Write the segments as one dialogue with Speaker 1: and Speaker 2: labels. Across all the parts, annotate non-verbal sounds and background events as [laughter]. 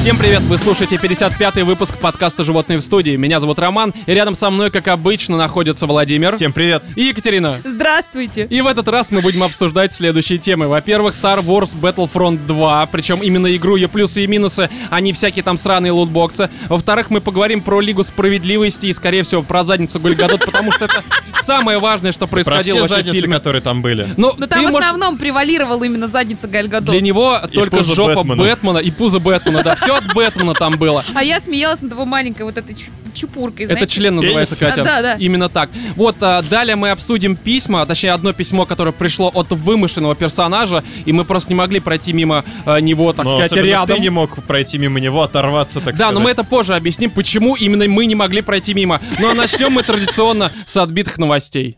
Speaker 1: Всем привет! Вы слушаете 55-й выпуск подкаста «Животные в студии». Меня зовут Роман, и рядом со мной, как обычно, находится Владимир
Speaker 2: Всем привет!
Speaker 1: и Екатерина.
Speaker 3: Здравствуйте.
Speaker 1: И в этот раз мы будем обсуждать следующие темы. Во-первых, Star Wars Battlefront 2, причем именно игру, ее плюсы и минусы, а не всякие там сраные лутбоксы. Во-вторых, мы поговорим про Лигу Справедливости и, скорее всего, про задницу Гульгадот, потому что это самое важное, что
Speaker 2: Про
Speaker 1: происходило
Speaker 2: все
Speaker 1: вообще в
Speaker 2: задницы,
Speaker 1: фильме.
Speaker 2: которые там были.
Speaker 1: Ну,
Speaker 3: Но там
Speaker 1: ты
Speaker 3: в
Speaker 1: можешь-
Speaker 3: основном превалировала именно задница Гальгадо.
Speaker 1: Для него только
Speaker 2: пузо
Speaker 1: жопа
Speaker 2: Бэтмена.
Speaker 1: Бэтмена и пузо Бэтмена, да, все от Бэтмена там было.
Speaker 3: А я смеялась над его маленькой вот этой чу- чупуркой.
Speaker 1: Это
Speaker 3: знаете.
Speaker 1: член называется,
Speaker 2: Пенис?
Speaker 1: Катя.
Speaker 3: Да, да.
Speaker 1: Именно так. Вот, а, далее мы обсудим письма, а точнее одно письмо, которое пришло от вымышленного персонажа, и мы просто не могли пройти мимо а, него, так
Speaker 2: Но
Speaker 1: сказать,
Speaker 2: особенно
Speaker 1: рядом.
Speaker 2: ты не мог пройти мимо него, оторваться, так
Speaker 1: Да,
Speaker 2: сказать.
Speaker 1: но мы это позже объясним, почему именно мы не могли пройти мимо. Но начнем мы традиционно с отбитых новостей.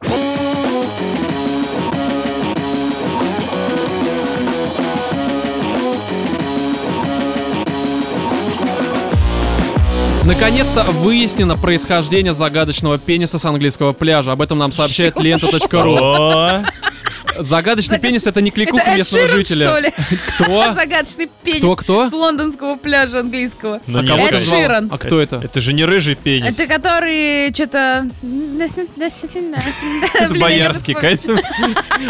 Speaker 1: Наконец-то выяснено происхождение загадочного пениса с английского пляжа. Об этом нам сообщает лента.ру.
Speaker 2: О,
Speaker 1: Загадочный пенис — это не кликуха
Speaker 3: Это Эд
Speaker 1: местного
Speaker 3: Ширан,
Speaker 1: [laughs]
Speaker 3: что
Speaker 1: жителя.
Speaker 3: ли? А [laughs]
Speaker 1: Кто?
Speaker 3: Загадочный пенис
Speaker 1: Кто-кто?
Speaker 3: с лондонского пляжа английского.
Speaker 2: ну
Speaker 1: А
Speaker 2: не
Speaker 1: кого
Speaker 3: Эд
Speaker 1: ты
Speaker 2: это-
Speaker 1: звала?
Speaker 3: Ширан.
Speaker 1: А кто это?
Speaker 2: Это же не рыжий пенис.
Speaker 3: Это который
Speaker 1: [laughs]
Speaker 3: что-то... Это
Speaker 2: Это боярский, Катя.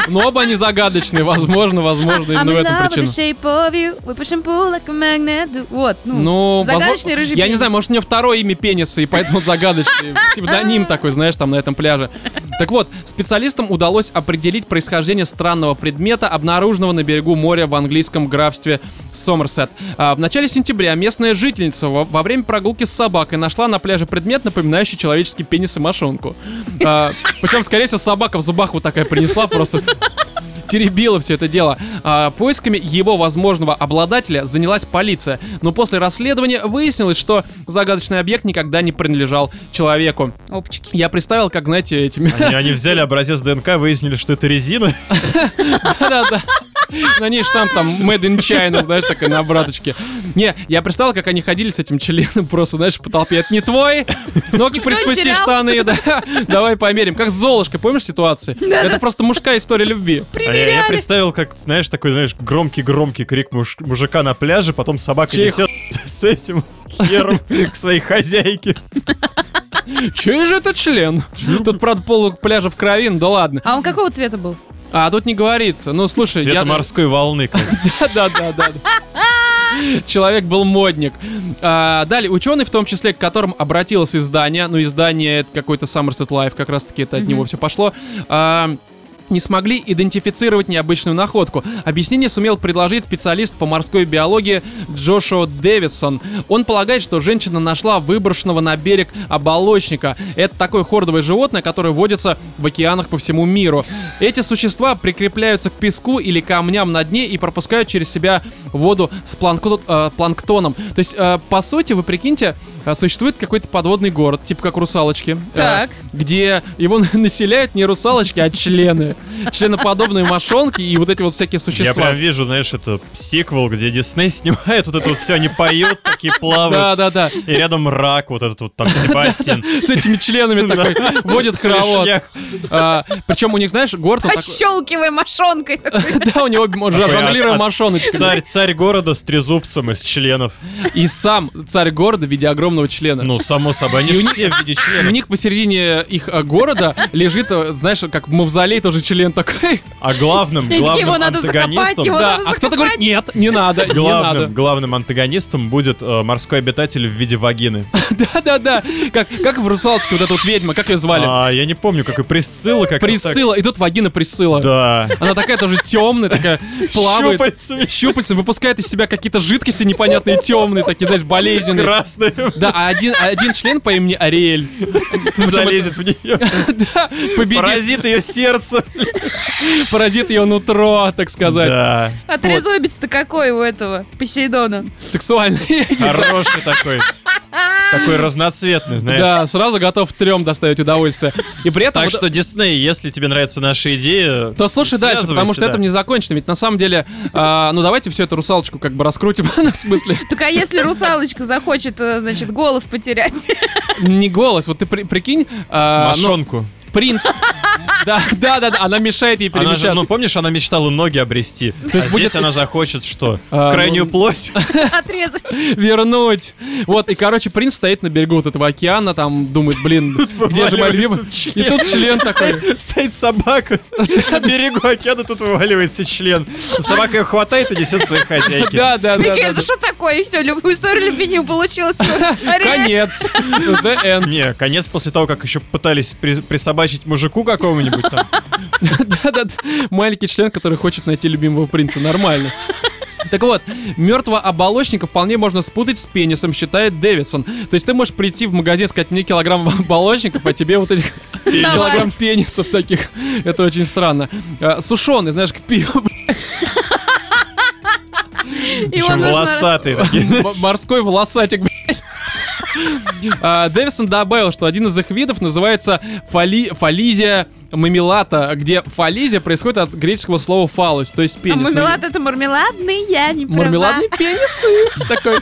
Speaker 1: Но оба они загадочные, возможно, возможно,
Speaker 3: I'm
Speaker 1: именно в
Speaker 3: in
Speaker 1: этом
Speaker 3: love with
Speaker 1: причина.
Speaker 3: the shape of you. We push and pull like a magnet. Вот, ну,
Speaker 1: Ну,
Speaker 3: загадочный
Speaker 1: возможно-
Speaker 3: рыжий
Speaker 1: Я не
Speaker 3: пенис.
Speaker 1: знаю, может, у него второе имя пениса, и поэтому он
Speaker 3: [laughs]
Speaker 1: загадочный. Псевдоним такой, знаешь, там на этом пляже. Так вот, специалистам удалось определить происхождение странного предмета, обнаруженного на берегу моря в английском графстве Сомерсет. А, В начале сентября местная жительница во во время прогулки с собакой нашла на пляже предмет, напоминающий человеческий пенис и мошонку. Причем, скорее всего, собака в зубах вот такая принесла просто теребила все это дело. А, поисками его возможного обладателя занялась полиция. Но после расследования выяснилось, что загадочный объект никогда не принадлежал человеку.
Speaker 3: Опачки.
Speaker 1: Я представил, как, знаете, этими... [laughs]
Speaker 2: Они они взяли образец ДНК, выяснили, что это резина.
Speaker 1: Да-да. На ней штамп там Made in China, знаешь, такая на обраточке. Не, я представил, как они ходили с этим членом просто, знаешь, по толпе. Это не твой, ноги
Speaker 3: Никто не
Speaker 1: приспусти,
Speaker 3: терял.
Speaker 1: штаны, да. Давай померим. Как с Золушкой, помнишь ситуации? Это просто мужская история любви.
Speaker 2: А Я я представил, как, знаешь, такой, знаешь, громкий-громкий крик муж- мужика на пляже, потом собака
Speaker 1: Чей
Speaker 2: несет с этим хером к своей хозяйке.
Speaker 1: Чей же это член? Тут, правда, пол пляжа в крови, ну да ладно.
Speaker 3: А он какого цвета был?
Speaker 1: А тут не говорится. Ну, слушай,
Speaker 2: Цвета
Speaker 1: я...
Speaker 2: морской волны. Катя.
Speaker 1: Да, [laughs] да, да, да. Человек был модник. А, далее, ученый, в том числе, к которым обратилось издание, ну, издание это какой-то Somerset Life, как раз-таки это от него все пошло, а, не смогли идентифицировать необычную находку. Объяснение сумел предложить специалист по морской биологии Джошуа Дэвисон. Он полагает, что женщина нашла выброшенного на берег оболочника. Это такое хордовое животное, которое водится в океанах по всему миру. Эти существа прикрепляются к песку или камням на дне и пропускают через себя воду с планкто- э, планктоном. То есть, э, по сути, вы прикиньте, э, существует какой-то подводный город, типа как русалочки. э,
Speaker 3: Так.
Speaker 1: где его [laughs] населяют не русалочки, а члены. Членоподобные мошонки и вот эти вот всякие
Speaker 2: Я
Speaker 1: существа.
Speaker 2: прям вижу, знаешь, это сиквел, где Дисней снимает вот это вот все, они поют, такие плавают.
Speaker 1: Да, да, да.
Speaker 2: И рядом рак, вот этот вот там Себастьян.
Speaker 1: С этими членами [laughs] такой водит хоровод.
Speaker 2: Шлях.
Speaker 1: А, Причем у них, знаешь, город он
Speaker 3: А
Speaker 1: такой-
Speaker 3: Пощелкивая мошонкой.
Speaker 1: [laughs] Да, у него он
Speaker 2: Такой
Speaker 1: жонглирует
Speaker 2: от- от-
Speaker 1: мошоночками.
Speaker 2: Царь, царь города с трезубцем из членов.
Speaker 1: И сам царь города в виде огромного члена.
Speaker 2: Ну, само собой, они же все в виде
Speaker 1: И У
Speaker 2: членов.
Speaker 1: них посередине их э, города лежит, э, знаешь, как в мавзолей тоже член такой.
Speaker 2: А главным,
Speaker 3: такие, его
Speaker 2: главным
Speaker 3: надо закопать, его-
Speaker 2: антагонистом...
Speaker 1: Да,
Speaker 3: надо
Speaker 1: а кто-то
Speaker 3: закопать.
Speaker 1: говорит, нет, не надо, не
Speaker 2: [laughs] Главным,
Speaker 1: надо.
Speaker 2: главным антагонистом будет э, морской обитатель в виде вагины.
Speaker 1: [laughs] Да-да-да, как, как в «Русалочке» вот эта вот ведьма, как ее звали?
Speaker 2: А, я не помню, как и Присцилла, как
Speaker 1: Присыла, и тут вагина Присыла.
Speaker 2: Да.
Speaker 1: Она такая тоже темная,
Speaker 2: [laughs]
Speaker 1: такая плавает. [laughs]
Speaker 2: Щупальцами
Speaker 1: Щупальцем выпускает из себя какие-то жидкости непонятные, темные, такие, знаешь, болезненные.
Speaker 2: красные
Speaker 1: Да, а один, а один член по имени Ариэль [laughs]
Speaker 2: залезет в нее.
Speaker 1: да, победит, паразит.
Speaker 2: Поразит ее сердце.
Speaker 1: ее нутро, так сказать.
Speaker 2: Да.
Speaker 3: А трезубец-то какой у этого Посейдона?
Speaker 1: Сексуальный.
Speaker 2: Хороший такой. Такой разноцветный, знаешь.
Speaker 1: [laughs] Да, сразу готов трем доставить удовольствие. И при этом...
Speaker 2: Так
Speaker 1: вот-
Speaker 2: что, Дисней, если тебе нравятся наши идеи,
Speaker 1: То слушай дальше, потому что это не закончено. Ведь на самом деле, а, ну давайте все эту русалочку как бы раскрутим, [laughs] в смысле,
Speaker 3: Только а если русалочка захочет, э, значит, голос потерять. [laughs]
Speaker 1: не голос. Вот ты при- прикинь, а, ну,
Speaker 2: Мошонку. [laughs]
Speaker 1: принц... Да, да, да, да, она мешает ей
Speaker 2: Она же,
Speaker 1: перемещаться.
Speaker 2: ну помнишь, она мечтала ноги обрести. То
Speaker 1: есть
Speaker 2: есть
Speaker 1: будет-
Speaker 2: здесь она захочет что?
Speaker 1: А,
Speaker 2: Крайнюю
Speaker 1: ну- [laughs]
Speaker 2: плоть?
Speaker 3: Отрезать.
Speaker 1: вернуть. Вот, и, короче, принц стоит на берегу вот этого океана, там думает,
Speaker 2: [laughs]
Speaker 1: блин, где же мой любимый?
Speaker 2: вываливается
Speaker 1: И
Speaker 2: член.
Speaker 1: тут член такой.
Speaker 2: Стоит стоит собака на берегу океана, тут вываливается член. Собака ее хватает и несет свои хозяйки.
Speaker 1: Да, да, да.
Speaker 3: Прикинь,
Speaker 1: да,
Speaker 3: ну что такое? И все, любую историю любви
Speaker 1: [laughs]
Speaker 3: не получилось. А Ари-
Speaker 1: Конец. The end.
Speaker 2: Не, конец после того, как еще пытались при- присобачить мужику какому-нибудь там.
Speaker 1: Да-да-да. Маленький член, который хочет найти любимого принца. Нормально. Так вот, мертвого оболочника вполне можно спутать с пенисом, считает Дэвисон. То есть ты можешь прийти в магазин, сказать мне килограмм [laughs] оболочников, а тебе вот этих
Speaker 3: Давай.
Speaker 2: А,
Speaker 1: килограмм пенисов таких. Это очень странно. А, Сушеный, знаешь, к пиву.
Speaker 3: И
Speaker 2: Причем
Speaker 3: он нужно...
Speaker 1: [laughs]
Speaker 2: волосатые такие.
Speaker 1: [laughs] М- Морской волосатик, блядь. А, Дэвисон добавил, что один из их видов называется фали... фализия мамилата, где фализия происходит от греческого слова фалос, то есть
Speaker 3: А
Speaker 1: пенис.
Speaker 3: мармелад это мармеладный, я не права.
Speaker 1: Мармеладный пенис и такой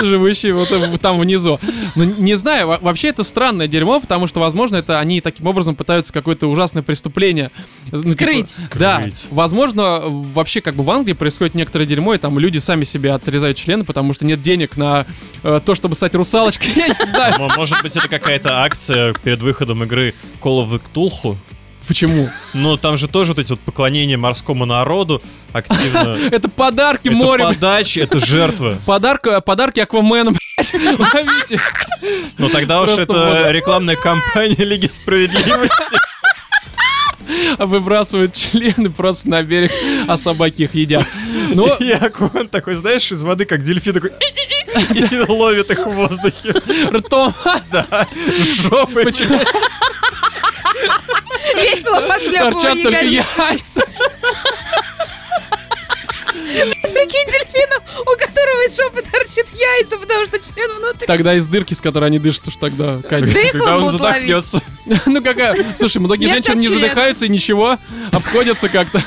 Speaker 1: живущий вот в- там внизу. Ну, не знаю, во- вообще это странное дерьмо, потому что, возможно, это они таким образом пытаются какое-то ужасное преступление ну, типа,
Speaker 3: Скрыть.
Speaker 1: Да,
Speaker 2: Скрыть.
Speaker 1: возможно, вообще как бы в Англии происходит некоторое дерьмо, и там люди сами себе отрезают члены, потому что нет денег на э, то, чтобы стать русалочкой,
Speaker 3: [laughs]
Speaker 1: я не знаю.
Speaker 2: М- Может быть, это какая-то акция перед выходом игры Call of the Cthulhu?
Speaker 1: Почему?
Speaker 2: Ну, там же тоже вот эти вот поклонения морскому народу
Speaker 1: [laughs]
Speaker 2: активно.
Speaker 1: Это подарки
Speaker 2: Это
Speaker 1: морю, блядь.
Speaker 2: подачи, это жертвы.
Speaker 1: Подарка- подарки Аквамену, блядь. ловите.
Speaker 2: Но тогда уж
Speaker 1: Просто вода.
Speaker 2: это рекламная кампания Лиги Справедливости.
Speaker 1: А Выбрасывают члены просто на берег, а собаки их едят. Ну,
Speaker 2: [laughs] И акван такой, знаешь, из воды, как дельфин, такой [laughs] и ловит их в воздухе.
Speaker 1: ртом
Speaker 2: Жопой.
Speaker 1: Почему?
Speaker 3: Весело пошлепывал
Speaker 1: торчат только
Speaker 3: ягодицы.
Speaker 1: яйца.
Speaker 3: Прикинь, дельфина, у которого из жопы торчит яйца, потому что член внутри.
Speaker 1: Тогда из дырки, с которой они дышат, уж тогда, конечно.
Speaker 3: Да их
Speaker 2: Когда
Speaker 3: он
Speaker 2: он
Speaker 3: будет ловить.
Speaker 2: задохнется.
Speaker 1: Ну какая... Слушай, многие
Speaker 3: Смерть
Speaker 1: женщины
Speaker 3: от
Speaker 1: не
Speaker 3: члена.
Speaker 1: задыхаются и ничего, обходятся как-то.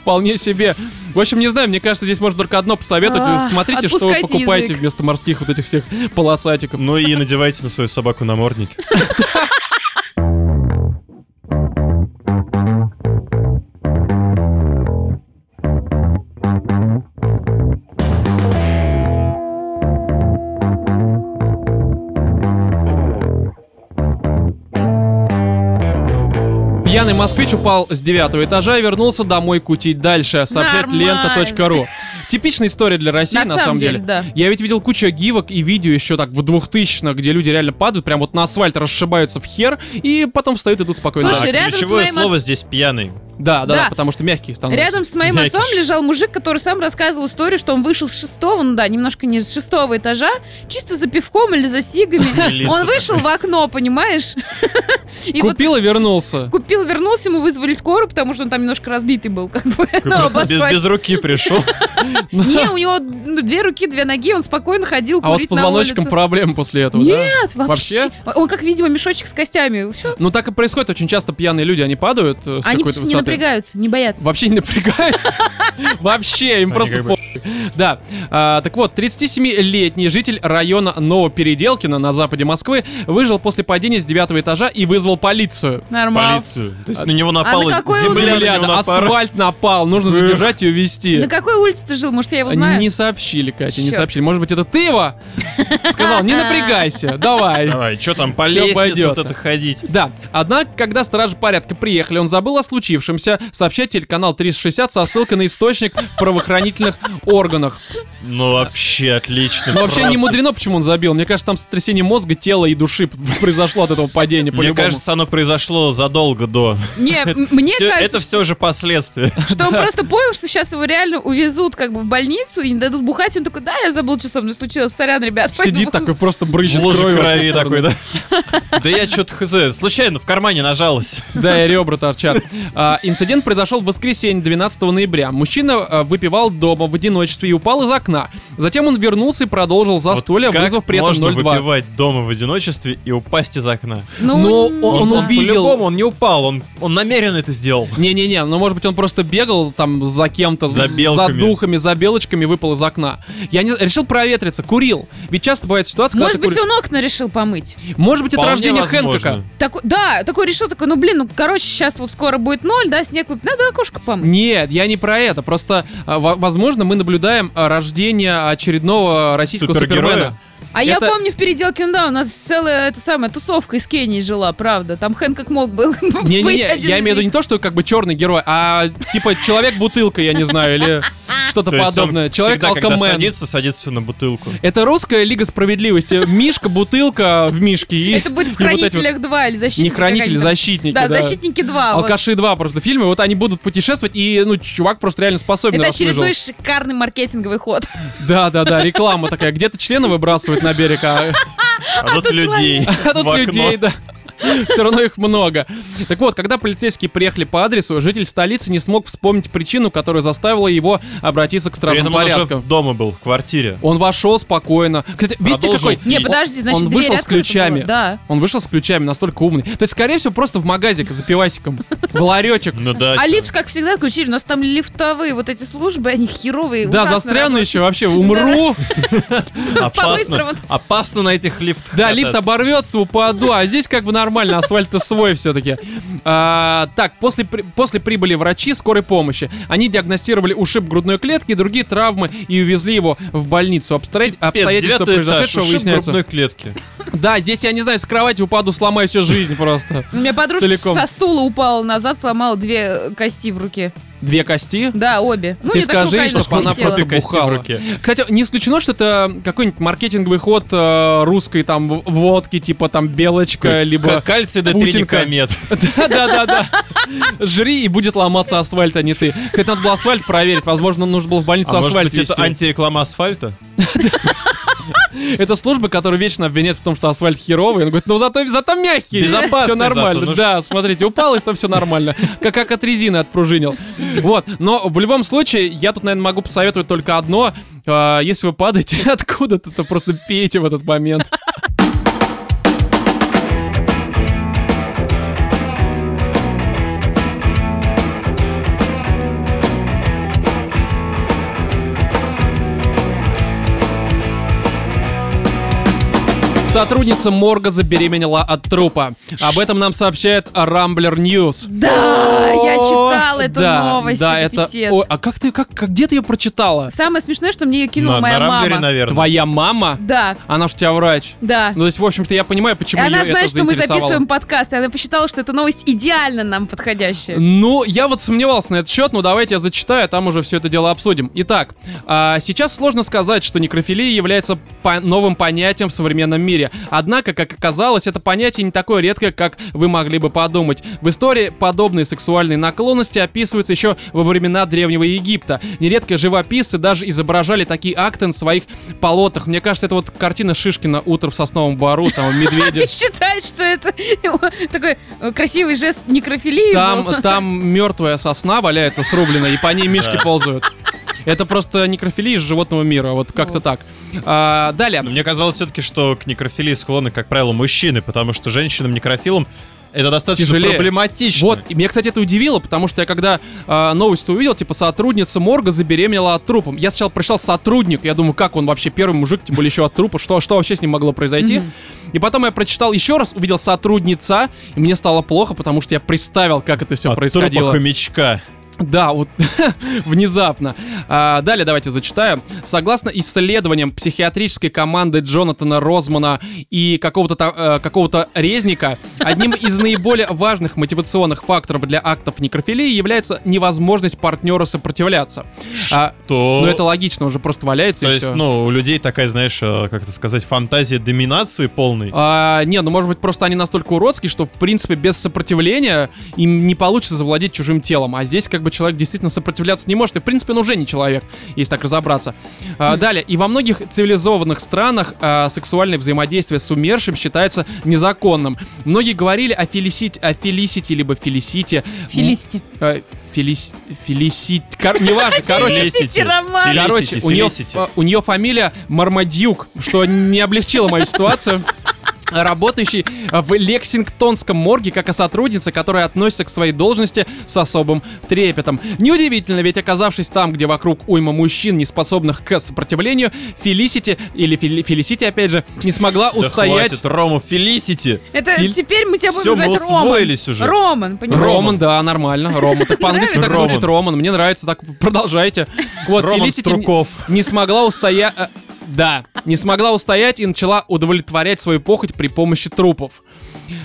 Speaker 1: Вполне себе. В общем, не знаю, мне кажется, здесь можно только одно посоветовать.
Speaker 3: Ах,
Speaker 1: Смотрите, что вы
Speaker 3: А, отпускайте
Speaker 1: покупаете
Speaker 3: язык.
Speaker 1: вместо морских вот этих всех полосатиков.
Speaker 2: Ну и надевайте на свою собаку намордник.
Speaker 1: Пьяный москвич упал с девятого этажа и вернулся домой кутить дальше, сообщает
Speaker 3: Нормально.
Speaker 1: лента.ру. Типичная история для России, на,
Speaker 3: На самом деле, да.
Speaker 1: Я ведь видел кучу гивок и видео еще так в 2000 где люди реально падают, прям вот на асфальт расшибаются в хер, и потом встают и идут спокойно.
Speaker 3: Слушай,
Speaker 1: дальше.
Speaker 3: рядом с
Speaker 2: ключевое
Speaker 3: моим от-
Speaker 2: слово здесь пьяный.
Speaker 1: да, да, да,
Speaker 3: да.
Speaker 1: потому что мягкие становятся.
Speaker 3: Рядом с моим
Speaker 2: Я
Speaker 3: отцом
Speaker 2: киш.
Speaker 3: лежал мужик, который сам рассказывал историю, что он вышел с шестого, ну да, немножко не с шестого этажа, чисто за пивком или за сигами.
Speaker 1: [laughs]
Speaker 2: Милиция
Speaker 3: Он вышел в окно, понимаешь? [laughs] И вот
Speaker 1: Купил и вернулся.
Speaker 3: купил, вернулся, ему вызвали скорую, потому что он там немножко разбитый был, как бы. [laughs] ну, об
Speaker 2: Просто без,
Speaker 3: асфальт.
Speaker 2: без руки
Speaker 3: [laughs]
Speaker 2: пришел.
Speaker 3: Не, у него ну, две руки, две ноги, он спокойно ходил
Speaker 1: А вот с
Speaker 3: курить на улице.
Speaker 1: позвоночником проблемы после этого, да?
Speaker 3: Нет, вообще.
Speaker 1: Вообще?
Speaker 3: Он, как, видимо, мешочек с костями. Все.
Speaker 1: Ну так и происходит, очень часто пьяные люди, они падают э, с
Speaker 3: Они
Speaker 1: какой-то
Speaker 3: просто не
Speaker 1: высоты.
Speaker 3: напрягаются, не боятся.
Speaker 1: Вообще не напрягаются. [laughs] Вообще, им
Speaker 2: Они
Speaker 1: просто
Speaker 2: как бы-
Speaker 1: похуй. Да. А, Так вот, 37-летний житель района Новопеределкино на западе Москвы выжил после падения с девятого этажа и вызвал полицию.
Speaker 3: Нормально.
Speaker 2: Полицию. То есть на него напала
Speaker 3: А на какой он-
Speaker 2: земля, на
Speaker 1: Земля,
Speaker 2: него
Speaker 1: да,
Speaker 2: напала.
Speaker 1: асфальт напал, нужно
Speaker 2: Эх.
Speaker 1: задержать и увезти.
Speaker 3: На какой улице ты жил? Может, я Ну, его знаю?
Speaker 1: Не сообщили, Катя, не
Speaker 3: Чёрт.
Speaker 1: сообщили. Может быть, это ты его сказал, не напрягайся, давай.
Speaker 2: Давай, что там по
Speaker 1: Всё
Speaker 2: лестнице вот
Speaker 1: обойдётся.
Speaker 2: это ходить?
Speaker 1: Да, однако, когда стражи порядка приехали, он забыл о случившемся, сообщает телеканал 360 со ссылкой на источник в правоохранительных органах.
Speaker 2: Ну вообще отлично.
Speaker 1: Но Ну, вообще не
Speaker 2: просто.
Speaker 1: мудрено, почему он забил. Мне кажется, там сотрясение мозга, тела и души [laughs] п- произошло от этого падения,
Speaker 2: Мне
Speaker 1: по-любому.
Speaker 2: кажется, оно произошло задолго до.
Speaker 3: Не, м- мне
Speaker 2: Всё-
Speaker 3: кажется,
Speaker 2: это все
Speaker 1: [laughs]
Speaker 2: же последствия.
Speaker 3: что он просто понял, что сейчас его реально увезут как бы в больницу и не дадут бухать. И Он такой, да, я забыл, что со мной случилось. Сорян, ребят.
Speaker 1: Сидит
Speaker 3: пойду».
Speaker 1: такой, просто брызжет
Speaker 2: Лужа
Speaker 1: кровью. во все
Speaker 2: крови
Speaker 1: стороны.
Speaker 2: такой, да? Да я что-то хз, случайно в кармане нажалась.
Speaker 1: Да, и ребра торчат. А, инцидент произошел в воскресенье, 12 ноября. Мужчина а, выпивал дома в одиночестве и упал из окна. Затем он вернулся и продолжил застолье,
Speaker 2: Вот как
Speaker 1: вызвав при этом
Speaker 2: можно
Speaker 1: 0,2.
Speaker 2: выпивать дома в одиночестве и упасть из окна?
Speaker 3: Ну,
Speaker 1: Но
Speaker 3: м,
Speaker 1: он-
Speaker 3: не
Speaker 1: он
Speaker 3: знаю.
Speaker 1: увидел.
Speaker 2: По-любому он не упал, он, он намеренно это сделал.
Speaker 1: Не-не-не, ну может быть он просто бегал там за кем-то, за
Speaker 2: За белками.
Speaker 1: духами, за белочками, выпал из окна. Я не решил проветриться, курил. Ведь часто бывает ситуация,
Speaker 3: Может
Speaker 1: когда
Speaker 3: быть,
Speaker 1: ты куришь.
Speaker 3: он окна решил помыть.
Speaker 1: Может Может быть, это
Speaker 2: Вполне
Speaker 1: рождение
Speaker 2: возможно.
Speaker 1: Хэнкока.
Speaker 3: Так, да, такой решил, такой, ну блин, ну короче, сейчас вот скоро будет ноль, да, снег, выпадет, надо окошко помыть.
Speaker 1: Нет, я не про это. Просто, а, во- возможно, мы наблюдаем а, рождение очередного российского
Speaker 2: Супергероя?
Speaker 3: [laughs]
Speaker 1: супермена.
Speaker 3: А я
Speaker 1: это-
Speaker 3: помню, в переделке, ну да, у нас целая эта самая тусовка из Кении жила, правда. Там Хэн как мог был. [laughs]
Speaker 1: Не-не-не,
Speaker 3: быть
Speaker 1: я
Speaker 3: один из
Speaker 1: имею в виду
Speaker 3: них.
Speaker 1: не то, что как бы черный герой, а типа человек-бутылка, я не знаю,
Speaker 3: [laughs]
Speaker 1: или что-то
Speaker 2: То есть он
Speaker 1: подобное.
Speaker 2: всегда, когда
Speaker 1: Человек-алкомен.
Speaker 2: садится, садится на бутылку.
Speaker 1: Это русская лига справедливости. Мишка, бутылка в мишке и...
Speaker 3: Это будет
Speaker 1: [laughs]
Speaker 3: в
Speaker 1: и вот эти вот-
Speaker 3: «Хранителях 2» или «Защитниках».
Speaker 1: Не хранители,
Speaker 3: как они там.
Speaker 1: защитники.
Speaker 3: Да, «Защитники 2». вот.
Speaker 1: Алкаши 2 просто фильмы, вот они будут путешествовать, и, ну, чувак просто реально способен
Speaker 3: Это
Speaker 1: раз выжил.
Speaker 3: очередной шикарный маркетинговый ход.
Speaker 1: Да, да, да, реклама такая. Где-то члены выбрасывают на берег, а,
Speaker 2: А тут людей.
Speaker 1: [laughs] а тут
Speaker 2: в окно.
Speaker 1: людей, да. [laughs] Все равно их много. Так вот, когда полицейские приехали по адресу, житель столицы не смог вспомнить причину, которая заставила его обратиться к
Speaker 2: При
Speaker 1: стражным
Speaker 2: этом он уже
Speaker 1: порядкам.
Speaker 2: дома был, в квартире.
Speaker 1: Он вошел спокойно. Кстати, видите,
Speaker 2: Продолжил
Speaker 1: какой...
Speaker 2: пить.
Speaker 3: Не,
Speaker 2: И-
Speaker 3: подожди, значит,
Speaker 1: он
Speaker 3: дверь
Speaker 1: вышел с
Speaker 3: открыта была,
Speaker 1: ключами.
Speaker 3: Да.
Speaker 1: Он вышел с ключами, настолько умный. То есть, скорее всего, просто в магазик за пивасиком. В ларечек.
Speaker 2: Ну да.
Speaker 3: А
Speaker 2: чё.
Speaker 3: лифт, как всегда, отключили. У нас там лифтовые вот эти службы, они херовые.
Speaker 1: Да,
Speaker 3: ужасно
Speaker 1: застряну еще вообще, умру.
Speaker 2: Опасно.
Speaker 3: [laughs] по-быстрому.
Speaker 2: Опасно на этих лифтах.
Speaker 1: Да, лифт
Speaker 2: кататься.
Speaker 1: оборвется, упаду, а здесь как бы нормально, асфальт-то свой все-таки. так, после, при- после прибыли врачи скорой помощи. Они диагностировали ушиб грудной клетки и другие травмы и увезли его в больницу. Обстро-
Speaker 2: Пипец,
Speaker 1: Обстоятельства
Speaker 2: девятый этаж,
Speaker 1: произошедшего
Speaker 2: ушиб
Speaker 1: выясняются.
Speaker 2: грудной клетки.
Speaker 1: Да, здесь я не знаю, с кровати упаду, сломаю всю жизнь просто.
Speaker 3: У меня подружка
Speaker 1: Целиком.
Speaker 3: со стула упала назад, сломала две э, кости в руке.
Speaker 1: Две кости.
Speaker 3: Да, обе. Ну,
Speaker 1: Ты
Speaker 3: не так
Speaker 1: скажи,
Speaker 3: руками,
Speaker 1: чтоб
Speaker 3: что
Speaker 1: она
Speaker 3: висела.
Speaker 1: просто
Speaker 2: Кости в
Speaker 1: бухала.
Speaker 2: руке.
Speaker 1: Кстати, не исключено, что это какой-нибудь маркетинговый ход э, русской там в- водки, типа там белочка,
Speaker 2: К-
Speaker 1: либо...
Speaker 2: Кальций Д3 не
Speaker 1: Путинка.
Speaker 2: комет.
Speaker 1: Да-да-да. Жри, и будет ломаться асфальт, а не ты. Кстати, надо было асфальт проверить. Возможно, нужно было в больницу
Speaker 2: А может
Speaker 1: асфальт
Speaker 2: быть, это
Speaker 1: везти.
Speaker 2: антиреклама асфальта?
Speaker 1: Это служба, которая вечно обвиняет в том, что асфальт херовый. Он говорит, ну зато, зато мягкий.
Speaker 2: Безопасный
Speaker 1: Все нормально.
Speaker 2: зато, ну
Speaker 1: да, смотрите, упал, и там все нормально. Как, как от резины отпружинил. Вот. Но в любом случае, я тут, наверное, могу посоветовать только одно. А, Если вы падаете [laughs] откуда-то, то просто пейте в этот момент. Сотрудница морга забеременела от трупа. Об этом нам сообщает Рамблер Ньюс.
Speaker 3: Да, я читала эту
Speaker 1: да,
Speaker 3: новость.
Speaker 1: да, это.
Speaker 3: писец.
Speaker 1: Ой, а как ты, как, как- где ты ее прочитала?
Speaker 3: Самое смешное, что мне ее кинула
Speaker 2: На-
Speaker 3: моя
Speaker 2: на Рамблере,
Speaker 3: мама.
Speaker 2: наверное.
Speaker 1: Твоя мама?
Speaker 3: Да,
Speaker 1: Она ж у тебя врач.
Speaker 3: да.
Speaker 1: Ну, то есть, в общем-то, я понимаю,
Speaker 3: И
Speaker 1: почему её
Speaker 3: она
Speaker 1: это
Speaker 3: знает, что мы
Speaker 1: заинтересовало.
Speaker 3: записываем подкаст, и она посчитала, что эта новость идеально нам подходящая.
Speaker 1: Ну, я вот сомневался на этот счет, но давайте я зачитаю, а там уже все это дело обсудим. Итак, а, сейчас сложно сказать, что некрофилия является по- новым понятием в современном мире. Однако, как оказалось, это понятие не такое редкое, как вы могли бы подумать. В истории подобные сексуальные наклонности описываются еще во времена Древнего Египта. Нередко живописцы даже изображали такие акты на своих полотах. Мне кажется, это вот картина Шишкина «Утро в сосновом бару», там медведи.
Speaker 3: И считает, что это [laughs] такой э, красивый жест некрофилии. был.
Speaker 1: Там, э, там мертвая сосна валяется срублена, и по ней мишки
Speaker 2: Да.
Speaker 1: ползают. Это просто некрофилия из животного мира, вот как-то так. А,
Speaker 2: Но
Speaker 1: далее.
Speaker 2: Мне казалось все-таки, что к некрофилии склонны, как правило, мужчины, потому что женщинам-некрофилам это достаточно
Speaker 1: Тяжелее.
Speaker 2: проблематично.
Speaker 1: Вот, и меня, кстати, это удивило, потому что я когда а, новость увидел, типа, сотрудница морга забеременела от трупа. Я сначала прочитал сотрудник, я думаю, как он вообще первый мужик, тем более еще от трупа, что, что вообще с ним могло произойти.
Speaker 3: Мгм.
Speaker 1: И потом я прочитал еще раз, увидел сотрудница, и мне стало плохо, потому что я представил, как это все
Speaker 2: От трупа
Speaker 1: происходило.
Speaker 2: хомячка.
Speaker 1: Да, вот [laughs] внезапно. А, далее давайте зачитаю. Согласно исследованиям психиатрической команды Джонатана Розмана и какого-то та- э, какого-то резника, одним из наиболее важных мотивационных факторов для актов некрофилии является невозможность партнера сопротивляться. А,
Speaker 2: То...
Speaker 1: ну это логично, уже просто валяется
Speaker 2: То
Speaker 1: и
Speaker 2: есть,
Speaker 1: все.
Speaker 2: ну, у людей такая, знаешь, э, как это сказать, фантазия доминации полной.
Speaker 1: А, не, ну может быть просто они настолько уродские, что в принципе без сопротивления им не получится завладеть чужим телом. А здесь как бы человек действительно сопротивляться не может. И в принципе он уже не человек, если так разобраться. А, далее. И во многих цивилизованных странах а, сексуальное взаимодействие с умершим считается незаконным. Многие говорили о фелисите, о фелисити, либо фелисите.
Speaker 3: [laughs] Филисти.
Speaker 1: Э, Фелис... Фелисит... Кор- Неважно, короче,
Speaker 3: Фелисити,
Speaker 2: Фелисити.
Speaker 3: Роман.
Speaker 2: Фелисити,
Speaker 1: Короче, у нее,
Speaker 2: Фелисити.
Speaker 1: э, у нее фамилия Мармадюк, что не облегчило мою ситуацию. работающий в Лексингтонском морге как о сотруднице, которая относится к своей должности с особым трепетом. Неудивительно, ведь оказавшись там, где вокруг уйма мужчин, не способных к сопротивлению, Фелисити, или Фели- Фелисити, опять же, не смогла
Speaker 2: Да
Speaker 1: устоять...
Speaker 2: хватит, Рому, Фелисити.
Speaker 3: Это
Speaker 1: ну, Филь-
Speaker 3: теперь мы тебя будем
Speaker 2: Всё, мы
Speaker 3: называть
Speaker 2: усвоились
Speaker 3: Роман.
Speaker 2: уже.
Speaker 3: Роман, понимаешь?
Speaker 1: Роман, да, нормально. Рома. Так по-английски так
Speaker 2: Роман.
Speaker 1: звучит Роман. Мне нравится, так продолжайте. Вот,
Speaker 2: Роман
Speaker 1: Фелисити
Speaker 2: Струков.
Speaker 1: не смогла устоять... Да, не смогла устоять и начала удовлетворять свою похоть при помощи трупов.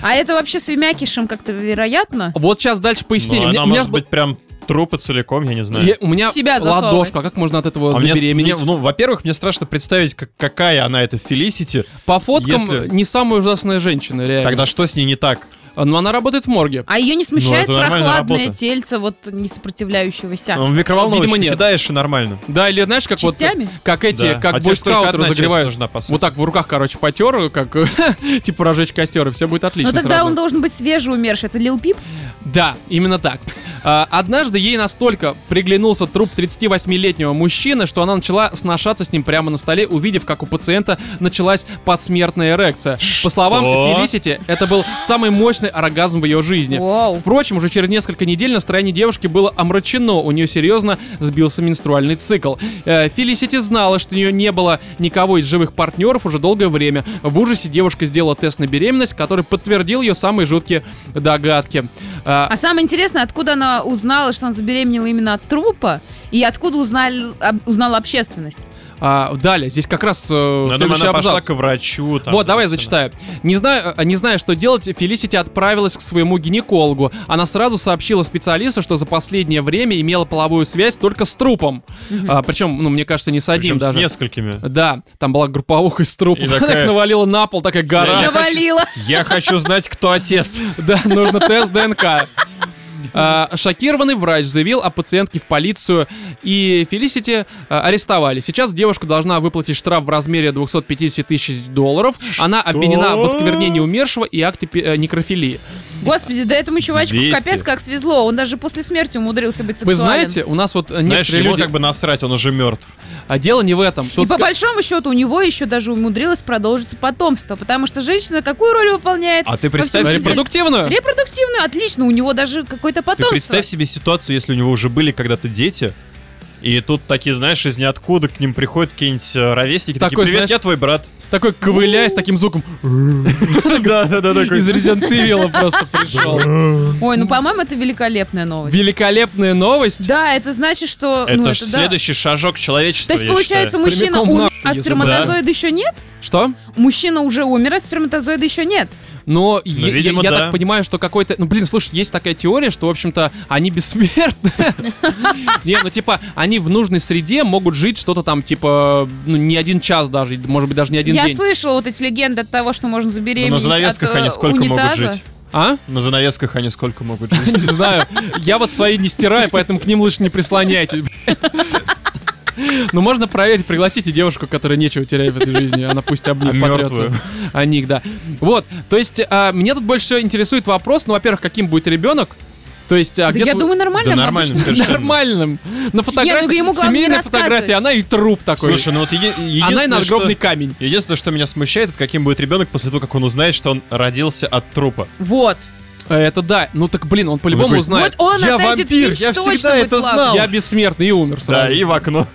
Speaker 3: А это вообще с Вимякишем как-то вероятно?
Speaker 1: Вот сейчас дальше
Speaker 2: Ну,
Speaker 1: пояснение.
Speaker 2: она
Speaker 1: у меня,
Speaker 2: может быть прям трупа целиком, я не знаю.
Speaker 1: я- у меня
Speaker 3: Себя засовывай.
Speaker 1: ладошка, как можно от этого
Speaker 2: А мне с-
Speaker 1: забеременеть?
Speaker 2: мне- ну, во-первых, мне страшно представить, как- какая она, эта Фелисити.
Speaker 1: По фоткам э,
Speaker 2: если-
Speaker 1: не самая ужасная женщина, реально. А,
Speaker 2: Тогда что с ней не так?
Speaker 1: Но она работает в морге.
Speaker 3: А ее не смущает
Speaker 2: Ну, это нормальная
Speaker 3: прохладное
Speaker 2: работа.
Speaker 3: тельце вот не сопротивляющегося?
Speaker 2: Ну, В микроволновочку
Speaker 1: Видимо, нет.
Speaker 2: кидаешь и нормально.
Speaker 1: Да, или знаешь, как
Speaker 3: Частями?
Speaker 1: вот э, как эти,
Speaker 2: Да.
Speaker 1: как
Speaker 2: А тебе ж только
Speaker 1: бойскаутеры
Speaker 2: одна часть
Speaker 1: загревают.
Speaker 2: нужна, по сути.
Speaker 1: вот так в руках, короче, потер, как [laughs] типа разжечь костер, и все будет
Speaker 3: Ну
Speaker 1: отлично.
Speaker 3: тогда
Speaker 1: сразу.
Speaker 3: он должен быть свежий умерший. Это Лил Пип?
Speaker 1: Да, именно так. А, Однажды ей настолько приглянулся труп 38-летнего мужчины, что она начала сношаться с ним прямо на столе, увидев, как у пациента началась посмертная эрекция. По словам
Speaker 2: Что?
Speaker 1: Фелисити, это был самый мощный оргазм в ее жизни.
Speaker 3: Вау.
Speaker 1: Впрочем, уже через несколько недель настроение девушки было омрачено, у нее серьезно сбился менструальный цикл. Э, Фелисити знала, что у нее не было никого из живых партнеров уже долгое время. В ужасе девушка сделала тест на беременность, который подтвердил ее самые жуткие догадки. Э,
Speaker 3: А самое интересное, откуда она узнала, что она забеременела именно от трупа? И откуда узнали, об- узнала общественность?
Speaker 1: а, далее, здесь как раз э,
Speaker 2: Ну, Я думаю,
Speaker 1: следующий
Speaker 2: она пошла
Speaker 1: абзац.
Speaker 2: к врачу. там,
Speaker 1: вот, давай я
Speaker 2: всё.
Speaker 1: зачитаю. Не, знаю, э, не зная, что делать, Фелисити отправилась к своему гинекологу. Она сразу сообщила специалисту, что за последнее время имела половую связь только с трупом. причем, ну, мне кажется, не с одним
Speaker 2: Причем с
Speaker 1: даже.
Speaker 2: несколькими.
Speaker 1: Да, там была групповуха из трупов.
Speaker 2: И
Speaker 1: [laughs] Она
Speaker 2: такая-
Speaker 1: так навалила на пол, такая гора.
Speaker 2: Я хочу-
Speaker 3: Навалила.
Speaker 2: Я хочу знать,
Speaker 1: [laughs]
Speaker 2: кто отец.
Speaker 1: Да, нужно тест ДНК. А, Шокированный врач заявил о пациентке в полицию, и Фелисити а, арестовали. Сейчас девушка должна выплатить штраф в размере 250 тысяч долларов. Она обвинена в осквернении умершего и акте пи- э, некрофилии.
Speaker 3: Господи, да этому чувачку
Speaker 2: 200.
Speaker 3: капец как свезло. Он даже после смерти умудрился быть
Speaker 1: Вы
Speaker 3: сексуален.
Speaker 1: знаете, у нас вот э, некоторые
Speaker 2: Знаешь, ему
Speaker 1: люди...
Speaker 2: как бы насрать, он уже мертв.
Speaker 1: А дело не в этом.
Speaker 3: И
Speaker 1: Тут
Speaker 3: по
Speaker 1: ска-
Speaker 3: большому счету у него еще даже умудрилось продолжиться потомство, потому что женщина какую роль выполняет?
Speaker 2: А ты
Speaker 3: во
Speaker 2: представь
Speaker 3: всем
Speaker 2: себе-
Speaker 3: мире?
Speaker 1: Репродуктивную?
Speaker 3: Репродуктивную, отлично, у него даже какое-то
Speaker 2: Ты
Speaker 3: потомство.
Speaker 2: представь себе ситуацию, если у него уже были когда-то дети, и тут такие, знаешь, из ниоткуда к ним приходят какие-нибудь э, ровесники, такие,
Speaker 1: Такой,
Speaker 2: привет,
Speaker 1: знаешь,
Speaker 2: я твой брат. [laughs]
Speaker 1: Такой ковыляя с таким звуком
Speaker 2: Да, да, да, такой.
Speaker 1: из Resident Evil просто пришел.
Speaker 3: Ой, ну по-моему, это великолепная новость.
Speaker 1: Великолепная новость.
Speaker 3: Да, это значит, что... ну,
Speaker 2: Это же
Speaker 3: да.
Speaker 2: следующий шажок
Speaker 3: То
Speaker 2: человечества,
Speaker 3: есть,
Speaker 2: я
Speaker 3: получается,
Speaker 2: считаю.
Speaker 3: мужчина
Speaker 1: Прямиком
Speaker 3: умер,
Speaker 1: нахуй,
Speaker 3: а
Speaker 1: если бы,
Speaker 3: сперматозоида еще нет?
Speaker 1: Что?
Speaker 3: Мужчина уже умер, а сперматозоида еще нет.
Speaker 1: Но я, я-
Speaker 2: Ну, видимо,
Speaker 1: я
Speaker 2: да.
Speaker 1: так понимаю, что какой-то... Ну, блин, слушай, есть такая теория, что, в общем-то, они
Speaker 3: [laughs]
Speaker 1: бессмертны. Не, ну, типа, они в нужной среде могут жить что-то там, типа, ну, не один час даже, может быть, даже не один
Speaker 3: Я
Speaker 1: день.
Speaker 3: слышала вот эти легенды от того, что можно
Speaker 2: Ну,
Speaker 3: забеременеть
Speaker 2: На
Speaker 3: от
Speaker 2: занавесках
Speaker 3: э,
Speaker 2: они сколько могут
Speaker 3: унитаза.
Speaker 2: жить?
Speaker 1: А? [laughs]
Speaker 2: На занавесках они сколько могут жить?
Speaker 1: Не знаю. Я вот свои не стираю, поэтому к ним лучше не прислоняйтесь. Ну, можно проверить, пригласите девушку, которая нечего терять в этой жизни. Она пусть об них
Speaker 2: А
Speaker 1: потрется.
Speaker 2: мёртвую?
Speaker 1: О них, да. Вот, то есть, а, меня тут больше всего интересует вопрос, ну, во-первых, каким будет ребенок? То есть, а
Speaker 3: Да
Speaker 1: где
Speaker 3: я
Speaker 1: тут-
Speaker 3: думаю, нормально.
Speaker 2: Да
Speaker 3: [laughs]
Speaker 2: нормально
Speaker 3: обычно.
Speaker 2: совершенно.
Speaker 1: нормальным. На
Speaker 3: Не, ну
Speaker 1: фотографии,
Speaker 3: ему главное не
Speaker 1: семейная
Speaker 3: рассказывать.
Speaker 1: фотография, она и труп [laughs] такой.
Speaker 2: Слушай, ну вот еди-
Speaker 1: она и
Speaker 2: единственное, что-
Speaker 1: надгробный камень.
Speaker 2: Единственное, что меня смущает, это каким будет ребенок после того, как он узнает, что он родился от трупа.
Speaker 3: Вот.
Speaker 1: Э, Это да. Ну так, блин, он по-любому
Speaker 2: такой,
Speaker 1: узнает.
Speaker 3: Вот он
Speaker 2: Я
Speaker 3: от этих
Speaker 2: вампир,
Speaker 3: фич
Speaker 2: я
Speaker 3: точно
Speaker 2: всегда
Speaker 3: будет
Speaker 2: это
Speaker 3: главным.
Speaker 2: знал.
Speaker 1: Я бессмертный и умер сразу.
Speaker 2: Да, и в окно.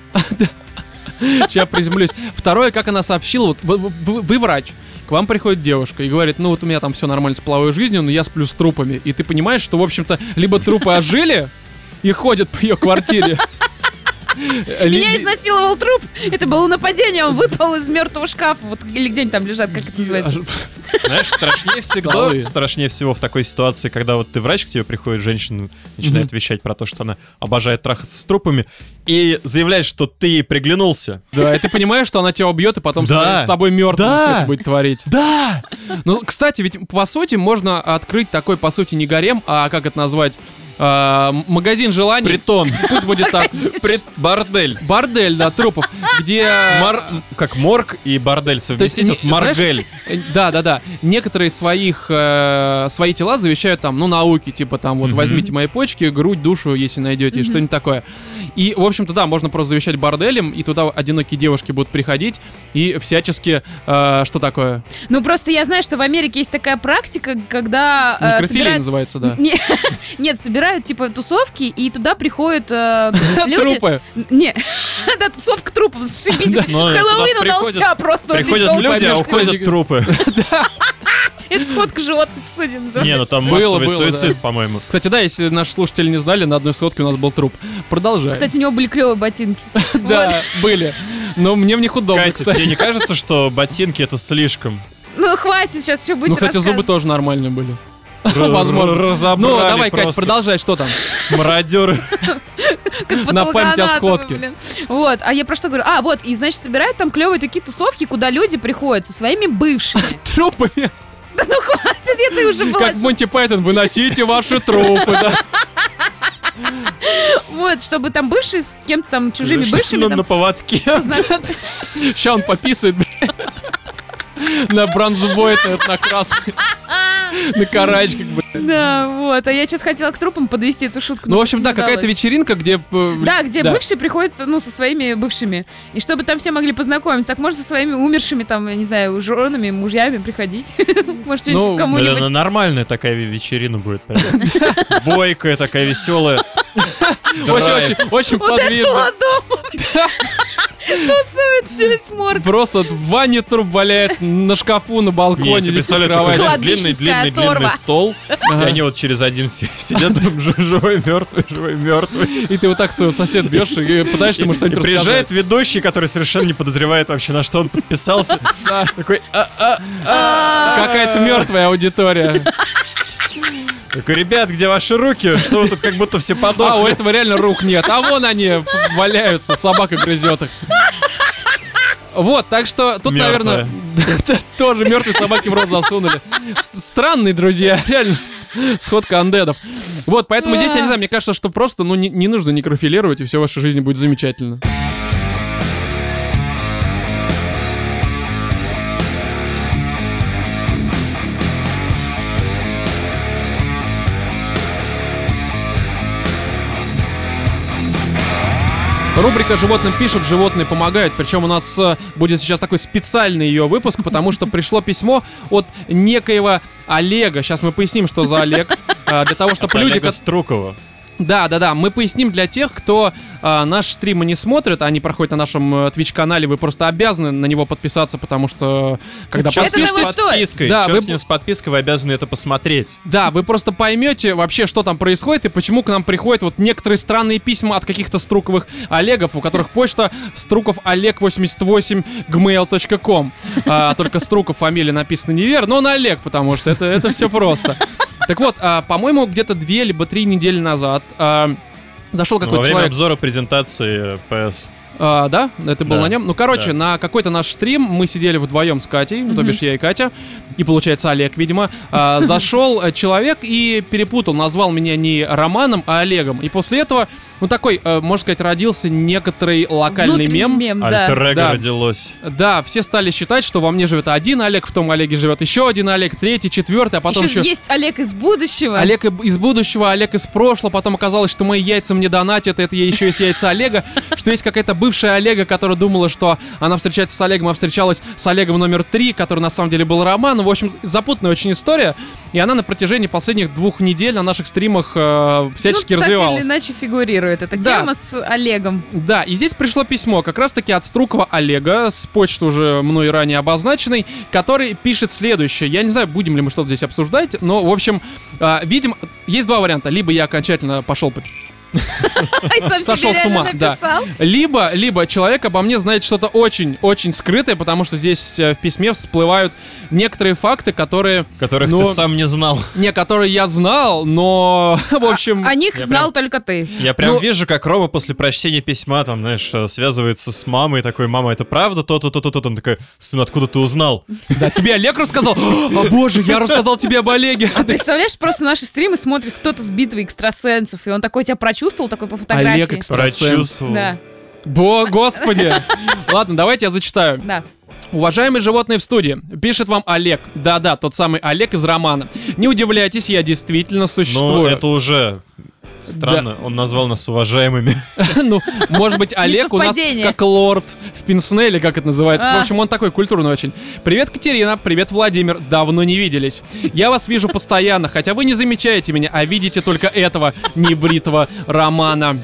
Speaker 1: Сейчас приземлюсь. Второе, как она сообщила, вот вы, вы- вы врач, к вам приходит девушка и говорит, ну вот у меня там все нормально с половой жизнью, но я сплю с трупами. И ты понимаешь, что, в общем-то, либо трупы ожили и ходят по ее квартире.
Speaker 3: [laughs] Меня
Speaker 1: ли-
Speaker 3: изнасиловал труп. Это было нападение. Он выпал из мертвого шкафа. Вот, или где они там лежат, как это называется.
Speaker 1: Аж- [laughs]
Speaker 2: Знаешь, страшнее всегда,
Speaker 1: Столы.
Speaker 2: страшнее всего в такой ситуации, когда вот ты врач, к тебе приходит женщина, начинает вещать про то, что она обожает трахаться с трупами, и заявляет, что ты ей приглянулся.
Speaker 1: Да, и ты понимаешь, что она тебя убьет и потом с-
Speaker 2: Да.
Speaker 1: с тобой мертвым
Speaker 2: Да.
Speaker 1: все это будет творить.
Speaker 2: Да!
Speaker 1: Ну, кстати, ведь по сути можно открыть такой, по сути, не гарем, а как это назвать? А, м- магазин желаний.
Speaker 2: Притон.
Speaker 1: Пусть будет так.
Speaker 2: Прит- Бордель.
Speaker 1: Бордель, да, трупов, где...
Speaker 2: Мор- Как морг и бордель совместить.
Speaker 1: не-
Speaker 2: вот Маргель.
Speaker 1: Э, Да, да, да. Некоторые своих э, свои тела завещают там, ну, науки, типа там, вот
Speaker 2: Мгм.
Speaker 1: возьмите мои почки, грудь, душу, если найдете, и
Speaker 3: Мгм.
Speaker 1: что-нибудь такое. И, в общем-то, да, можно просто завещать борделем, и туда одинокие девушки будут приходить и всячески, э, что такое?
Speaker 3: Ну, просто я знаю, что в Америке есть такая практика, когда э,
Speaker 1: Некрофилия
Speaker 3: собирают...
Speaker 1: называется, да.
Speaker 3: [laughs] Не- Нет, собирают, типа, тусовки, и туда
Speaker 1: [laughs]
Speaker 3: приходят э, люди...
Speaker 1: Трупы.
Speaker 3: Не, [laughs] да, тусовка трупов, зашибись.
Speaker 1: [laughs] типа,
Speaker 2: Да. Ну,
Speaker 3: Хэллоуин
Speaker 2: туда приходят-
Speaker 3: удался просто. вот
Speaker 2: Приходят
Speaker 3: идём,
Speaker 2: люди, а
Speaker 1: поддержку.
Speaker 2: уходят трупы.
Speaker 1: [laughs]
Speaker 2: [laughs]
Speaker 3: Это сходка животных в студии называется.
Speaker 2: Не, ну там
Speaker 1: Было,
Speaker 2: массовый
Speaker 1: было, да.
Speaker 2: суицид, по-моему.
Speaker 1: Кстати, да, если наши слушатели не знали, на одной сходке у нас был труп. Продолжай.
Speaker 3: Кстати, у него были клевые ботинки.
Speaker 1: [laughs] да, были. Но мне в них удобно,
Speaker 2: Катя,
Speaker 1: кстати.
Speaker 2: тебе не кажется, что ботинки это слишком?
Speaker 3: Ну, хватит, сейчас все будет
Speaker 1: Ну, кстати, зубы тоже нормальные были.
Speaker 2: Р-
Speaker 1: [laughs] Возможно.
Speaker 2: Разобрали
Speaker 1: Ну, давай, Кать,
Speaker 2: просто.
Speaker 1: продолжай, что
Speaker 3: [laughs]
Speaker 1: там?
Speaker 2: Мародеры.
Speaker 3: как
Speaker 1: На память о
Speaker 3: патологоанатомы,
Speaker 1: сходке.
Speaker 3: блин. Вот, а я про что говорю? А, вот, и, значит, собирают там клевые такие тусовки, куда люди приходят со своими бывшими. [laughs]
Speaker 1: Трупами.
Speaker 3: Да ну хватит, я ты уже была.
Speaker 1: Как Монти Пайтон, выносите ваши трупы, да.
Speaker 3: Вот, чтобы там бывшие с кем-то
Speaker 2: [laughs]
Speaker 3: там, чужими
Speaker 2: Что
Speaker 3: бывшими
Speaker 2: Ну, на-
Speaker 3: там
Speaker 2: На поводке.
Speaker 3: [laughs] познакомились.
Speaker 1: Ща он пописает, блядь. На бронзбой этот, на красный. На карачках, блядь.
Speaker 3: Да, вот, а я что-то хотела к трупам подвести эту шутку.
Speaker 1: Ну,
Speaker 3: но
Speaker 1: в общем, да,
Speaker 3: не удалось.
Speaker 1: какая-то вечеринка, где... э,
Speaker 3: Да, где бывшие приходят, ну, со своими бывшими. И чтобы там все могли познакомиться. Так можно со своими умершими, там, я не знаю, женами, мужьями приходить. [laughs] Может,
Speaker 1: Ну,
Speaker 3: что-нибудь
Speaker 2: Блин, ну,
Speaker 3: кому-нибудь...
Speaker 2: нормальная такая вечерина будет. прям. Бойкая такая, веселая.
Speaker 1: Очень, очень, очень
Speaker 3: Вот это
Speaker 1: подвижно.
Speaker 3: ладом
Speaker 1: [laughs] Да.
Speaker 3: [laughs] тусует через морг.
Speaker 1: Просто вот в ванне труп валяется, на шкафу, на
Speaker 2: Не, я
Speaker 1: балконе,
Speaker 2: себе
Speaker 1: висит в
Speaker 2: представляю, такой
Speaker 1: кровати.
Speaker 2: знаешь, длинный, длинный, длинный
Speaker 3: Кладбищенская
Speaker 2: стол, и
Speaker 1: Ага.
Speaker 2: они вот через один си- [laughs] сидят, там ж- живой, мертвый, живой, мертвый.
Speaker 1: И ты вот так своего соседа бьешь и пытаешься ему
Speaker 2: И
Speaker 1: что-нибудь
Speaker 2: приезжает
Speaker 1: рассказать.
Speaker 2: ведущий, который совершенно не подозревает вообще, на что он подписался.
Speaker 1: Да.
Speaker 2: Такой, «А, а, а».
Speaker 1: Какая-то мертвая
Speaker 2: [laughs]
Speaker 1: аудитория.
Speaker 2: Такой, ребят, где ваши руки? Что вы тут как будто все
Speaker 1: А, у
Speaker 2: подохли?
Speaker 1: этого реально рук нет. А вон они валяются, собака грызет их. Вот, так что тут,
Speaker 2: Мёртвая.
Speaker 1: [laughs] наверное, тоже мертвые собаки в рот засунули. С- Странные друзья, [laughs] реально. Сходка андедов. Вот, поэтому здесь, я не знаю, мне кажется, что просто, ну, не, не нужно некрофилировать, и все в вашей жизни будет замечательно. Рубрика «Животным пишут, животные помогают». Причем у нас э, будет сейчас такой специальный ее выпуск, потому что пришло письмо от некоего Олега. Сейчас мы поясним, что за Олег. Э, Для того, чтобы люди...
Speaker 2: Олега
Speaker 1: кот-
Speaker 2: Струкова.
Speaker 1: Да, да, да, мы поясним для тех, кто э, наши стримы не смотрит, они проходят на нашем э, Twitch-канале, вы просто обязаны на него подписаться, потому что э, когда
Speaker 2: Чёрт с ним
Speaker 3: Это
Speaker 2: с
Speaker 1: подпишетесь...
Speaker 3: того стоит.
Speaker 2: подпиской,
Speaker 1: Да,
Speaker 2: чёрт
Speaker 1: вы-
Speaker 2: с ним с подпиской, вы обязаны это посмотреть.
Speaker 1: Да, вы просто поймете вообще, что там происходит и почему к нам приходят вот некоторые странные письма от каких-то струковых Олегов, у которых почта струков Олег 88 gmail.com. А, только струков фамилия написана неверно, но он Олег, потому что это, это все просто. Так вот, а, по-моему, где-то две либо три недели назад а, зашел
Speaker 2: Во
Speaker 1: какой-то
Speaker 2: время
Speaker 1: человек.
Speaker 2: обзора презентации PS.
Speaker 1: А, да, это был
Speaker 2: Да.
Speaker 1: на нем. Ну, короче,
Speaker 2: Да.
Speaker 1: на какой-то наш стрим мы сидели вдвоем с Катей, ну, то бишь я и Катя, и получается Олег, видимо, а, зашел э, человек и перепутал, назвал меня не Романом, а Олегом. И после этого, ну такой, э, можно сказать, родился некоторый локальный
Speaker 3: Внутренний
Speaker 1: мем.
Speaker 3: мем, да.
Speaker 2: Альтер
Speaker 1: Да.
Speaker 2: эго родилось.
Speaker 1: Да, все стали считать, что во мне живет один Олег, в том Олеге живет еще один Олег, третий, четвертый, а потом
Speaker 3: еще,
Speaker 1: еще...
Speaker 3: есть Олег из будущего. Ну,
Speaker 1: Олег и- из будущего, Олег из прошлого. Потом оказалось, что мои яйца мне донатят. Это еще есть яйца Олега. [laughs] Что есть какая-то бывшая Олега, которая думала, что она встречается с Олегом, а встречалась с Олегом номер три, который на самом деле был Роман. В общем, запутанная очень история. И она на протяжении последних двух недель на наших стримах э, всячески
Speaker 3: ну,
Speaker 1: развивалась.
Speaker 3: так или иначе фигурирует эта
Speaker 1: Да.
Speaker 3: тема с Олегом.
Speaker 1: Да, и здесь пришло письмо как раз-таки от Струкова Олега, с почты уже мной ранее обозначенной, который пишет следующее. Я не знаю, будем ли мы что-то здесь обсуждать, но, в общем, а, видим... Есть два варианта. Либо я окончательно пошел по...
Speaker 3: И сам
Speaker 1: Сошел
Speaker 3: себе
Speaker 1: с
Speaker 3: реально
Speaker 1: ума, да.
Speaker 3: написал.
Speaker 1: Либо, либо человек обо мне знает что-то очень-очень скрытое, потому что здесь э, в письме всплывают некоторые факты, которые...
Speaker 2: Которых
Speaker 1: но-
Speaker 2: ты сам
Speaker 1: [laughs]
Speaker 2: не знал.
Speaker 1: Не, которые я знал, но, [laughs] в общем...
Speaker 3: О них
Speaker 2: Я
Speaker 3: знал только ты.
Speaker 2: Я прям
Speaker 1: Ну-
Speaker 2: вижу, как Роба после прочтения письма, там, знаешь, э, связывается с мамой, такой, мама, это правда, то-то, то-то, то-то. Он такой, сын, откуда ты узнал?
Speaker 1: Да, тебе Олег рассказал? [gasps] О, боже, я рассказал тебе об Олеге.
Speaker 3: Представляешь, просто наши стримы смотрит кто-то с битвы экстрасенсов, и он такой тебя прочувствовал, такой по фотографии.
Speaker 1: Олег экс-
Speaker 2: Прочувствовал.
Speaker 3: Да,
Speaker 1: Бо, господи. Ладно, давайте я зачитаю.
Speaker 3: да.
Speaker 1: Уважаемые животные в студии, пишет вам Олег. Да-да, тот самый Олег из романа. Не удивляйтесь, я действительно
Speaker 2: Но
Speaker 1: существую.
Speaker 2: Ну, это уже странно. Он назвал нас уважаемыми.
Speaker 1: [laughs]
Speaker 2: [laughs]
Speaker 1: Ну, может быть, Олег у нас
Speaker 3: Несовпадение.
Speaker 1: как лорд в Пинснеле, как это называется. В
Speaker 3: А.
Speaker 1: общем, он такой культурный очень. Привет, Катерина. Привет, Владимир. Давно не виделись. Я вас вижу постоянно, хотя вы не замечаете меня, а видите только этого небритого романа.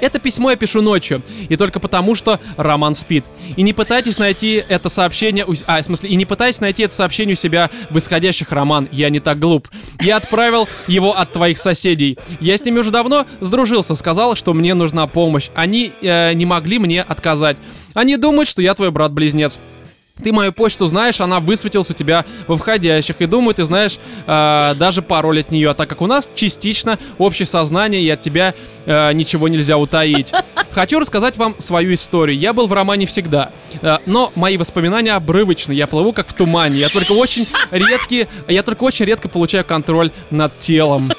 Speaker 1: Это письмо я пишу ночью, и только потому, что Роман спит. И не пытайтесь найти это сообщение... у с- А, в смысле, и не пытайтесь найти это сообщение у себя в исходящих, Роман. Я не так глуп. Я отправил его от твоих соседей. Я с ними уже давно сдружился, сказал, что мне нужна помощь. Они э, не могли мне отказать. Они думают, что я твой брат-близнец. Ты мою почту знаешь, она высветилась у тебя во входящих. И думаю, ты знаешь э, даже пароль от нее. А так как у нас частично общее сознание, и от тебя э, ничего нельзя утаить. Хочу рассказать вам свою историю. Я был в романе всегда. Э, но мои воспоминания обрывочны. Я плыву как в тумане. Я только очень редкие, я только очень редко получаю контроль над телом.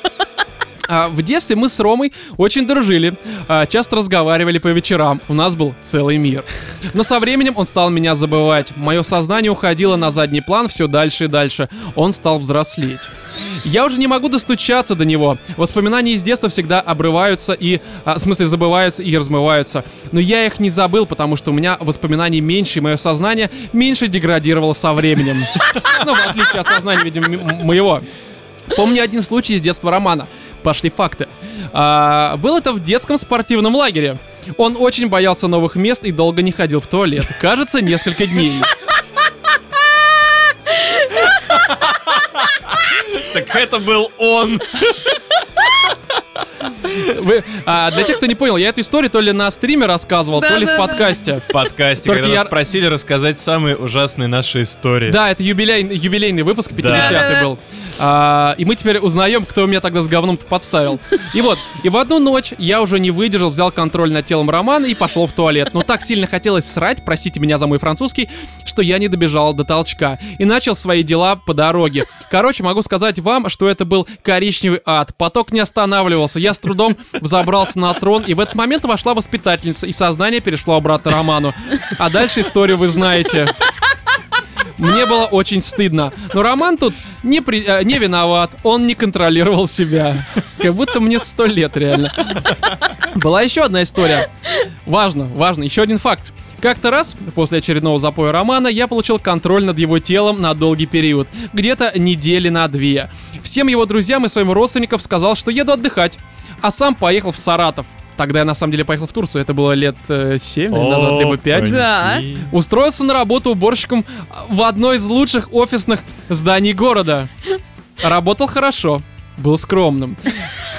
Speaker 1: А, в детстве мы с Ромой очень дружили, а, часто разговаривали по вечерам. У нас был целый мир. Но со временем он стал меня забывать. Мое сознание уходило на задний план все дальше и дальше. Он стал взрослеть. Я уже не могу достучаться до него. Воспоминания из детства всегда обрываются и... а, в смысле, забываются и размываются. Но я их не забыл, потому что у меня воспоминаний меньше, и мое сознание меньше деградировало со временем. [laughs] Ну, в отличие от сознания, видимо, м- моего. Помню один случай из детства Романа. Пошли факты. А, был это в детском спортивном лагере. Он очень боялся новых мест и долго не ходил в туалет. Кажется, несколько дней.
Speaker 2: Так это был он.
Speaker 1: Вы- а, для тех, кто не понял, я эту историю то ли на стриме рассказывал, то ли в
Speaker 3: Да-да-да.
Speaker 1: подкасте.
Speaker 2: В подкасте,
Speaker 1: Только
Speaker 2: когда
Speaker 1: я-
Speaker 2: нас просили рассказать самые ужасные наши истории.
Speaker 1: Да, это юбилей- юбилейный выпуск, 50-й
Speaker 3: Да-да-да.
Speaker 1: был. А, и мы теперь узнаем, кто меня тогда с говном подставил. И вот, и в одну ночь я уже не выдержал, взял контроль над телом Романа и пошел в туалет. Но так сильно хотелось срать, простите меня за мой французский, что я не добежал до толчка. И начал свои дела по дороге. Короче, могу сказать вам, что это был коричневый ад. Поток не останавливался. Я с трудом взобрался на трон, и в этот момент вошла воспитательница, и сознание перешло обратно Роману. А дальше историю вы знаете. Мне было очень стыдно. Но Роман тут не, при- э, не виноват, он не контролировал себя. Как будто мне сто лет реально. Была еще одна история. Важно, важно, еще один факт. Как-то раз, после очередного запоя Романа, я получил контроль над его телом на долгий период. Где-то недели на две. Всем его друзьям и своим родственникам сказал, что еду отдыхать. А сам поехал в Саратов. Тогда я на самом деле поехал в Турцию. Это было лет 7 назад, либо а? 5.
Speaker 3: Да.
Speaker 1: Устроился на работу уборщиком в одно из лучших офисных зданий города. Работал хорошо, был скромным.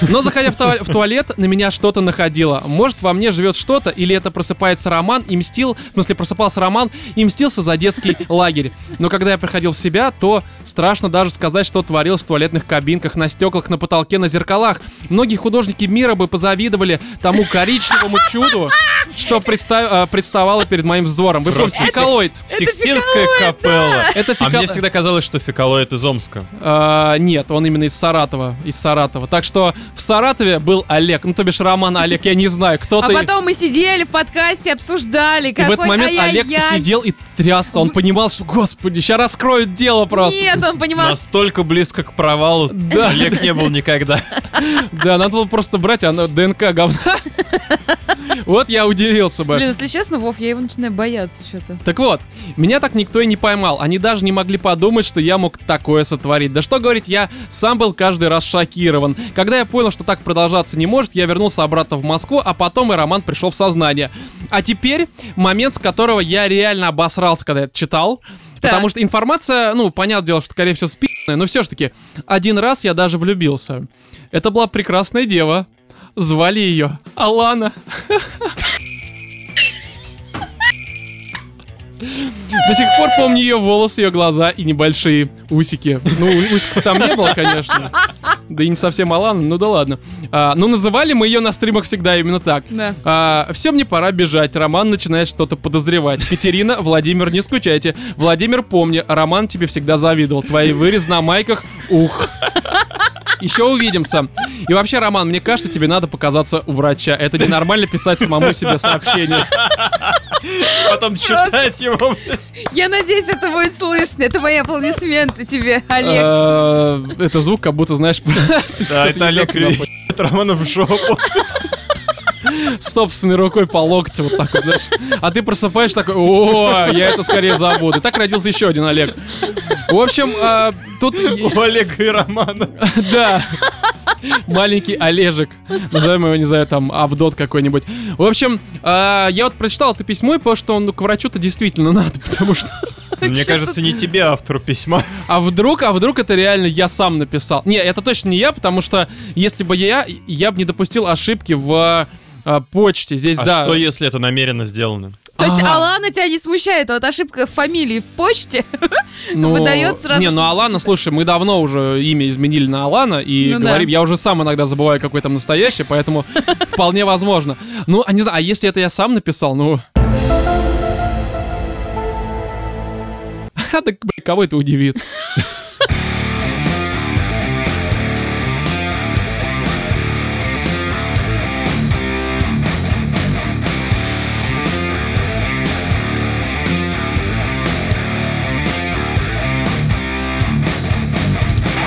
Speaker 1: Но заходя в, туа- в туалет, на меня что-то находило. Может, во мне живет что-то, или это просыпается роман и мстил, в смысле, просыпался роман и мстился за
Speaker 2: [laughs]
Speaker 1: детский лагерь. Но когда я приходил в себя, то страшно даже сказать, что творилось в туалетных кабинках, на стеклах, на потолке, на зеркалах. Многие художники мира бы позавидовали тому коричневому чуду, что представ- э, представало перед моим взором. Вы просто
Speaker 2: Просто секс-
Speaker 1: фекалоид.
Speaker 2: Сикстинская капелла.
Speaker 1: Это
Speaker 2: А
Speaker 1: фекал...
Speaker 2: мне всегда казалось, что фекалоид из Омска.
Speaker 1: А, нет, он именно из Саратова. Из Саратова. Так что в Саратове был Олег. Ну, то бишь Роман Олег, я не знаю, кто
Speaker 3: А
Speaker 1: ты.
Speaker 3: потом мы сидели в подкасте, обсуждали,
Speaker 1: И
Speaker 3: какой
Speaker 1: в этот момент Олег
Speaker 3: ай-яй-яй.
Speaker 1: сидел и трясся. Он понимал, что, господи, сейчас раскроют дело просто.
Speaker 3: Нет, он понимал, что
Speaker 2: Настолько близко к провалу
Speaker 1: Да.
Speaker 2: Олег не был никогда.
Speaker 1: Да, надо было просто брать, а оно ДНК
Speaker 3: [laughs]
Speaker 1: говна. Вот я удивился бы.
Speaker 3: Блин, если честно, Вов, я его начинаю бояться что-то.
Speaker 1: Так вот, меня так никто и не поймал. Они даже не могли подумать, что я мог такое сотворить. Да что говорить, я сам был каждый раз шокирован. Когда я понял, что так продолжаться не может, я вернулся обратно в Москву, а потом и Роман пришел в сознание. А теперь момент, с которого я реально обосрался, когда я это читал.
Speaker 3: Так.
Speaker 1: Потому что информация, ну, понятное дело, что, скорее всего, спи***ная, но все ж таки, один раз я даже влюбился. Это была прекрасная дева. Звали ее Алана. До сих пор помню ее волосы, ее глаза и небольшие усики. Ну, у- усиков там не было, конечно. Да и не совсем Алана, ну да ладно. А, но называли мы ее на стримах всегда именно так.
Speaker 3: Да.
Speaker 1: все, мне пора бежать. Роман начинает что-то подозревать. Катерина, Владимир, не скучайте. Владимир, помни, Роман тебе всегда завидовал. Твои вырез на майках, ух. Еще увидимся. И вообще, Роман, мне кажется, тебе надо показаться у врача. Это ненормально писать самому себе сообщение.
Speaker 2: Потом читать его. блин.
Speaker 3: Я надеюсь, это будет слышно. Это мои аплодисменты тебе, Олег.
Speaker 1: Э, Это звук, как будто, знаешь, [laughs]
Speaker 2: Да, это Олег
Speaker 1: сюда
Speaker 2: Ильич Романа в
Speaker 1: [laughs]
Speaker 2: жопу.
Speaker 1: собственной рукой по локте вот так вот, знаешь. А ты просыпаешься такой, о, я это скорее забуду. Так родился еще один Олег. В общем, э, тут, [laughs]
Speaker 2: У Олега и Романа.
Speaker 1: да, маленький Олежек. Назовем его, не знаю, там, Авдот какой-нибудь. В общем, э, я вот прочитал это письмо и понял, что он к врачу-то действительно [laughs] надо, потому что...
Speaker 2: Мне кажется, не тебе автору письма.
Speaker 1: А вдруг, а вдруг это реально я сам написал? Не, это точно не я, потому что если бы я, я бы не допустил ошибки в э, почте. Здесь, да.
Speaker 2: А что, если это намеренно сделано?
Speaker 3: То есть
Speaker 1: Ага.
Speaker 3: Алана тебя не смущает, а вот ошибка в фамилии в почте.
Speaker 1: Ну,
Speaker 3: [laughs] выдает сразу,
Speaker 1: Не, ну
Speaker 3: что
Speaker 1: Алана,
Speaker 3: что-то.
Speaker 1: слушай, мы давно уже имя изменили на Алана, и
Speaker 3: Ну да.
Speaker 1: говорим, я уже сам иногда забываю, какой там настоящий,
Speaker 3: [laughs]
Speaker 1: поэтому вполне возможно. Ну, а не знаю, а если это я сам написал, ну... [laughs] А так, блин, кого это удивит?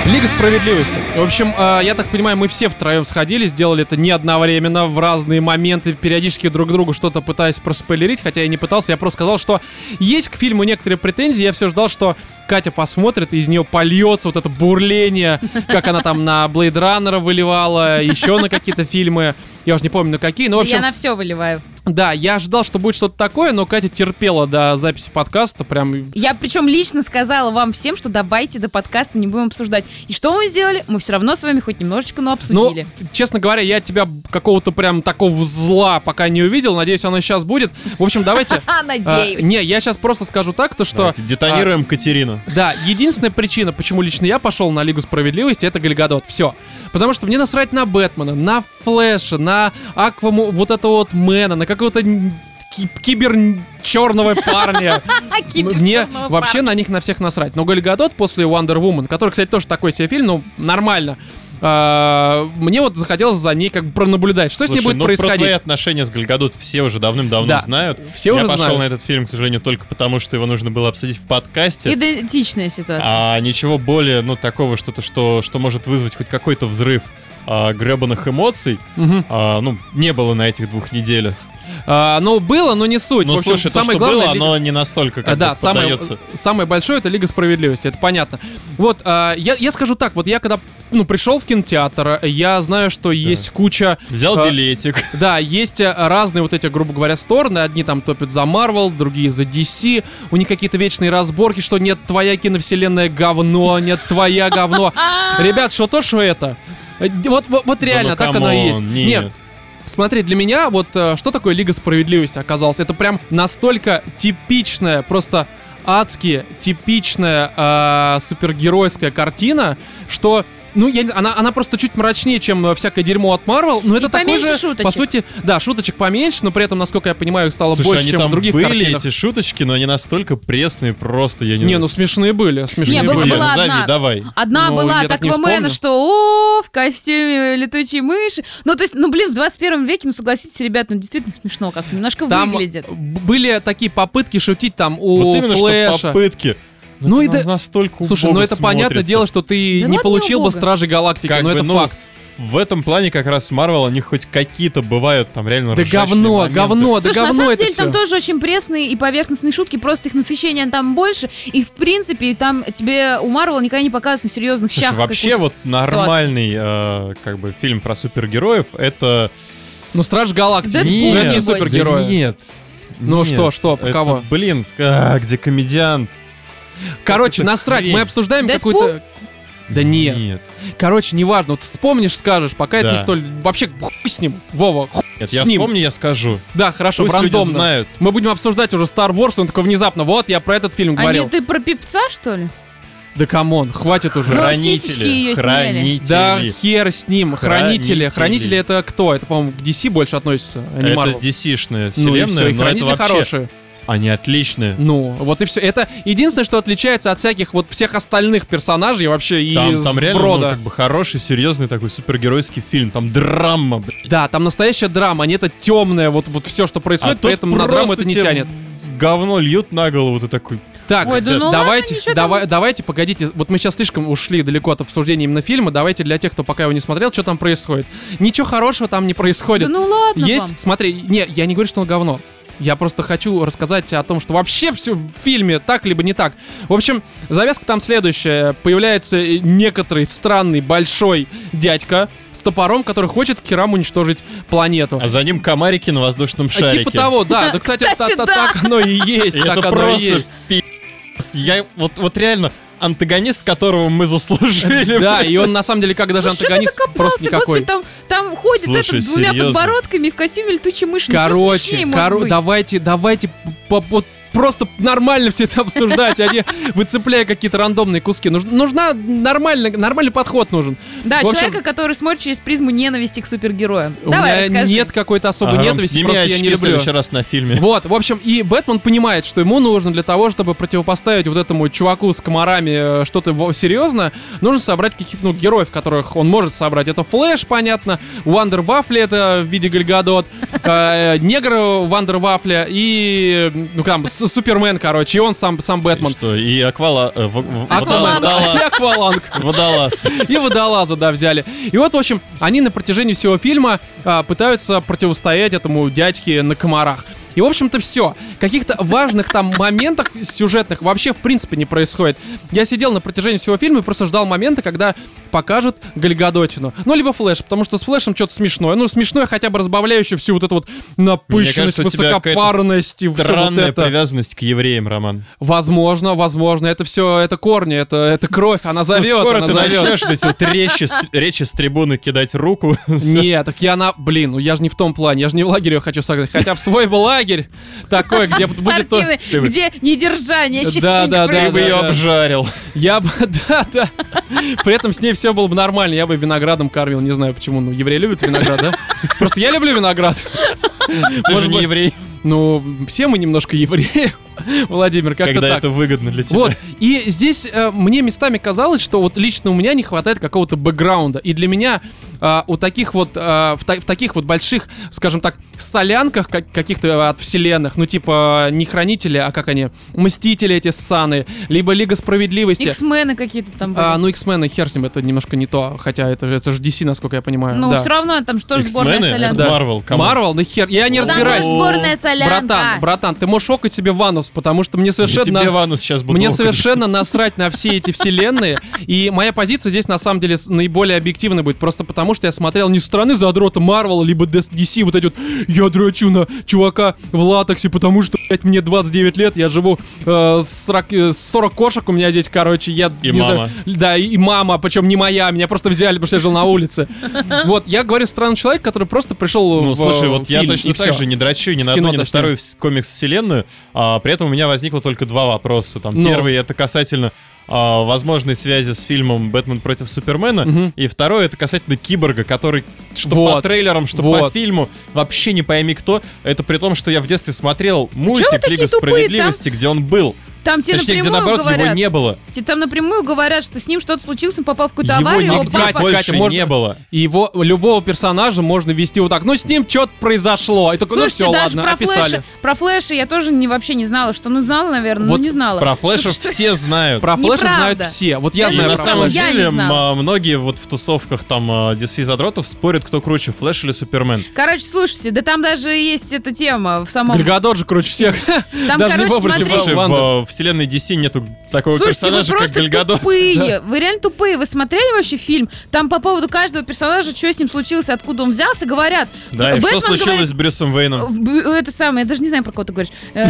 Speaker 1: Лига справедливости. В общем, э, я так понимаю, мы все втроем сходили, сделали это не одновременно, в разные моменты, периодически друг другу что-то пытаясь проспойлерить, хотя я не пытался, я просто сказал, что есть к фильму некоторые претензии, я все ждал, что Катя посмотрит, и из нее польется вот это бурление, как она там на Блейд Раннера выливала, еще на какие-то фильмы, я уже не помню на какие, но в общем...
Speaker 3: Я на все выливаю.
Speaker 1: Да, я ожидал, что будет что-то такое, но Катя терпела до записи подкаста, прям...
Speaker 3: Я причем лично сказала вам всем, что давайте до подкаста не будем обсуждать. И что мы сделали? Мы все равно с вами хоть немножечко, но
Speaker 1: Ну,
Speaker 3: обсудили.
Speaker 1: т- честно говоря, я от тебя какого-то прям такого зла пока не увидел. Надеюсь, оно сейчас будет. В общем,
Speaker 3: [laughs]
Speaker 1: давайте...
Speaker 3: А,
Speaker 1: а,
Speaker 3: надеюсь.
Speaker 1: Не, я сейчас просто скажу так, то что...
Speaker 2: Давайте детонируем Катерину.
Speaker 1: а, Да, единственная причина, почему лично я пошел на Лигу Справедливости, это Гальгадот. Все. Потому что мне насрать на Бэтмена, на Флэша, на Акваму, вот этого вот Мэна, на какого-то н- ки- кибер черного
Speaker 3: [laughs]
Speaker 1: парня.
Speaker 3: А кипиш
Speaker 1: Мне
Speaker 3: черного
Speaker 1: Ну, вообще
Speaker 3: парня.
Speaker 1: на них на всех насрать. Но Гальгадот после Wonder Woman, который, кстати, тоже такой себе фильм, ну, нормально. а, Мне вот захотелось за ней как бы пронаблюдать, что с
Speaker 2: Слушай,
Speaker 1: ней будет
Speaker 2: ну,
Speaker 1: происходить.
Speaker 2: про твои отношения с Гальгадот все уже давным-давно
Speaker 1: Да.
Speaker 2: знают.
Speaker 1: Все
Speaker 2: Я
Speaker 1: уже
Speaker 2: пошел
Speaker 1: знают.
Speaker 2: на этот фильм, к сожалению, только потому, что его нужно было обсудить в подкасте.
Speaker 3: Идентичная ситуация.
Speaker 2: А ничего более, ну, такого что-то, что, что может вызвать хоть какой-то взрыв а, гребаных эмоций,
Speaker 1: Мгм.
Speaker 2: а, ну, не было на этих двух неделях.
Speaker 1: А, ну, было, но не суть.
Speaker 2: Ну,
Speaker 1: В общем,
Speaker 2: слушай, то,
Speaker 1: самое
Speaker 2: что
Speaker 1: главное,
Speaker 2: было,
Speaker 1: Лига-
Speaker 2: оно не настолько,
Speaker 1: А,
Speaker 2: как
Speaker 1: да,
Speaker 2: бы
Speaker 1: самое,
Speaker 2: поддается.
Speaker 1: самое большое это Лига Справедливости, это понятно. Вот, а, я, я скажу так, вот я когда ну, пришел в кинотеатр, я знаю, что есть куча
Speaker 2: Взял
Speaker 1: А,
Speaker 2: билетик.
Speaker 1: Да, есть э, разные вот эти, грубо говоря, стороны. Одни там топят за Marvel, другие за DC. У них какие-то вечные разборки, что нет, твоя киновселенная говно, нет, твоя говно. Ребят, что то, что это? Э, д- Вот, вот, вот реально,
Speaker 2: Да ну,
Speaker 1: так оно и
Speaker 2: камон,
Speaker 1: есть.
Speaker 2: Нет.
Speaker 1: Смотри, для меня вот э, что такое Лига Справедливости оказалось? Это прям настолько типичная, просто адски типичная э, супергеройская картина, что... Ну, я не знаю, она, она просто чуть мрачнее, чем э, всякое дерьмо от Марвел, но это такой
Speaker 3: поменьше
Speaker 1: же, по
Speaker 3: шуточек.
Speaker 1: сути, да, шуточек поменьше, но при этом, насколько я понимаю, их стало
Speaker 2: Слушай,
Speaker 1: больше,
Speaker 2: они
Speaker 1: чем
Speaker 2: там
Speaker 1: в других
Speaker 2: были,
Speaker 1: картинах.
Speaker 2: эти шуточки, но они настолько пресные просто, я не
Speaker 1: Не, ну смешные были, смешные
Speaker 3: Не,
Speaker 2: Блин,
Speaker 3: было-
Speaker 1: были.
Speaker 3: была
Speaker 2: назови,
Speaker 3: одна.
Speaker 2: давай.
Speaker 3: Одна
Speaker 1: Ну,
Speaker 3: была
Speaker 1: я
Speaker 3: от
Speaker 1: так не
Speaker 3: Аквамена,
Speaker 1: вспомню.
Speaker 3: что о, в костюме летучей мыши. Ну, то есть, ну, блин, в 21 веке, ну, согласитесь, ребят, ну, действительно смешно как-то, немножко
Speaker 1: Там
Speaker 3: выглядит.
Speaker 1: б- были такие попытки шутить там у
Speaker 2: вот именно
Speaker 1: Флэша.
Speaker 2: что попытки. Но
Speaker 1: Ну
Speaker 2: это
Speaker 1: и да-
Speaker 2: на- настолько
Speaker 1: Слушай,
Speaker 2: убого
Speaker 1: ну это понятное
Speaker 2: смотрится.
Speaker 1: дело, что ты
Speaker 3: Да
Speaker 1: не
Speaker 3: ладно,
Speaker 1: получил бы
Speaker 3: убого.
Speaker 1: Стражи Галактики,
Speaker 2: Как
Speaker 1: но
Speaker 2: бы,
Speaker 1: это
Speaker 2: ну,
Speaker 1: факт.
Speaker 2: В этом плане как раз Марвел, они хоть какие-то бывают там реально
Speaker 1: Да
Speaker 2: ржачные
Speaker 1: говно,
Speaker 2: моменты.
Speaker 1: говно, да
Speaker 3: Слушай,
Speaker 1: говно
Speaker 3: на самом
Speaker 1: это
Speaker 3: деле
Speaker 1: всё.
Speaker 3: там тоже очень пресные и поверхностные шутки, просто их насыщение там больше, и в принципе там тебе у Марвел никогда не показывают на серьезных
Speaker 2: Слушай,
Speaker 3: щах.
Speaker 2: вообще
Speaker 3: какую-то
Speaker 2: вот
Speaker 3: ситуацию.
Speaker 2: нормальный э, как бы фильм про супергероев это
Speaker 1: Ну, Страж Галактики.
Speaker 3: Дэдпул
Speaker 1: Ну, это
Speaker 2: Нет,
Speaker 1: не
Speaker 3: какой-то.
Speaker 1: супергерои.
Speaker 2: да нет.
Speaker 1: Ну
Speaker 2: Нет.
Speaker 1: что, что,
Speaker 2: Это,
Speaker 1: кого?
Speaker 2: блин, а, где комедиант?
Speaker 1: Короче,
Speaker 2: это
Speaker 1: насрать,
Speaker 2: хрень.
Speaker 1: мы обсуждаем
Speaker 3: Дэдпул?
Speaker 1: какую-то... Да нет.
Speaker 2: Нет.
Speaker 1: Короче, неважно, вот вспомнишь, скажешь, пока это
Speaker 2: Да.
Speaker 1: не столь... Вообще, хуй с ним, Вова, хуй
Speaker 2: Нет,
Speaker 1: с
Speaker 2: я
Speaker 1: ним.
Speaker 2: вспомню, я скажу.
Speaker 1: Да, хорошо,
Speaker 2: Пусть люди
Speaker 1: рандомно.
Speaker 2: знают.
Speaker 1: Мы будем обсуждать уже Star Wars, он такой внезапно, вот, я про этот фильм
Speaker 3: А
Speaker 1: говорил.
Speaker 3: не ты про пипца, что ли?
Speaker 1: Да камон, хватит уже.
Speaker 3: Ну, сисечки
Speaker 2: Хранители.
Speaker 3: ее сняли.
Speaker 2: Хранители.
Speaker 1: Да хер с ним, хранители.
Speaker 2: Хранители.
Speaker 1: Хранители это кто? Это, по-моему, к DC больше относится, а не
Speaker 2: Это
Speaker 1: Marvel.
Speaker 2: DC-шная
Speaker 1: Ну и
Speaker 2: вселенная,
Speaker 1: все, и
Speaker 2: но это
Speaker 1: хранители
Speaker 2: вообще...
Speaker 1: хорошие.
Speaker 2: Они отличные.
Speaker 1: Ну, вот и все. Это единственное, что отличается от всяких вот всех остальных персонажей вообще и
Speaker 2: Там, там реально ну,
Speaker 1: сброда.
Speaker 2: как бы хороший, серьезный такой супергеройский фильм. Там драма, блядь.
Speaker 1: Да, там настоящая драма, а не это темное, вот, вот все, что происходит,
Speaker 2: А тут
Speaker 1: при этом на драму
Speaker 2: просто
Speaker 1: это не
Speaker 2: тебе
Speaker 1: тянет.
Speaker 2: в Говно льют на голову, ты такой.
Speaker 1: Так,
Speaker 3: Ой, да ну ладно,
Speaker 1: давайте,
Speaker 3: ничего там.
Speaker 1: давай, давайте, погодите, вот мы сейчас слишком ушли далеко от обсуждения именно фильма, давайте для тех, кто пока его не смотрел, что там происходит. Ничего хорошего там не происходит.
Speaker 3: Да ну ладно
Speaker 1: Есть,
Speaker 3: вам.
Speaker 1: смотри, не, я не говорю, что он говно. Я просто хочу рассказать о том, что вообще все в фильме так либо не так. В общем, завязка там следующая. Появляется э, некоторый странный большой дядька с топором, который хочет керам уничтожить планету.
Speaker 2: А за ним комарики на воздушном
Speaker 1: А
Speaker 2: шарике.
Speaker 1: Типа того,
Speaker 3: [laughs]
Speaker 1: да. Да, кстати,
Speaker 3: Кстати,
Speaker 1: та- та-
Speaker 3: да.
Speaker 1: так оно и есть.
Speaker 2: [laughs] И
Speaker 1: так
Speaker 2: это
Speaker 1: оно
Speaker 2: просто
Speaker 1: и есть.
Speaker 2: пи***ц. Я вот, вот реально антагонист, которого мы заслужили.
Speaker 1: Да, и он на самом деле, как даже
Speaker 3: Слушай, чё
Speaker 1: антагонист,
Speaker 3: ты докопался,
Speaker 1: просто никакой.
Speaker 3: господи, там, там ходит
Speaker 2: Слушай,
Speaker 3: этот с двумя
Speaker 2: серьезно?
Speaker 3: подбородками в костюме летучей мыши. Ну, что
Speaker 1: Короче,
Speaker 3: смешнее может
Speaker 1: коро-
Speaker 3: быть?
Speaker 1: давайте, давайте, по- вот просто нормально все это обсуждать, а не выцепляя какие-то рандомные куски. Нуж- нужна нормальный, нормальный подход нужен.
Speaker 3: Да,
Speaker 1: в общем-
Speaker 3: человека, который смотрит через призму ненависти к супергероям.
Speaker 1: У
Speaker 3: Давай,
Speaker 1: меня
Speaker 3: расскажи.
Speaker 1: нет какой-то особой
Speaker 2: Ага,
Speaker 1: ненависти,
Speaker 2: сними
Speaker 1: просто я
Speaker 2: очки
Speaker 1: не
Speaker 2: в
Speaker 1: люблю.
Speaker 2: следующий раз на фильме.
Speaker 1: Вот, в общем, и Бэтмен понимает, что ему нужно для того, чтобы противопоставить вот этому чуваку с комарами э, что-то во- серьезно, нужно собрать каких-то ну, героев, которых он может собрать. Это Флэш, понятно, Вандер Вафли это в виде Гальгадот, [laughs] э, негр Вандер Вафля и э, ну там с- Супермен, короче, и он сам сам
Speaker 2: И
Speaker 1: Бэтмен. А
Speaker 2: что, и аквала... э, в- в-
Speaker 1: Аквамен.
Speaker 2: водолаз-
Speaker 1: И Акваланг.
Speaker 2: Водолаз.
Speaker 1: И водолаза, да, взяли. И вот, в общем, они на протяжении всего фильма а, пытаются противостоять этому дядьке на комарах. И, в общем-то, все. Каких-то важных там моментах сюжетных вообще, в принципе, не происходит. Я сидел на протяжении всего фильма и просто ждал момента, когда покажут Гальгадотину. Ну, либо Флэш, потому что с Флэшем что-то смешное. Ну, смешное, хотя бы разбавляющее всю вот эту вот
Speaker 2: Мне
Speaker 1: напыщенность,
Speaker 2: кажется, у тебя какая-то
Speaker 1: высокопарность и все вот
Speaker 2: странная
Speaker 1: это.
Speaker 2: привязанность к евреям, Роман.
Speaker 1: Возможно, возможно, это все, это корни, это, это кровь, она
Speaker 2: С-
Speaker 1: зовет.
Speaker 2: Ну, Скоро
Speaker 1: она
Speaker 2: ты
Speaker 1: зовет.
Speaker 2: начнешь эти вот речи, с- речи с трибуны кидать руку. [laughs]
Speaker 1: Нет, так я на... Блин, ну я же не в том плане, я же не в лагере её хочу согнать. Хотя бы свой бы лагерь такой, где будет... то-
Speaker 3: Спортивный,
Speaker 2: Ты бы-
Speaker 3: где недержание
Speaker 1: Да, да,
Speaker 3: частенько
Speaker 1: да,
Speaker 2: Ты бы
Speaker 3: происходит.
Speaker 2: ее
Speaker 1: да.
Speaker 2: обжарил.
Speaker 1: Я бы... [laughs] Да, да. При этом с ней все было бы нормально, я бы виноградом кормил, не знаю почему. Ну, евреи любят виноград, да? Просто я люблю виноград.
Speaker 2: Ты
Speaker 1: Может
Speaker 2: же не
Speaker 1: быть,
Speaker 2: еврей,
Speaker 1: Ну, все мы немножко евреи. [laughs] Владимир, как-то
Speaker 2: когда
Speaker 1: так.
Speaker 2: это выгодно для тебя.
Speaker 1: Вот, и здесь э, мне местами казалось, что вот лично у меня не хватает какого-то бэкграунда. И для меня э, у таких вот, э, в, та- в таких вот больших, скажем так, солянках как- каких-то от вселенных, ну типа не хранители, а как они, мстители эти ссаны, либо Лига Справедливости.
Speaker 3: Иксмены какие-то там были.
Speaker 1: А, ну, X-Men и хер с ним, это немножко не то, хотя это, это же DC, насколько я понимаю.
Speaker 3: Ну,
Speaker 1: да.
Speaker 3: все равно там же тоже сборная
Speaker 2: Иксмены?
Speaker 3: солянка.
Speaker 2: Это Марвел, камон.
Speaker 1: Марвел, да хер, я не
Speaker 2: Ну,
Speaker 3: Там
Speaker 1: разбираюсь.
Speaker 3: тоже сборная солянка.
Speaker 1: Братан, братан, ты можешь окать себе ванус, потому что мне
Speaker 2: И
Speaker 1: совершенно...
Speaker 2: Тебе ванну сейчас буду.
Speaker 1: Мне
Speaker 2: локоть.
Speaker 1: совершенно насрать на все эти вселенные. И моя позиция здесь на самом деле с- наиболее объективной будет. Просто потому, что я смотрел не со стороны задрота Марвел, либо Д- DC, вот эти вот я дрочу на чувака в латексе, потому что, блядь, мне 29 лет, я живу э, с 40, э, с 40 кошек у меня здесь, короче, я
Speaker 2: И
Speaker 1: не
Speaker 2: мама.
Speaker 1: знаю. Да, и, и мама, причем не моя, меня просто взяли, потому что я жил на улице. Вот, я говорю, странный человек, который просто пришел
Speaker 2: Ну,
Speaker 1: в
Speaker 2: слушай,
Speaker 1: э,
Speaker 2: вот я
Speaker 1: фильм, и
Speaker 2: точно так
Speaker 1: всё.
Speaker 2: же не дрочу ни на
Speaker 1: кино,
Speaker 2: одну, ни на
Speaker 1: точнее.
Speaker 2: вторую вс- комикс-вселенную. а, при этом у меня возникло только два вопроса. Там
Speaker 1: Ну.
Speaker 2: Первый — это касательно а, возможной связи с фильмом «Бэтмен против Супермена»,
Speaker 1: Мгм.
Speaker 2: и второе — это касательно Киборга, который что
Speaker 1: Вот.
Speaker 2: по трейлерам, что по
Speaker 1: Вот.
Speaker 2: фильму, вообще не пойми кто. Это при том, что я в детстве смотрел
Speaker 3: чё вы
Speaker 2: мультик
Speaker 3: такие
Speaker 2: «Лига
Speaker 3: тупые?
Speaker 2: справедливости», где он был.
Speaker 3: Там тебе
Speaker 2: Точнее, где,
Speaker 3: напрямую
Speaker 2: наоборот, его
Speaker 3: говорят.
Speaker 2: не было.
Speaker 3: Тебе там напрямую говорят, что с ним что-то случилось, он попал в какую-то
Speaker 2: Его
Speaker 3: аварию, его
Speaker 2: нигде
Speaker 1: Катя,
Speaker 3: папа...
Speaker 1: Катя,
Speaker 2: больше
Speaker 1: можно-
Speaker 2: не Ну, было.
Speaker 1: И его любого персонажа можно вести вот так. Ну, с ним что-то произошло. И такой,
Speaker 3: Слушайте,
Speaker 1: ну все,
Speaker 3: даже
Speaker 1: ладно,
Speaker 3: про
Speaker 1: описали.
Speaker 3: флеши, про флеши я тоже не, вообще не знала, что ну знала, наверное,
Speaker 1: Вот
Speaker 3: ну не знала.
Speaker 2: Про флешев
Speaker 3: Что- что-
Speaker 2: все знают.
Speaker 1: Про флеши
Speaker 3: Неправда.
Speaker 1: знают все. Вот я
Speaker 3: И
Speaker 2: И
Speaker 1: знаю
Speaker 2: на
Speaker 1: про
Speaker 2: самом
Speaker 1: флеши.
Speaker 3: Я не
Speaker 2: деле,
Speaker 3: знала.
Speaker 2: м, а, многие вот в тусовках там а, DC задротов спорят, кто круче, Флэш или Супермен.
Speaker 3: Короче, слушайте, да там даже есть эта тема в самом...
Speaker 1: Гальгадот же круче всех.
Speaker 3: Там,
Speaker 1: даже не
Speaker 3: короче,
Speaker 1: вовремя
Speaker 3: смотрите,
Speaker 1: Слушай,
Speaker 2: Слушай,
Speaker 1: Ванда.
Speaker 2: в, в вселенной DC нету такого
Speaker 3: Слушайте, вы
Speaker 2: персонажа, как
Speaker 3: просто
Speaker 2: Гальгадот.
Speaker 1: Да.
Speaker 3: тупые. Вы реально тупые. Вы смотрели вообще фильм? Там по поводу каждого персонажа, что с ним случилось, откуда он взялся, говорят.
Speaker 2: Да, и что
Speaker 3: Бэтмен
Speaker 2: случилось
Speaker 3: говорит-
Speaker 2: с Брюсом Вейном?
Speaker 3: В- б- э, Это самое, я даже не знаю, про кого ты говоришь.
Speaker 2: [laughs]
Speaker 3: Э,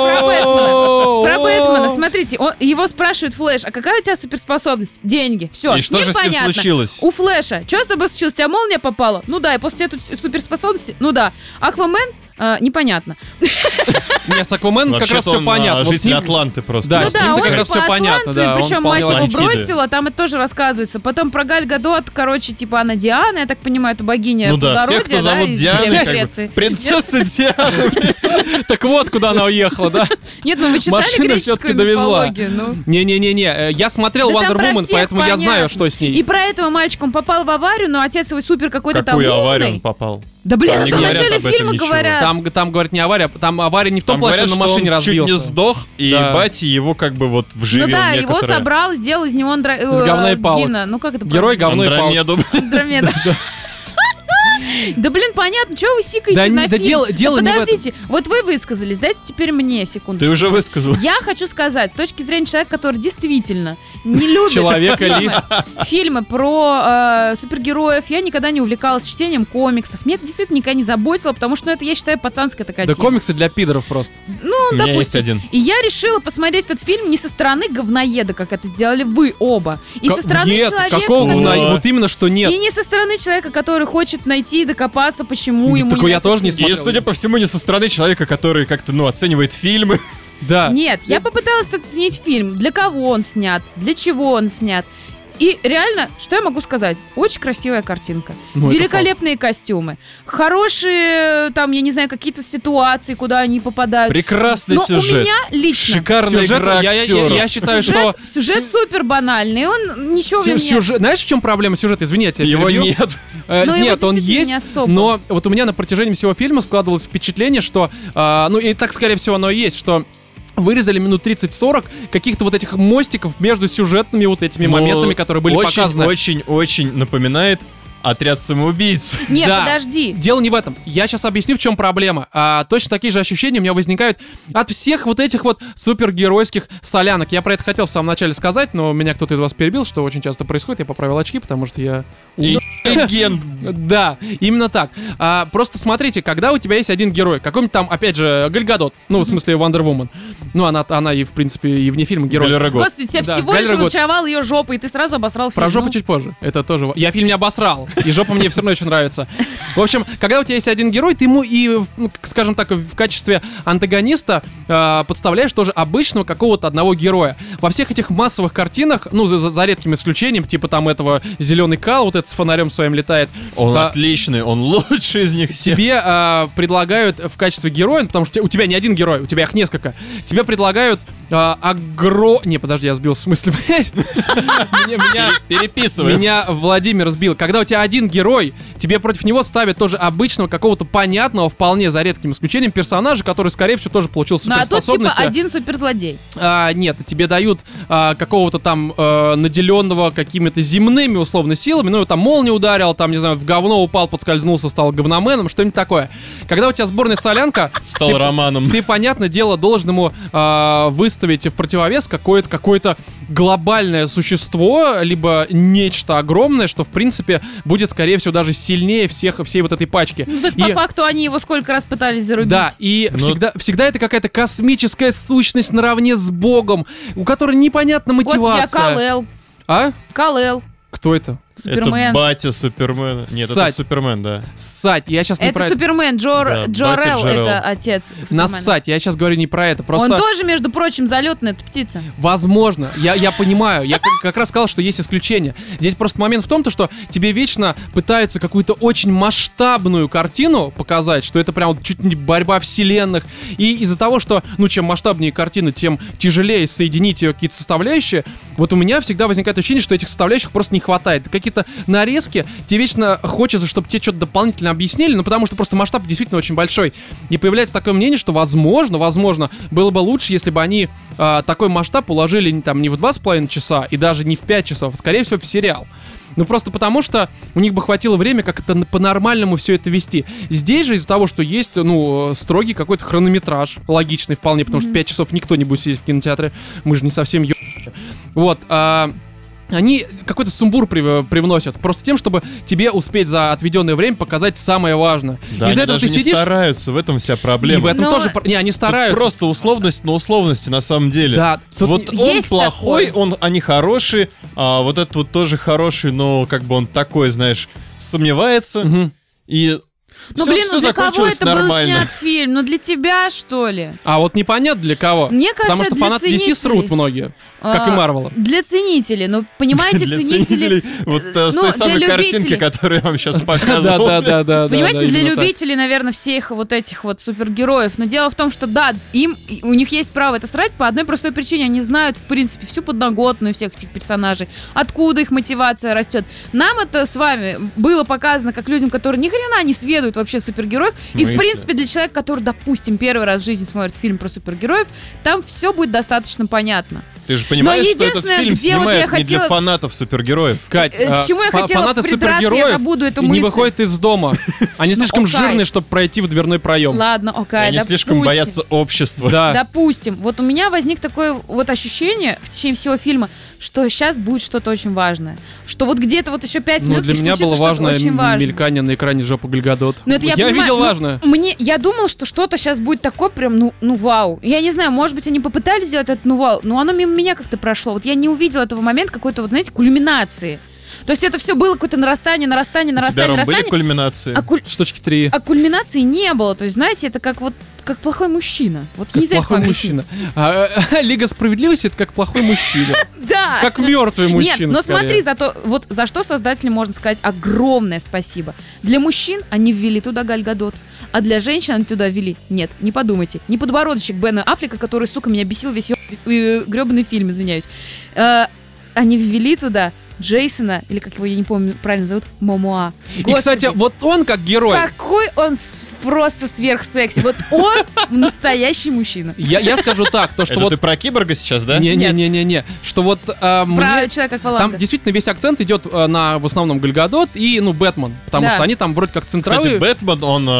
Speaker 1: О-о-о.
Speaker 3: Про Бэтмена, смотрите, он- его спрашивает Флэш, а какая у тебя суперспособность? Деньги, все,
Speaker 2: И что же с ним случилось?
Speaker 3: У Флэша, что с тобой случилось? Тебя молния попала? Ну да, и после тебя тут с- суперспособности? Ну да. Аквамен? Э, непонятно.
Speaker 1: Не, с Аквамен как раз
Speaker 2: Вообще-то
Speaker 1: все
Speaker 2: он, а,
Speaker 1: понятно. Вот с
Speaker 2: житель
Speaker 1: ним-
Speaker 2: Атланты просто.
Speaker 1: Да,
Speaker 3: ну
Speaker 1: с ним-то
Speaker 3: да, он
Speaker 1: как раз
Speaker 3: типа
Speaker 1: всё понятно,
Speaker 3: Атланты,
Speaker 1: да, он
Speaker 3: причем
Speaker 1: вполне
Speaker 3: мать его
Speaker 2: логично.
Speaker 3: бросила, там это тоже рассказывается. Потом про Галь Гадот, короче, типа она Диана, я так понимаю, это богиня
Speaker 2: Ну да,
Speaker 3: плодородия,
Speaker 2: всех, кто
Speaker 3: да,
Speaker 2: зовут
Speaker 3: из
Speaker 2: Диана,
Speaker 3: Древней
Speaker 2: как бы,
Speaker 3: Греции.
Speaker 2: принцесса Диана.
Speaker 1: Так вот, куда она уехала, да?
Speaker 3: Нет, ну вы читали
Speaker 1: Машина всё-таки
Speaker 3: греческую
Speaker 1: довезла.
Speaker 3: мифологию? Ну.
Speaker 1: Не-не-не-не, э, я смотрел
Speaker 3: Да там
Speaker 1: Wonder
Speaker 3: про
Speaker 1: Woman,
Speaker 3: всех
Speaker 1: поэтому я
Speaker 3: понятно.
Speaker 1: знаю, что с
Speaker 3: И
Speaker 1: ней.
Speaker 3: про этого мальчика он попал в аварию, но отец его супер какой-то там умный.
Speaker 2: Какую аварию он попал?
Speaker 3: Да блин,
Speaker 2: не
Speaker 3: это в
Speaker 2: говорят
Speaker 3: начале
Speaker 2: об этом
Speaker 3: фильма
Speaker 2: ничего.
Speaker 3: говорят.
Speaker 1: Там, там, говорят, не авария, там авария не в том
Speaker 2: Там
Speaker 1: плане,
Speaker 2: говорят,
Speaker 1: что
Speaker 2: что
Speaker 1: на машине
Speaker 2: он чуть не
Speaker 1: разбился.
Speaker 2: сдох, и
Speaker 1: Да.
Speaker 2: батя его как бы вот
Speaker 3: ну
Speaker 2: вживил
Speaker 3: да, его
Speaker 2: некоторое.
Speaker 3: собрал, сделал из него Андра... э,
Speaker 1: Из говна и палок.
Speaker 3: Гина. Ну как это?
Speaker 1: Герой говно и палка.
Speaker 2: Андромеду.
Speaker 1: [laughs]
Speaker 3: Андромеда. Да блин, понятно, чего вы сикаете
Speaker 1: Да не-
Speaker 3: на
Speaker 1: да
Speaker 3: фильм?
Speaker 1: дело- дело не в этом.
Speaker 3: подождите, вот вы высказались, дайте теперь мне секунду.
Speaker 2: Ты уже высказал.
Speaker 3: Я хочу сказать, с точки зрения человека, который действительно не любит
Speaker 1: Человека ли?
Speaker 3: фильмы, фильмы про э, супергероев, я никогда не увлекалась чтением комиксов. Меня это действительно никогда не заботило, потому что ну, это, я считаю, пацанская такая
Speaker 1: Да
Speaker 3: тема.
Speaker 1: комиксы для пидоров просто.
Speaker 2: У меня есть один.
Speaker 3: И я решила посмотреть этот фильм не со стороны говноеда, как это сделали вы оба, и
Speaker 1: Ка-
Speaker 3: со стороны
Speaker 1: Нет,
Speaker 3: человека...
Speaker 1: какого говна?
Speaker 2: О.
Speaker 1: Вот именно, что нет.
Speaker 3: И не со стороны человека, который хочет найти и докопаться, почему
Speaker 1: Да
Speaker 3: ему
Speaker 1: такой
Speaker 3: не
Speaker 1: Ну, я
Speaker 3: нравится
Speaker 1: тоже не
Speaker 3: фильм.
Speaker 2: И,
Speaker 1: смотрел.
Speaker 2: судя по всему, не со стороны человека, который как-то, ну, оценивает фильмы.
Speaker 1: Да.
Speaker 3: Нет, я попыталась оценить фильм. Для кого он снят, для чего он снят. И реально, что я могу сказать? Очень красивая картинка.
Speaker 1: Ну, это
Speaker 3: Великолепные костюмы. Хорошие, там, я не знаю, какие-то ситуации, куда они
Speaker 1: А,
Speaker 3: попадают.
Speaker 2: Прекрасный
Speaker 1: ну,
Speaker 3: Но у
Speaker 2: сюжет.
Speaker 3: меня лично...
Speaker 2: Шикарная
Speaker 1: Сюжет-
Speaker 2: игра
Speaker 1: я- я- я-
Speaker 2: актера.
Speaker 1: я считаю,
Speaker 3: Сюжет,
Speaker 1: что...
Speaker 3: сюжет супер банальный, он ничего
Speaker 1: Сю-
Speaker 3: мне...
Speaker 1: сюжет- Знаешь, в чем проблема сюжета? Извини, я тебя
Speaker 2: Его
Speaker 1: перебью.
Speaker 2: нет.
Speaker 1: Э,
Speaker 3: Но его
Speaker 1: Нет, он
Speaker 3: действительно
Speaker 1: есть,
Speaker 3: не особо.
Speaker 1: но вот у меня на протяжении всего фильма складывалось впечатление, что, а, ну и так, скорее всего, оно и есть, что вырезали минут 30-40 каких-то вот этих мостиков между сюжетными вот этими
Speaker 2: Но
Speaker 1: моментами, которые были
Speaker 2: Ну, очень,
Speaker 1: показаны.
Speaker 2: Очень-очень напоминает отряд самоубийц.
Speaker 3: Нет,
Speaker 1: Да.
Speaker 3: подожди.
Speaker 1: Дело не в этом. Я сейчас объясню, в чем проблема. А, точно такие же ощущения у меня возникают от всех вот этих вот супергеройских солянок. Я про это хотел в самом начале сказать, но меня кто-то из вас перебил, что очень часто происходит. Я поправил очки, потому что я [laughs]
Speaker 2: И Легенд.
Speaker 1: Да, именно так. А, просто смотрите, когда у тебя есть один герой, какой-нибудь там, опять же, Гальгадот, ну, в смысле, Wonder Woman. Ну, она, она и, в принципе, и вне фильма герой.
Speaker 2: Галера Гот.
Speaker 3: Господи, тебя
Speaker 1: Да,
Speaker 3: всего
Speaker 1: Галь
Speaker 3: лишь
Speaker 1: Рагот.
Speaker 3: разочаровал ее жопой, и ты сразу обосрал фильм.
Speaker 1: Про жопу
Speaker 3: Ну.
Speaker 1: чуть позже. Это тоже... ва- Я фильм не обосрал. И жопа мне все равно очень нравится. В общем, когда у тебя есть один герой, ты ему и, ну, к- скажем так, в качестве антагониста э, подставляешь тоже обычного какого-то одного героя. Во всех этих массовых картинах, ну, за, за- за редким исключением, типа там этого зеленый кал, вот этот с фонарем своим летает.
Speaker 2: Он
Speaker 1: а,
Speaker 2: отличный, он лучший из них всех.
Speaker 1: Тебе а, предлагают в качестве героя, ну, потому что у тебя не один герой, у тебя их несколько. Тебе предлагают а, огро... Не, подожди, я сбил с [laughs] мысли. Меня- меня-
Speaker 2: Переписывай.
Speaker 1: Меня Владимир сбил. Когда у тебя один герой, тебе против него ставят тоже обычного, какого-то понятного, вполне за редким исключением персонажа, который, скорее всего, тоже получил
Speaker 3: Ну, а тут типа
Speaker 1: суперспособности.
Speaker 3: один суперзлодей.
Speaker 1: А, нет, тебе дают а, какого-то там э, наделенного какими-то земными условно силами, ну его там молния ударил, там, не знаю, в говно упал, подскользнулся, стал говноменом, что-нибудь такое. Когда у тебя сборная солянка,
Speaker 2: Стал романом.
Speaker 1: ты, понятное дело, должен ему а, выставить в противовес какое-то какое-то глобальное существо, либо нечто огромное, что, в принципе, будет, скорее всего, даже сильнее всех, всей вот этой пачки.
Speaker 3: Ну, так
Speaker 1: И-
Speaker 3: по факту они его сколько раз пытались зарубить.
Speaker 1: да, и
Speaker 2: Но-
Speaker 1: всегда, всегда это какая-то космическая сущность наравне с Богом, у которой непонятна
Speaker 3: Господи,
Speaker 1: мотивация.
Speaker 3: а Калел.
Speaker 1: А?
Speaker 3: Калел.
Speaker 1: Кто это?
Speaker 2: Это
Speaker 3: Супермен.
Speaker 2: батя Супермена. Нет, это
Speaker 1: Сать.
Speaker 2: Супермен, да.
Speaker 1: Ссать. Я сейчас не
Speaker 3: Это
Speaker 1: про это.
Speaker 3: Супермен.
Speaker 2: Да,
Speaker 3: Джор...
Speaker 2: батя
Speaker 3: Джорел
Speaker 2: Джорел.
Speaker 3: это отец Супермена.
Speaker 1: Нассать. Я сейчас говорю не про это. Просто...
Speaker 3: Он тоже, между прочим, залетная эта птица.
Speaker 1: Возможно, я, я понимаю, я как, как раз сказал, что есть исключения. Здесь просто момент в том, то, что тебе вечно пытаются какую-то очень масштабную картину показать, что это прям вот чуть не борьба вселенных. И из-за того, что, ну, чем масштабнее картина, тем тяжелее соединить ее какие-то составляющие, вот у меня всегда возникает ощущение, что этих составляющих просто не хватает. Какие-то нарезки, тебе вечно хочется, чтобы тебе что-то дополнительно объяснили, ну, потому что просто масштаб действительно очень большой. И появляется такое мнение, что, возможно, возможно, было бы лучше, если бы они а, такой масштаб уложили не- там не в 2,5 часа и даже не в 5 часов, а, скорее всего, в сериал. Ну просто потому, что у них бы хватило времени как это по-нормальному все это вести. Здесь же из-за того, что есть, ну, строгий какой-то хронометраж, логичный вполне, потому что 5 часов никто не будет сидеть в кинотеатре, мы же не совсем ё... Вот, а, они какой-то сумбур прив- привносят. Просто тем, чтобы тебе успеть за отведенное время показать самое важное.
Speaker 2: Да,
Speaker 1: Из-за
Speaker 2: они
Speaker 1: этого
Speaker 2: даже
Speaker 1: ты
Speaker 2: не
Speaker 1: сидишь.
Speaker 2: стараются, в этом вся
Speaker 1: И в
Speaker 2: проблема.
Speaker 1: этом
Speaker 3: Но-
Speaker 1: тоже... про- Не, они
Speaker 2: Тут
Speaker 1: стараются.
Speaker 2: Просто условность на условности на самом деле.
Speaker 1: Да, тут
Speaker 2: вот
Speaker 1: не-
Speaker 2: он
Speaker 3: Есть
Speaker 2: плохой,
Speaker 3: такое.
Speaker 2: он, они хорошие, а вот этот вот тоже хороший, но как бы он такой, знаешь, сомневается.
Speaker 1: Мгм.
Speaker 2: И
Speaker 3: Ну,
Speaker 2: всё-
Speaker 3: блин,
Speaker 2: всё
Speaker 3: ну для кого
Speaker 2: закончилось
Speaker 3: это
Speaker 2: нормально.
Speaker 3: был снят фильм? Ну, для тебя, что ли?
Speaker 1: А вот непонятно для кого.
Speaker 3: Мне кажется,
Speaker 1: Потому что
Speaker 3: для
Speaker 1: фанаты DC
Speaker 3: ценителей.
Speaker 1: срут многие, как и
Speaker 3: А,
Speaker 1: Марвела.
Speaker 3: Для ценителей, ну, понимаете,
Speaker 2: [laughs] Для
Speaker 3: ценители...
Speaker 2: ценителей вот э, с
Speaker 3: ну,
Speaker 2: той
Speaker 3: для
Speaker 2: самой картинки,
Speaker 3: любителей.
Speaker 2: которую я вам
Speaker 3: [laughs]
Speaker 2: сейчас
Speaker 1: Да, [laughs]
Speaker 2: показывал.
Speaker 1: да, да, да.
Speaker 3: Понимаете, для любителей, наверное, всех вот этих вот супергероев. Но дело в том, что да, им и- у них есть право это срать по одной простой причине. Они знают, в принципе, всю подноготную всех этих персонажей, откуда их мотивация растет. Нам это с вами было показано как людям, которые ни хрена не сведут вообще в супергероях. И,
Speaker 2: смысле?
Speaker 3: в принципе, для человека, который, допустим, первый раз в жизни смотрит фильм про супергероев, там все будет достаточно понятно.
Speaker 2: Ты же понимаешь, что этот
Speaker 3: единственное,
Speaker 2: фильм
Speaker 3: где вот
Speaker 2: снимает
Speaker 3: я
Speaker 2: не для
Speaker 3: хотела-
Speaker 2: фанатов супергероев.
Speaker 1: Кать,
Speaker 3: Э,
Speaker 1: а,
Speaker 3: к чему я
Speaker 1: фа-
Speaker 3: хотела
Speaker 1: фанаты
Speaker 3: придраться, я
Speaker 1: супергероев
Speaker 3: забуду эту
Speaker 1: не
Speaker 3: мысль.
Speaker 1: выходят из дома. Они слишком
Speaker 3: Ну, окей.
Speaker 1: жирные, чтобы пройти в дверной проем.
Speaker 3: Ладно, окей,
Speaker 2: Они слишком
Speaker 3: допустим.
Speaker 2: боятся общества.
Speaker 1: Да.
Speaker 3: Допустим, вот у меня возник такое вот ощущение в течение всего фильма, что сейчас будет что-то очень важное. Что вот где-то вот еще пять
Speaker 1: Ну,
Speaker 3: минут
Speaker 1: для
Speaker 3: и
Speaker 1: меня
Speaker 3: случится
Speaker 1: было
Speaker 3: что-то
Speaker 1: важное
Speaker 3: очень важное.
Speaker 1: мелькание на экране жопы Гальгадот.
Speaker 3: Ну, это я, понимаю,
Speaker 1: видел
Speaker 3: ну,
Speaker 1: важное.
Speaker 3: Мне, я думал, что что-то сейчас будет такое прям, ну, ну вау. Я не знаю, может быть, они попытались сделать это, ну вау, но оно мимо меня как-то прошло. Вот я не увидела этого момента какой-то, вот знаете, кульминации. То есть это все было какое-то нарастание, нарастание,
Speaker 2: У тебя,
Speaker 3: нарастание,
Speaker 2: Ром, были
Speaker 3: нарастание.
Speaker 2: кульминации?
Speaker 3: А, куль-
Speaker 1: Штучки три.
Speaker 3: а кульминации не было. То есть, знаете, это как вот как плохой мужчина. Вот
Speaker 1: Как
Speaker 3: нельзя
Speaker 1: плохой
Speaker 3: это
Speaker 1: мужчина. [laughs] А, э, Лига справедливости это как плохой
Speaker 3: [laughs]
Speaker 1: мужчина.
Speaker 3: Да.
Speaker 1: Как мертвый мужчина.
Speaker 3: Нет, но
Speaker 1: скорее.
Speaker 3: смотри, зато вот за что создателям можно сказать огромное спасибо. Для мужчин они ввели туда Гальгадот, а для женщин они туда ввели. Нет, не подумайте. Не подбородочек Бена Аффлека, который, сука, меня бесил весь гребаный фильм, извиняюсь. Э, Они ввели туда Джейсона, или как его, я не помню, правильно зовут, Момоа.
Speaker 1: И, кстати,
Speaker 3: Господи,
Speaker 1: вот он как герой.
Speaker 3: Какой он с- просто сверхсекси. Вот
Speaker 1: [laughs]
Speaker 3: он настоящий мужчина.
Speaker 1: Я, я скажу так, то что
Speaker 2: Это
Speaker 1: вот
Speaker 2: ты про киборга сейчас, да?
Speaker 1: Не-не-не-не-не. Что вот а,
Speaker 3: Про
Speaker 1: мне...
Speaker 3: человека
Speaker 1: Там
Speaker 3: акваланга.
Speaker 1: действительно весь акцент идет э, на в основном Гальгадот и, ну, Бэтмен. Потому
Speaker 3: Да.
Speaker 1: что они там вроде как
Speaker 2: Кстати,
Speaker 1: центровые.
Speaker 2: Бэтмен, он э,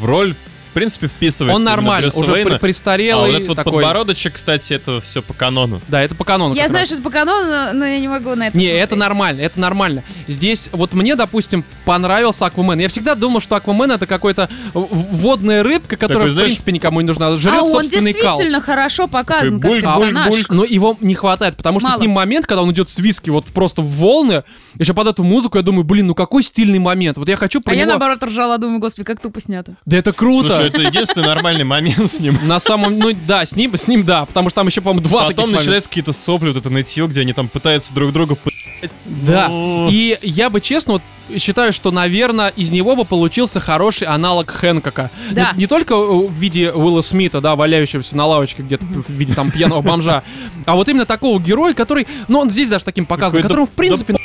Speaker 2: в роль, в принципе, вписывается.
Speaker 1: он
Speaker 2: именно
Speaker 1: нормально,
Speaker 2: Брюса
Speaker 1: уже
Speaker 2: Уэйна.
Speaker 1: при-
Speaker 2: А вот
Speaker 1: престарелый
Speaker 2: этот вот
Speaker 1: такой.
Speaker 2: подбородочек, кстати, это все по канону.
Speaker 1: Да, это по канону.
Speaker 3: Я
Speaker 1: как
Speaker 3: знаю,
Speaker 1: раз.
Speaker 3: что это по канону, но- но я не могу на это
Speaker 1: Не, это
Speaker 3: смотреть.
Speaker 1: нормально, это нормально. Здесь, вот мне, допустим, понравился Аквамен. Я всегда думал, что Аквамен это какой-то в- водная рыбка, которая,
Speaker 2: Такой,
Speaker 1: в
Speaker 2: знаешь,
Speaker 1: принципе, никому не нужна. Жрет
Speaker 3: а он
Speaker 1: собственный кал.
Speaker 3: действительно хорошо показан
Speaker 2: Такой
Speaker 3: как персонаж.
Speaker 2: бульк-бульк-бульк.
Speaker 1: Но его не хватает, потому что
Speaker 3: Мало.
Speaker 1: с ним момент, когда он идет с виски вот просто в волны, еще под эту музыку, я думаю, блин, ну какой стильный момент. Вот я хочу про
Speaker 3: А я
Speaker 1: него-
Speaker 3: наоборот ржала, думаю, господи, как тупо снято.
Speaker 1: Ну Да это круто.
Speaker 2: Слушай, это единственный нормальный
Speaker 1: [laughs]
Speaker 2: момент с ним.
Speaker 1: На самом, ну да, с ним, с ним да, потому что там еще, по-моему, два таких
Speaker 2: Потом
Speaker 1: момента.
Speaker 2: начинаются какие-то сопли, вот это нытье, где они там пытаются друг друга... п-
Speaker 1: Да.
Speaker 2: Ну.
Speaker 1: И я бы честно вот считаю, что, наверное, из него бы получился хороший аналог Хэнкока.
Speaker 3: Да.
Speaker 1: Не, не только э, в виде Уилла Смита, да, валяющегося на лавочке где-то п- в виде там пьяного бомжа, а вот именно такого героя, который, ну он здесь даже таким показан,
Speaker 2: Такой, да-
Speaker 1: которому в принципе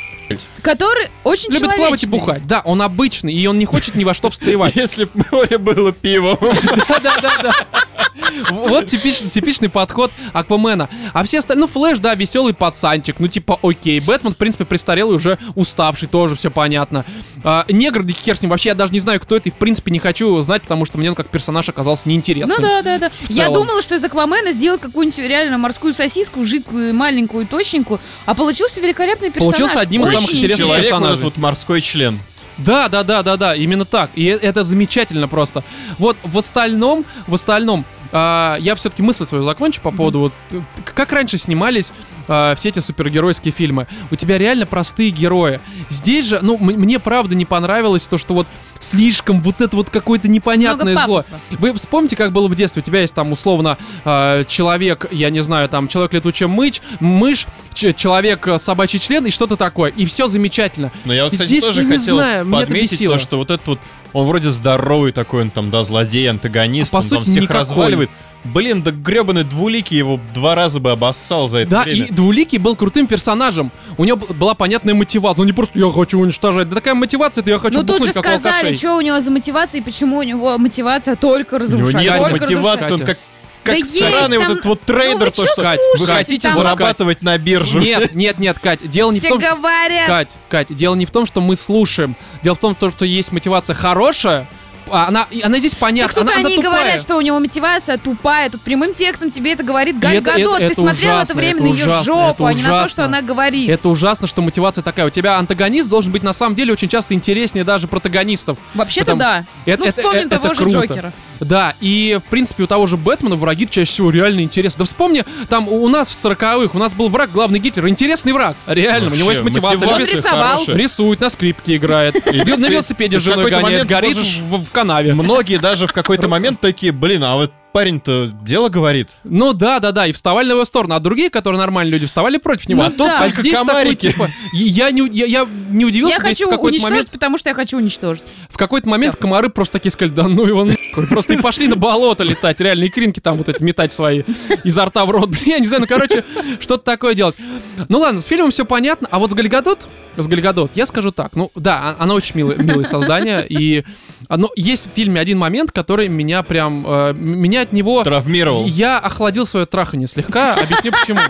Speaker 3: Который очень
Speaker 1: любит плавать и
Speaker 3: человечный.
Speaker 1: бухать. Да, он обычный, и он не хочет ни во что встревать.
Speaker 2: Если бы море было пивом.
Speaker 1: Ну, Да-да-да. Вот типичный, типичный подход Аквамена. А все остальные, ну, Флэш, да, веселый пацанчик, ну, типа, окей. Бэтмен, в принципе, престарелый, уже уставший, тоже все понятно. А, негр, да хер с ним, вообще я даже не знаю, кто это, и, в принципе, не хочу его знать, потому что мне он как персонаж оказался неинтересным.
Speaker 3: Ну да, да, да. Я
Speaker 1: целом.
Speaker 3: думала, что из Аквамена сделают какую-нибудь реально морскую сосиску, жидкую, маленькую, точненькую, а получился великолепный персонаж.
Speaker 1: Получился одним из
Speaker 3: Очень
Speaker 1: самых интересных
Speaker 3: интересный.
Speaker 2: Человек, вот
Speaker 1: персонажей.
Speaker 2: этот вот морской член.
Speaker 1: Да, да, да, да, да, именно так. И э- это замечательно просто. Вот в остальном, в остальном, а, я все-таки мысль свою закончу по поводу вот э, как раньше снимались а, все эти супергеройские фильмы. У тебя реально простые герои. Здесь же, ну, м- мне правда не понравилось то, что вот слишком вот это вот какое-то непонятное
Speaker 3: Много
Speaker 1: зло.
Speaker 3: пафоса.
Speaker 1: Вы вспомните, как было в детстве. У тебя есть там условно э, человек, я не знаю, там человек летучая мышь, мышь, ч- человек э, собачий член и что-то такое. И все замечательно.
Speaker 2: Но я вот, кстати,
Speaker 1: Здесь,
Speaker 2: тоже
Speaker 1: ну, не
Speaker 2: хотел
Speaker 1: знаю, меня это
Speaker 2: подметить
Speaker 1: бесило.
Speaker 2: то, что вот этот вот, он вроде здоровый такой, он там, да, злодей, антагонист,
Speaker 1: А по
Speaker 2: он там
Speaker 1: сути
Speaker 2: всех
Speaker 1: никакой.
Speaker 2: разваливает. Блин, да гребаный двуликий его два раза бы обоссал за это
Speaker 1: Да,
Speaker 2: время.
Speaker 1: и Двуликий был крутым персонажем. У него б- была понятная мотивация. Он не просто «я хочу уничтожать». Да такая мотивация, это «я хочу
Speaker 3: Ну тут же
Speaker 1: бухнуть, как
Speaker 3: сказали,
Speaker 1: алкашей».
Speaker 3: что у него за мотивация и почему у него мотивация только
Speaker 2: У него
Speaker 3: разрушать.
Speaker 2: нет
Speaker 1: Только
Speaker 3: только
Speaker 2: мотивации, он
Speaker 1: разрушать.
Speaker 2: как как
Speaker 3: есть
Speaker 2: сраный
Speaker 3: там- ну,
Speaker 2: вот этот вот трейдер,
Speaker 3: вы
Speaker 2: то,
Speaker 3: чё
Speaker 2: что
Speaker 1: Кать,
Speaker 2: вы
Speaker 1: слушаете
Speaker 2: хотите
Speaker 1: там?
Speaker 2: зарабатывать на бирже. [laughs]
Speaker 1: Нет, [laughs] нет, нет, Кать, дело не в
Speaker 3: Все
Speaker 1: том, что...
Speaker 3: говорят.
Speaker 1: Кать, Кать, дело не в том, что мы слушаем. Дело в том, то, что есть мотивация хорошая, а она, и она здесь
Speaker 3: Так
Speaker 1: понятна,
Speaker 3: тут
Speaker 1: она, она
Speaker 3: они и
Speaker 1: тупая.
Speaker 3: говорят, что у него мотивация тупая. Тут прямым текстом тебе это говорит Галь
Speaker 1: это-
Speaker 3: Гадот.
Speaker 1: это-
Speaker 3: Ты
Speaker 1: это
Speaker 3: смотрел это
Speaker 1: ужасно,
Speaker 3: время
Speaker 1: это
Speaker 3: на ее
Speaker 1: ужасно,
Speaker 3: жопу,
Speaker 1: это
Speaker 3: а не на то,
Speaker 1: ужасно.
Speaker 3: что она говорит.
Speaker 1: Это ужасно, что мотивация такая. У тебя антагонист должен быть на самом деле очень часто интереснее даже протагонистов.
Speaker 3: Вообще-то
Speaker 1: Потому-
Speaker 3: да.
Speaker 1: Это-
Speaker 3: ну,
Speaker 1: это-
Speaker 3: вспомним
Speaker 1: э, это
Speaker 3: того же
Speaker 1: круто.
Speaker 3: Джокера.
Speaker 1: Да, и в принципе у того же Бэтмена враги чаще всего реально интересны. Да вспомни, там у у нас в 40-х, у нас был враг, главный Гитлер, интересный враг. Реально, у него есть мотивация.
Speaker 3: мотивация.
Speaker 1: любит-
Speaker 3: Он рисовал.
Speaker 1: Рисует, на скрипке
Speaker 2: [laughs]
Speaker 1: играет,
Speaker 2: ты-
Speaker 1: на велосипеде
Speaker 2: ты в
Speaker 1: женой
Speaker 2: какой-то
Speaker 1: гоняет,
Speaker 2: момент
Speaker 1: горит
Speaker 2: можешь-
Speaker 1: в в канаве.
Speaker 2: Многие даже в какой-то момент такие, блин, а вот парень-то дело говорит.
Speaker 1: Ну да, да, да, и вставали на его сторону, а другие, которые нормальные люди, вставали против него.
Speaker 3: Ну
Speaker 1: а
Speaker 3: да.
Speaker 1: а
Speaker 2: только
Speaker 1: здесь такой,
Speaker 2: комарики.
Speaker 1: типа, и я не, у- я, я не удивился,
Speaker 3: Я
Speaker 1: если
Speaker 3: хочу
Speaker 1: в какой-то
Speaker 3: уничтожить,
Speaker 1: момент,
Speaker 3: потому что я хочу уничтожить.
Speaker 1: в какой-то момент
Speaker 3: Всё.
Speaker 1: комары просто такие сказали, да ну его нахуй, просто и пошли на болото летать, реально, икринки там вот эти метать свои изо рта в рот, блин, я не знаю, ну короче, что-то такое делать. Ну ладно, с фильмом все понятно, а вот с Гальгадот, с Гальгадот, я скажу так, ну да, о- она очень милое, милое создание, и оно, есть в фильме один момент, который меня прям, э, м- меня от него...
Speaker 2: [laughs] Травмировал.
Speaker 1: Я охладил свое трахание слегка, объясню
Speaker 3: [laughs]
Speaker 1: почему.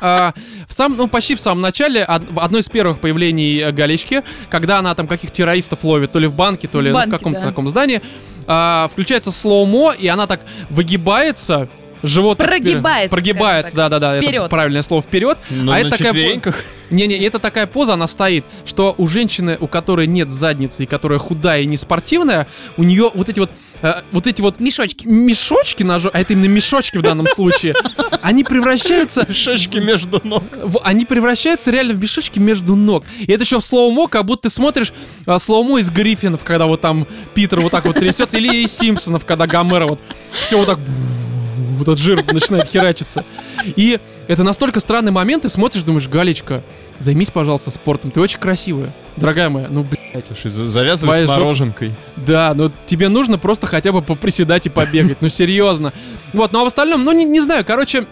Speaker 1: А, в сам, ну, почти в самом начале, од- в одно из первых появлений э, Галечки, когда она там каких террористов ловит, то ли в банке, то ли
Speaker 3: В
Speaker 1: ну, в,
Speaker 3: банке,
Speaker 1: каком-то
Speaker 3: да.
Speaker 1: таком здании, а, включается слоумо, и она так выгибается, живот... так вперед-
Speaker 3: Прогибается,
Speaker 1: Прогибается,
Speaker 3: скажем так.
Speaker 1: да-да-да, это
Speaker 3: Вперед.
Speaker 1: правильное слово, вперед.
Speaker 2: Но
Speaker 1: а
Speaker 2: Ну, на
Speaker 1: это такая... по-
Speaker 2: четвереньках.
Speaker 1: не-не, это такая поза, она стоит, что у женщины, у которой нет задницы и которая худая и не спортивная, у нее вот эти вот, э, вот эти вот
Speaker 3: Мешочки.
Speaker 1: мешочки ножа, а это именно мешочки в данном случае, они превращаются
Speaker 2: [laughs] Шишки между ног.
Speaker 1: в- они превращаются реально в мешочки между ног. И это еще в слоумо, как будто ты смотришь а, слоумо из Гриффинов, когда вот там Питер вот так вот трясется, или из Симпсонов, когда Гомера вот все вот так вот этот жир начинает херачиться. И это настолько странный момент, ты смотришь, думаешь, Галечка, займись, пожалуйста, спортом, ты очень красивая, дорогая моя, ну, блядь.
Speaker 2: Слушай, за- завязывай
Speaker 1: Твоя
Speaker 2: с
Speaker 1: жопа.
Speaker 2: мороженкой.
Speaker 1: Да, но тебе нужно просто хотя бы поприседать и побегать, ну серьезно. Вот, ну а в остальном, ну не, не знаю, короче,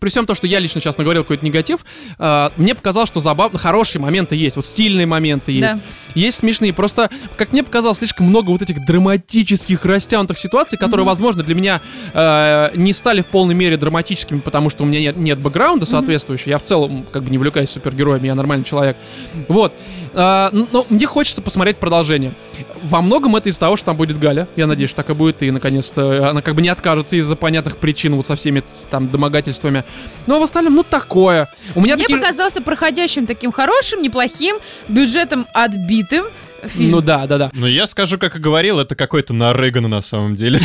Speaker 1: при всем то, что я лично сейчас наговорил какой-то негатив, э, мне показалось, что забавно, хорошие моменты есть, вот стильные моменты есть,
Speaker 3: Да.
Speaker 1: есть смешные. Просто, как мне показалось, слишком много вот этих драматических растянутых ситуаций, которые, возможно, для меня э, не стали в полной мере драматическими, потому что у меня нет, нет бэкграунда соответствующего. Я в целом как бы не увлекаюсь супергероями, я нормальный человек. Вот. Э, но мне хочется посмотреть продолжение. Во многом это из-за того, что там будет Галя. Я надеюсь, что так и будет. И, наконец-то, она как бы не откажется из-за понятных причин вот со всеми там домогательствами. Но в остальном, ну, такое. У меня
Speaker 3: Мне
Speaker 1: такие...
Speaker 3: показался проходящим таким хорошим, неплохим, бюджетом отбитым фильм.
Speaker 1: Ну да, да, да.
Speaker 2: Но я скажу, как и говорил, это какой-то на Рейгана на самом деле.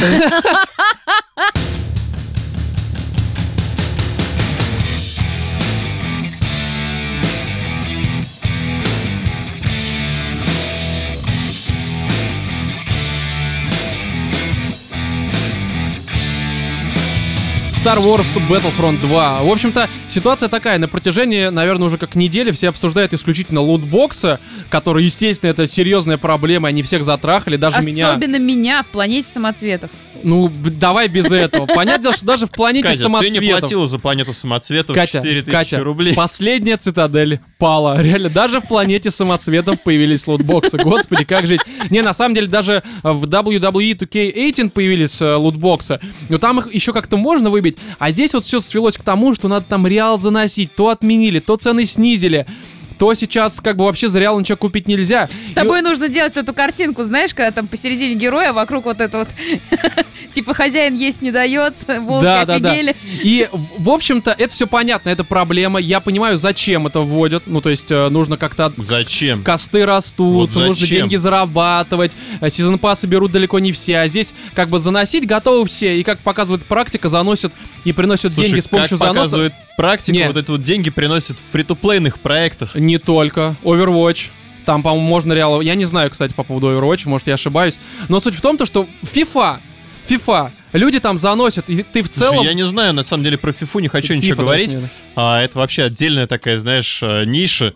Speaker 1: Star Wars Battlefront 2. В общем-то, ситуация такая. На протяжении, наверное, уже как недели все обсуждают исключительно лутбоксы, которые, естественно, это серьезная проблема, они всех затрахали, даже меня.
Speaker 3: Особенно меня в планете самоцветов.
Speaker 1: Ну, б- давай без этого. Понятное дело, что даже в планете
Speaker 2: Катя, ты не
Speaker 1: самоцветов.
Speaker 2: платила за планету самоцветов
Speaker 1: Катя,
Speaker 2: 4000
Speaker 1: Катя,
Speaker 2: рублей.
Speaker 1: последняя цитадель пала. Реально, даже в планете самоцветов появились лутбоксы. Господи, как жить? Не, на самом деле, даже э, в WWE 2K18 появились э, лутбоксы. Но там их еще как-то можно выбить. А здесь вот все свелось к тому, что надо там реал заносить. То отменили, то цены снизили. То сейчас как бы вообще за реал ничего купить нельзя.
Speaker 3: С тобой нужно делать эту картинку, знаешь, когда там посередине героя а вокруг вот это вот, [laughs] типа хозяин есть не дает, волки
Speaker 1: Да, да, да.
Speaker 3: офигели.
Speaker 1: И, в- в общем-то, это все понятно, это проблема. Я понимаю, зачем это вводят. Ну, то есть, э, нужно как-то
Speaker 2: Зачем?
Speaker 1: косты растут,
Speaker 2: Вот
Speaker 1: нужно
Speaker 2: зачем?
Speaker 1: деньги зарабатывать, э, сезон-пасы берут далеко не все, а здесь как бы заносить готовы все, и как показывает практика, заносят и приносят
Speaker 2: Слушай,
Speaker 1: деньги с помощью
Speaker 2: как
Speaker 1: заноса.
Speaker 2: показывает практика,
Speaker 1: Не.
Speaker 2: вот это вот деньги приносят в фритуплейных проектах.
Speaker 1: Не только. Overwatch. Там, по-моему, можно реал... Я не знаю, кстати, по поводу Overwatch, может, я ошибаюсь. Но суть в том, то, что FIFA, FIFA, люди там заносят, и ты в
Speaker 2: Слушай,
Speaker 1: целом...
Speaker 2: я не знаю, на самом деле, про фифу не хочу
Speaker 1: FIFA,
Speaker 2: ничего
Speaker 1: точнее,
Speaker 2: говорить.
Speaker 1: да.
Speaker 2: А это вообще отдельная такая, знаешь, э, ниша.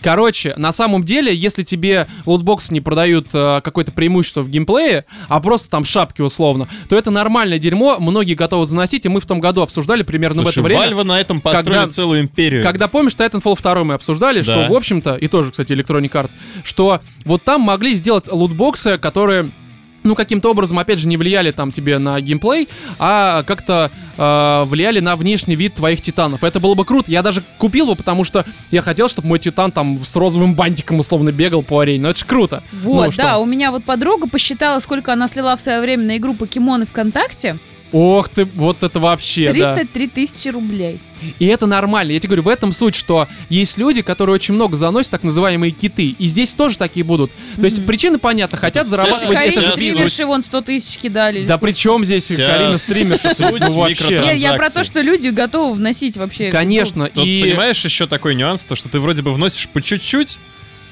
Speaker 1: Короче, на самом деле, если тебе лутбоксы не продают э, какое-то преимущество в геймплее, а просто там шапки условно, то это нормальное дерьмо, многие готовы заносить, и мы в том году обсуждали примерно
Speaker 2: Слушай,
Speaker 1: ну, в это время.
Speaker 2: Valve на этом построили
Speaker 1: когда-
Speaker 2: целую империю.
Speaker 1: Когда, помнишь, Titanfall 2 мы обсуждали,
Speaker 2: Э. Да.
Speaker 1: что, в общем-то, и тоже, кстати, Electronic Arts, что вот там могли сделать лутбоксы, которые ну, каким-то образом, опять же, не влияли там тебе на геймплей, а как-то э, влияли на внешний вид твоих титанов. Это было бы круто. Я даже купил его, потому что я хотел, чтобы мой титан там с розовым бантиком условно бегал по арене. Но это ж круто.
Speaker 3: Вот,
Speaker 1: Ну, что?
Speaker 3: да, у меня вот подруга посчитала, сколько она слила в свое время на игру покемоны ВКонтакте.
Speaker 1: Ох ты, вот это вообще, да.
Speaker 3: 33 тысячи рублей.
Speaker 1: И это нормально. Я тебе говорю, в этом суть, что есть люди, которые очень много заносят, так называемые киты. И здесь тоже такие будут. То есть
Speaker 3: Мгм.
Speaker 1: причины понятны, хотят
Speaker 2: Вся
Speaker 1: зарабатывать.
Speaker 2: Карина
Speaker 1: Это же
Speaker 3: Карине
Speaker 2: сейчас
Speaker 1: бизнес.
Speaker 3: стримерши вон 100 тысяч кидали. или
Speaker 1: Да
Speaker 3: сколько?
Speaker 1: при чем здесь
Speaker 2: Вся
Speaker 1: Карина стример?
Speaker 2: [laughs]
Speaker 1: Ну,
Speaker 2: суть
Speaker 1: вообще.
Speaker 3: Нет, я про
Speaker 2: транзакции.
Speaker 3: то, что люди готовы вносить вообще. ну,
Speaker 1: Конечно.
Speaker 2: Тут,
Speaker 1: И
Speaker 2: понимаешь, еще такой нюанс, то, что ты вроде бы вносишь по чуть-чуть,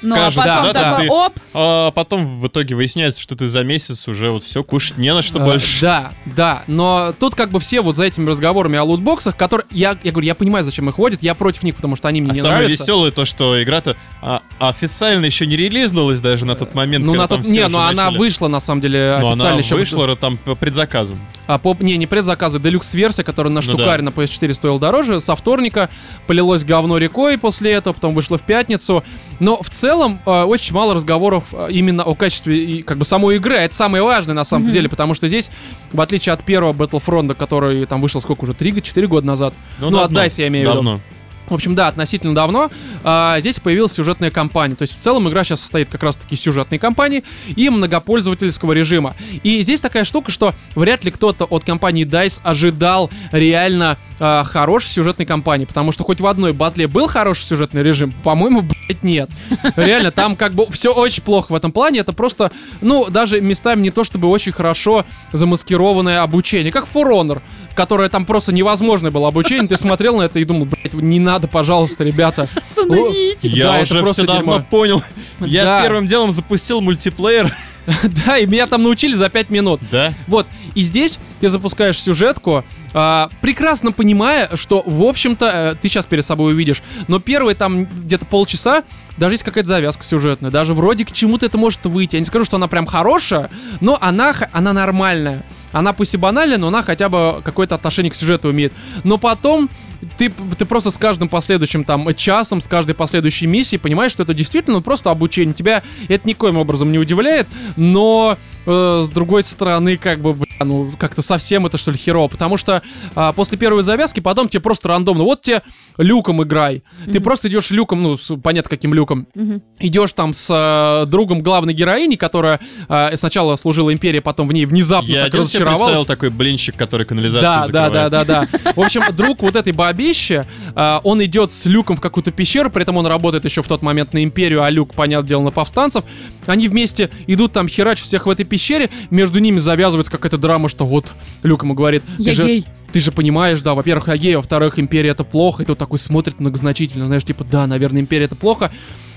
Speaker 3: Ну, а
Speaker 2: Кажется,
Speaker 3: потом
Speaker 1: да, да,
Speaker 3: такой,
Speaker 2: ты-
Speaker 3: оп,
Speaker 2: а потом в итоге выясняется, что ты за месяц уже вот все кушать не на что
Speaker 1: А,
Speaker 2: больше.
Speaker 1: Да, да. Но тут как бы все вот за этими разговорами о лутбоксах, которые... Я, я говорю, я понимаю, зачем их водят, я против них, потому что они мне
Speaker 2: А
Speaker 1: не
Speaker 2: самое
Speaker 1: нравятся.
Speaker 2: веселое то, что игра-то а, официально еще не релизнулась даже на тот момент.
Speaker 1: Ну,
Speaker 2: когда
Speaker 1: на
Speaker 2: там
Speaker 1: тот...
Speaker 2: все
Speaker 1: Не,
Speaker 2: уже
Speaker 1: ну она
Speaker 2: начали.
Speaker 1: вышла, на самом деле,
Speaker 2: Но
Speaker 1: официально
Speaker 2: она
Speaker 1: еще.
Speaker 2: вышла там по предзаказам.
Speaker 1: А, поп- Не, не предзаказы, делюкс-версия, которая на
Speaker 2: Ну
Speaker 1: штукаре на PS4 стоила дороже. Со вторника полилось говно рекой после этого, потом вышло в пятницу. Но в целом э, очень мало разговоров э, именно о качестве и, как бы самой игры. А Это самое важное на самом
Speaker 3: Мгм.
Speaker 1: деле, потому что здесь, в отличие от первого Battlefront, который там вышел сколько уже, 3-4 года назад, Ну,
Speaker 2: давно,
Speaker 1: отдайся, я имею в виду.
Speaker 2: давно.
Speaker 1: В общем, да, относительно давно а, здесь появилась сюжетная кампания. То есть в целом игра сейчас состоит как раз-таки из сюжетной кампании и многопользовательского режима. И здесь такая штука, что вряд ли кто-то от компании DICE ожидал реально а, хорошей сюжетной кампании, потому что хоть в одной батле был хороший сюжетный режим, по-моему, блять, нет. Реально, там как бы все очень плохо в этом плане. Это просто, ну, даже местами не то чтобы очень хорошо замаскированное обучение, как For Honor, которое там просто невозможно было обучение. Ты смотрел на это и думал, блять, не надо, пожалуйста, ребята. [laughs]
Speaker 3: остановите.
Speaker 2: Я
Speaker 1: Да, это
Speaker 2: уже
Speaker 1: Типа, просто
Speaker 2: все давно
Speaker 1: дерьмо. [laughs]
Speaker 2: понял. Я
Speaker 1: Да.
Speaker 2: первым делом запустил мультиплеер.
Speaker 1: Да, и меня там научили за 5 минут.
Speaker 2: Да.
Speaker 1: Вот, и здесь ты запускаешь сюжетку, а, прекрасно понимая, что, в общем-то, э, ты сейчас перед собой увидишь, но первые там где-то полчаса даже есть какая-то завязка сюжетная, даже вроде к чему-то это может выйти. Я не скажу, что она прям хорошая, но она, х- она нормальная. Она пусть и банальная, но она хотя бы какое-то отношение к сюжету имеет. Но потом ты, ты просто с каждым последующим там часом, с каждой последующей миссией понимаешь, что это действительно ну, просто обучение. Тебя это никоим образом не удивляет, но э, с другой стороны, как бы, бля, ну, как-то совсем это, что ли, херово. Потому что а, после первой завязки потом тебе просто рандомно, вот тебе люком играй. Ты просто идешь люком, ну, с- понятно, каким люком.
Speaker 3: Мгм.
Speaker 1: Идешь там с э, другом главной героини, которая э, сначала служила империи, потом в ней внезапно
Speaker 2: Я
Speaker 1: А, так
Speaker 2: один себе представил
Speaker 1: разочаровалась.
Speaker 2: такой блинчик, который канализацию
Speaker 1: Да, да,
Speaker 2: закрывает.
Speaker 1: да, да, да. В общем, друг вот этой бабищи, э, он идет с люком в какую-то пещеру, при этом он работает еще в тот момент на империю, а люк, понятное дело, на повстанцев. Они вместе идут там херачат всех в этой пещере, между ними завязывается какая-то драма, что вот Люк ему говорит, ты
Speaker 3: Я
Speaker 1: же-
Speaker 3: гей.
Speaker 1: ты же понимаешь, да, во-первых, я гей, во-вторых, империя это плохо, и тут такой смотрит многозначительно, знаешь, типа, да, наверное, империя это плохо.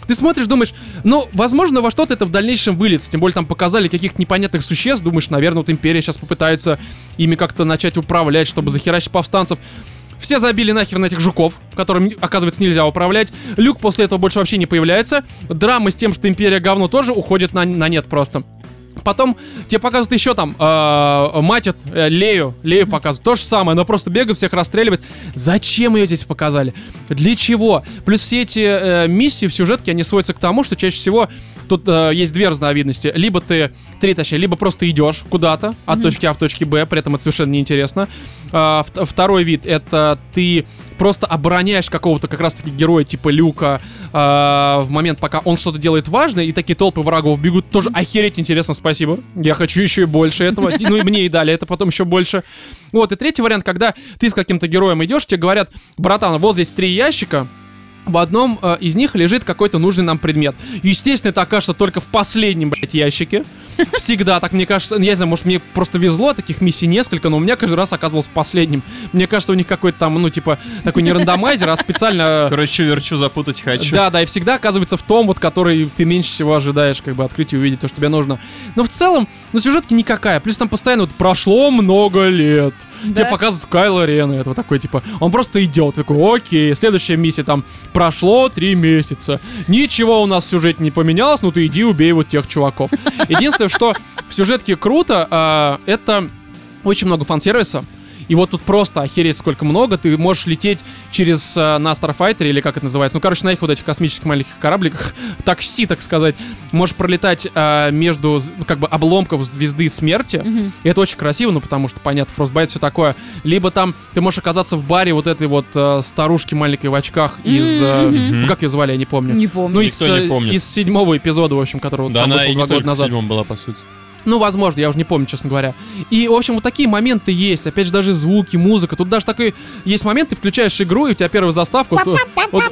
Speaker 1: Ты смотришь, думаешь, ну, возможно, во что-то это в дальнейшем выльется, тем более там показали каких-то непонятных существ, думаешь, наверное, вот империя сейчас попытается ими как-то начать управлять, чтобы захерачить повстанцев. Все забили нахер на этих жуков, которым, оказывается, нельзя управлять. Люк после этого больше вообще не появляется. Драма с тем, что империя говно, тоже уходит на, на нет просто. Потом тебе показывают еще там э, матят э, Лею, Лею показывают. То же самое, она просто бегает, всех расстреливает. Зачем ее здесь показали? Для чего? Плюс все эти э, миссии в сюжетке, они сводятся к тому, что чаще всего тут э, есть две разновидности. Либо ты, три точнее, либо просто идешь куда-то от точки А в точке Б, при этом это совершенно неинтересно. А, вт- второй вид — это ты просто обороняешь какого-то как раз-таки героя типа Люка а, в момент, пока он что-то делает важное, и такие толпы врагов бегут. Тоже охереть интересно, спасибо. Я хочу еще и больше этого. [laughs] Ну и мне и дали это потом еще больше. Вот, и третий вариант, когда ты с каким-то героем идешь, тебе говорят, братан, вот здесь три ящика, в одном э, из них лежит какой-то нужный нам предмет. Естественно, это окажется только в последнем, блядь, ящике. Всегда так, мне кажется, ну, я не знаю, может, мне просто везло, таких миссий несколько, но у меня каждый раз оказывалось в последнем. Мне кажется, у них какой-то там, ну, типа, такой не рандомайзер, а специально...
Speaker 2: Короче, верчу, запутать хочу.
Speaker 1: Да, да, и всегда оказывается в том, вот который ты меньше всего ожидаешь, как бы открыть и увидеть то, что тебе нужно. Но в целом, ну, сюжетки никакая. Плюс там постоянно вот прошло много лет. Тебе
Speaker 3: Да.
Speaker 1: показывают Кайла Рена, этого такой, типа, он просто идет, такой, окей, следующая миссия там, прошло три месяца, ничего у нас в сюжете не поменялось, ну ты иди убей вот тех чуваков. Единственное, что в сюжетке круто, а, это очень много фан-сервиса, И вот тут просто охереть сколько много. Ты можешь лететь через э, на Starfighter, или как это называется. Ну, короче, на их вот этих космических маленьких корабликах, такси, так сказать. Можешь пролетать э, между з- как бы обломков звезды смерти.
Speaker 3: Мгм.
Speaker 1: И это очень красиво, ну потому что, понятно, фростбайт, все такое. Либо там ты можешь оказаться в баре вот этой вот э, старушки маленькой в очках из... э,
Speaker 3: Мгм.
Speaker 1: ну, как ее звали, я не помню.
Speaker 3: Не помню.
Speaker 1: Ну, из,
Speaker 2: Никто не
Speaker 1: э,
Speaker 2: помнит.
Speaker 1: из седьмого эпизода, в общем, которого
Speaker 2: Да,
Speaker 1: там
Speaker 2: она
Speaker 1: вышел
Speaker 2: и
Speaker 1: два
Speaker 2: не
Speaker 1: года
Speaker 2: только в
Speaker 1: назад.
Speaker 2: седьмом была, по сути.
Speaker 1: Ну, возможно, я уже не помню, честно говоря. И, в общем, вот такие моменты есть. Опять же, даже звуки, музыка. Тут даже такой есть момент, ты включаешь игру, и у тебя первая заставка. вот- э, вот-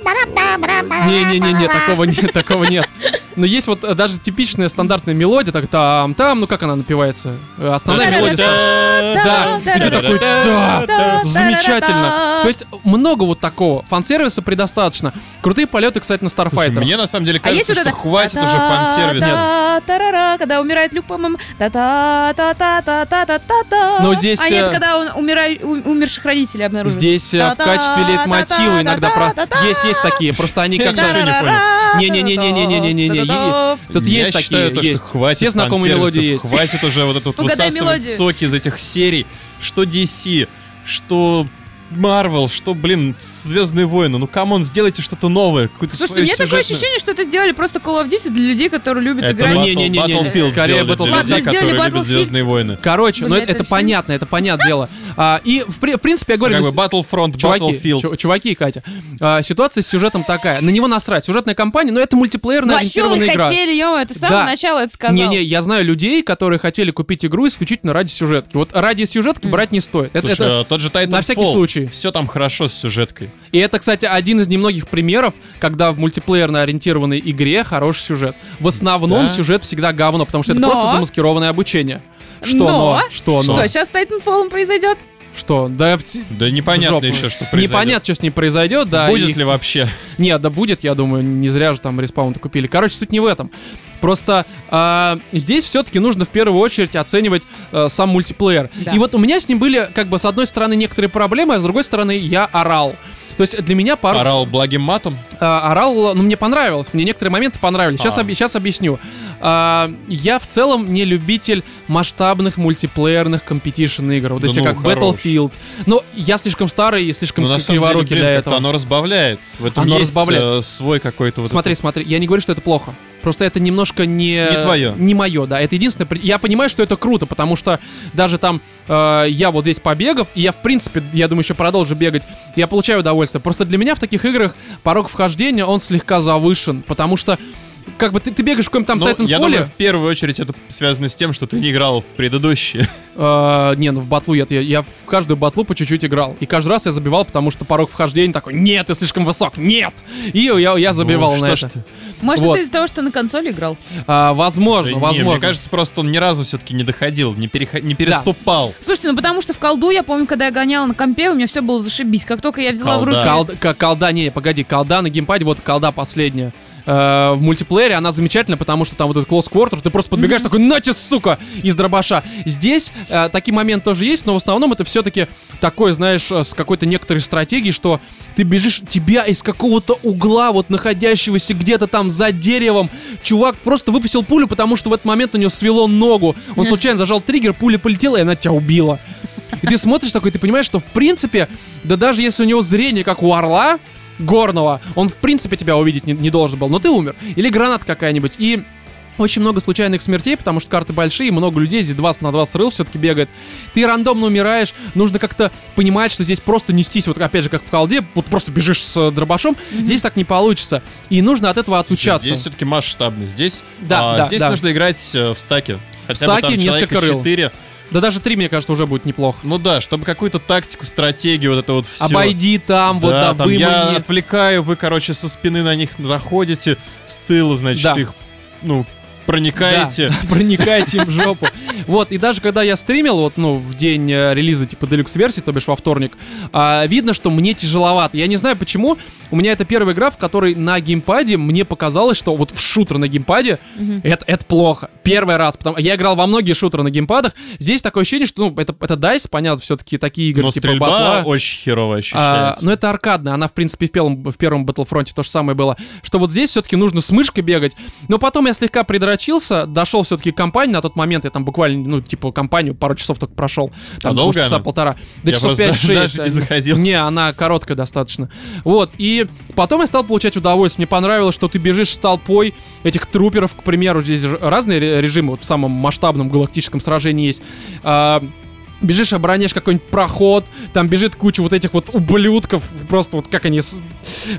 Speaker 1: Не-не-не, такого нет, [laughs] такого нет. Но есть вот э, даже типичная стандартная мелодия, так там-там, ну как она напивается? Э, Основная
Speaker 3: Да-да-да-да.
Speaker 1: мелодия. Да,
Speaker 3: Да,
Speaker 1: и ты
Speaker 3: да,
Speaker 1: такой, да,
Speaker 3: да,
Speaker 1: замечательно.
Speaker 3: да-да-да.
Speaker 1: То есть много вот такого. Фан-сервиса предостаточно. Крутые полеты, кстати, на
Speaker 2: Слушай,
Speaker 1: Starfighter.
Speaker 2: мне на самом деле
Speaker 3: А есть
Speaker 2: кажется,
Speaker 3: вот
Speaker 2: что
Speaker 3: это...
Speaker 2: хватит уже фан-сервиса.
Speaker 3: та-та-та, тарара, Когда умирает Люк, по-моему. та-та-та-та-та-та-та-та.
Speaker 1: Но здесь,
Speaker 3: А
Speaker 1: э,
Speaker 3: нет, когда он умира- у- умерших родителей обнаружил.
Speaker 1: Здесь э, в
Speaker 3: Та-та,
Speaker 1: качестве лейтмотива
Speaker 3: та-та,
Speaker 1: иногда
Speaker 3: та-та,
Speaker 1: про... Есть, есть такие, просто они как-то...
Speaker 2: Ничего не понял.
Speaker 1: Не-не-не-не-не-не-не-не. Тут
Speaker 2: Я
Speaker 1: есть
Speaker 2: считаю,
Speaker 1: такие,
Speaker 2: то,
Speaker 1: есть.
Speaker 2: что хватит
Speaker 1: Все знакомые
Speaker 2: фан-сервисов,
Speaker 1: мелодии есть.
Speaker 2: Хватит уже вот этот
Speaker 3: [laughs] Угадай
Speaker 2: высасывать
Speaker 3: мелодию.
Speaker 2: соки из этих серий. Что DC, что Marvel, что, блин, Звездные войны. Ну, камон, сделайте что-то новое. Какую-то
Speaker 3: Слушайте,
Speaker 2: свою
Speaker 3: у меня такое
Speaker 2: сюжетную-
Speaker 3: ощущение, что это сделали просто Call of Duty для людей, которые любят
Speaker 2: Это
Speaker 3: играть.
Speaker 1: ну,
Speaker 2: Battle-
Speaker 1: Не-не-не-не.
Speaker 2: Battlefield
Speaker 1: Скорее
Speaker 2: сделали
Speaker 1: Battlefield.
Speaker 2: для людей,
Speaker 3: Ладно, сделали
Speaker 2: которые любят
Speaker 3: Battlefield.
Speaker 2: Звездные войны.
Speaker 1: Короче, ну
Speaker 3: Бля,
Speaker 1: это, это
Speaker 3: это
Speaker 1: понятно, это понятное дело. А, и, в, при- в принципе, я говорю,
Speaker 2: Как
Speaker 1: ну,
Speaker 2: бы Battlefront,
Speaker 1: чуваки,
Speaker 2: Battlefield.
Speaker 1: чу- чуваки и Катя, а, ситуация с сюжетом такая. На него насрать. Сюжетная кампания, но это мультиплеерная
Speaker 3: Вообще вы
Speaker 1: ориентированная игра.
Speaker 3: хотели, ё это с
Speaker 1: Да.
Speaker 3: самого начала это сказал.
Speaker 1: Не-не, я знаю людей, которые хотели купить игру исключительно ради сюжетки. Вот ради
Speaker 3: Хм.
Speaker 1: сюжетки брать не стоит. Это,
Speaker 2: Слушай,
Speaker 1: это-
Speaker 2: а тот же Titanfall.
Speaker 1: на всякий случай.
Speaker 2: Все там хорошо с сюжеткой.
Speaker 1: И это, кстати, один из немногих примеров, когда в мультиплеерно ориентированной игре хороший сюжет. В основном
Speaker 2: Да.
Speaker 1: сюжет всегда говно, потому что это
Speaker 3: Но.
Speaker 1: просто замаскированное обучение. Что
Speaker 3: Но.
Speaker 1: но? Что но?
Speaker 3: Что, сейчас с Titanfall произойдет?
Speaker 1: Что? Да, в те-
Speaker 2: Да непонятно
Speaker 1: в жопу.
Speaker 2: еще, что произойдет.
Speaker 1: Непонятно, что с ней произойдет, да.
Speaker 2: Будет
Speaker 1: и-
Speaker 2: ли вообще?
Speaker 1: Нет, да будет, я думаю, не зря же там респаун купили. Короче, суть не в этом. Просто а, здесь все-таки нужно в первую очередь оценивать э, сам мультиплеер.
Speaker 3: Да.
Speaker 1: И вот у меня с ним были, как бы, с одной стороны, некоторые проблемы, а с другой стороны, я орал. То есть для меня пару
Speaker 2: Орал благим матом?
Speaker 1: а, орал, ну, мне понравилось, мне некоторые моменты понравились. Сейчас,
Speaker 2: А.
Speaker 1: сейчас объясню. А, я в целом не любитель масштабных мультиплеерных компетишн игр. Вот
Speaker 2: Да
Speaker 1: если
Speaker 2: ну,
Speaker 1: как
Speaker 2: хорош.
Speaker 1: Battlefield. Но я слишком старый и слишком
Speaker 2: Ну, на самом деле,
Speaker 1: криворукий
Speaker 2: блин,
Speaker 1: для
Speaker 2: как-то
Speaker 1: этого.
Speaker 2: оно разбавляет. В этом
Speaker 1: Оно
Speaker 2: есть
Speaker 1: разбавляет.
Speaker 2: э, свой какой-то вот...
Speaker 1: смотри, смотри, я не говорю, что это плохо. Просто это немножко не...
Speaker 2: Не твое.
Speaker 1: Не мое, да. Это единственное... при- Я понимаю, что это круто, потому что даже там э, я вот здесь побегав, и я, в принципе, я думаю, еще продолжу бегать, я получаю удовольствие. Просто для меня в таких играх порог вхождения, он слегка завышен, потому что как бы ты, ты бегаешь в каком-то там
Speaker 2: Ну, я думаю,
Speaker 1: Titanfall,
Speaker 2: в первую очередь это связано с тем, что ты не играл в предыдущие.
Speaker 1: э, не, ну в батлу я, я, я в каждую батлу по чуть-чуть играл, и каждый раз я забивал, потому что порог вхождения такой, нет, ты слишком высок, нет, и я, я [laughs] забивал
Speaker 2: Ну,
Speaker 1: на
Speaker 2: что ж
Speaker 1: это.
Speaker 2: ты.
Speaker 3: Может,
Speaker 1: Вот.
Speaker 3: это из-за того, что на консоли играл?
Speaker 1: А,
Speaker 2: Да
Speaker 1: возможно,
Speaker 2: не,
Speaker 1: возможно.
Speaker 2: Мне кажется, просто он ни разу все-таки не доходил, не, переха- не переступал.
Speaker 3: Слушайте, ну потому что в колду, я помню, когда я гоняла на компе, у меня все было зашибись. Как только я взяла
Speaker 2: Колда.
Speaker 3: в руки...
Speaker 1: Колда, к- колда, не, погоди, колда на геймпаде, вот колда последняя. Э, в мультиплеере она замечательна, потому что там вот этот close quarter, ты просто подбегаешь такой, на тебе, сука, из дробаша. Здесь э, такие моменты тоже есть, но в основном это все-таки такое, знаешь, э, с какой-то некоторой стратегией, что ты бежишь, тебя из какого-то угла, вот находящегося где-то там за деревом, чувак просто выпустил пулю, потому что в этот момент у него свело ногу. Он случайно зажал триггер, пуля полетела, и она тебя убила. И ты смотришь такой, ты понимаешь, что в принципе, да даже если у него зрение, как у орла горного, он в принципе тебя увидеть не, не должен был, но ты умер. Или гранат какая-нибудь. И очень много случайных смертей, потому что карты большие, много людей, здесь 20 на 20 рыл все-таки бегает. Ты рандомно умираешь, нужно как-то понимать, что здесь просто нестись, вот опять же, как в колде, вот просто бежишь с э, дробашом, здесь так не получится. И нужно от этого отучаться.
Speaker 2: Здесь все-таки масштабно. Здесь,
Speaker 1: Да,
Speaker 2: а,
Speaker 1: да,
Speaker 2: здесь
Speaker 1: да.
Speaker 2: нужно играть э, в стаке. Хотя бы
Speaker 1: стаке
Speaker 2: там человека
Speaker 1: несколько рыл.
Speaker 2: 4.
Speaker 1: Да даже три, мне кажется, уже будет неплохо.
Speaker 2: Ну да, чтобы какую-то тактику, стратегию, вот это вот все.
Speaker 1: Обойди там, вот
Speaker 2: да,
Speaker 1: да,
Speaker 2: там я
Speaker 1: вымани.
Speaker 2: отвлекаю, вы, короче, со спины на них заходите, с тыла, значит,
Speaker 1: Да.
Speaker 2: их, ну, проникаете.
Speaker 1: Да, [laughs] проникайте им в жопу. Вот, и даже когда я стримил, вот, ну, в день э, релиза типа делюкс-версии, то бишь во вторник, а, видно, что мне тяжеловато. Я не знаю почему, у меня это первая игра, в которой на геймпаде мне показалось, что вот в шутер на геймпаде это, это плохо. Первый раз, потому я играл во многие шутеры на геймпадах, здесь такое ощущение, что, ну, это, это DICE, понятно, все-таки такие игры
Speaker 2: Но
Speaker 1: типа
Speaker 2: стрельба
Speaker 1: батла.
Speaker 2: очень херово
Speaker 1: А,
Speaker 2: ощущается.
Speaker 1: но это аркадная, она, в принципе, в первом, в первом Battlefront то же самое было. Что вот здесь все-таки нужно с мышкой бегать. Но потом я слегка придрочился, дошел все-таки к компании, на тот момент я там буквально буквально, ну, типа, компанию пару часов только прошел. Там,
Speaker 2: А долго
Speaker 1: может, часа
Speaker 2: она?
Speaker 1: полтора. Да
Speaker 2: Я
Speaker 1: часов
Speaker 2: просто
Speaker 1: 5-6.
Speaker 2: даже не заходил.
Speaker 1: Не, она короткая достаточно. Вот, и потом я стал получать удовольствие. Мне понравилось, что ты бежишь с толпой этих труперов, к примеру, здесь же разные ре- режимы, вот в самом масштабном галактическом сражении есть. А, Бежишь, обороняешь какой-нибудь проход, там бежит куча вот этих вот ублюдков, просто вот как они... с-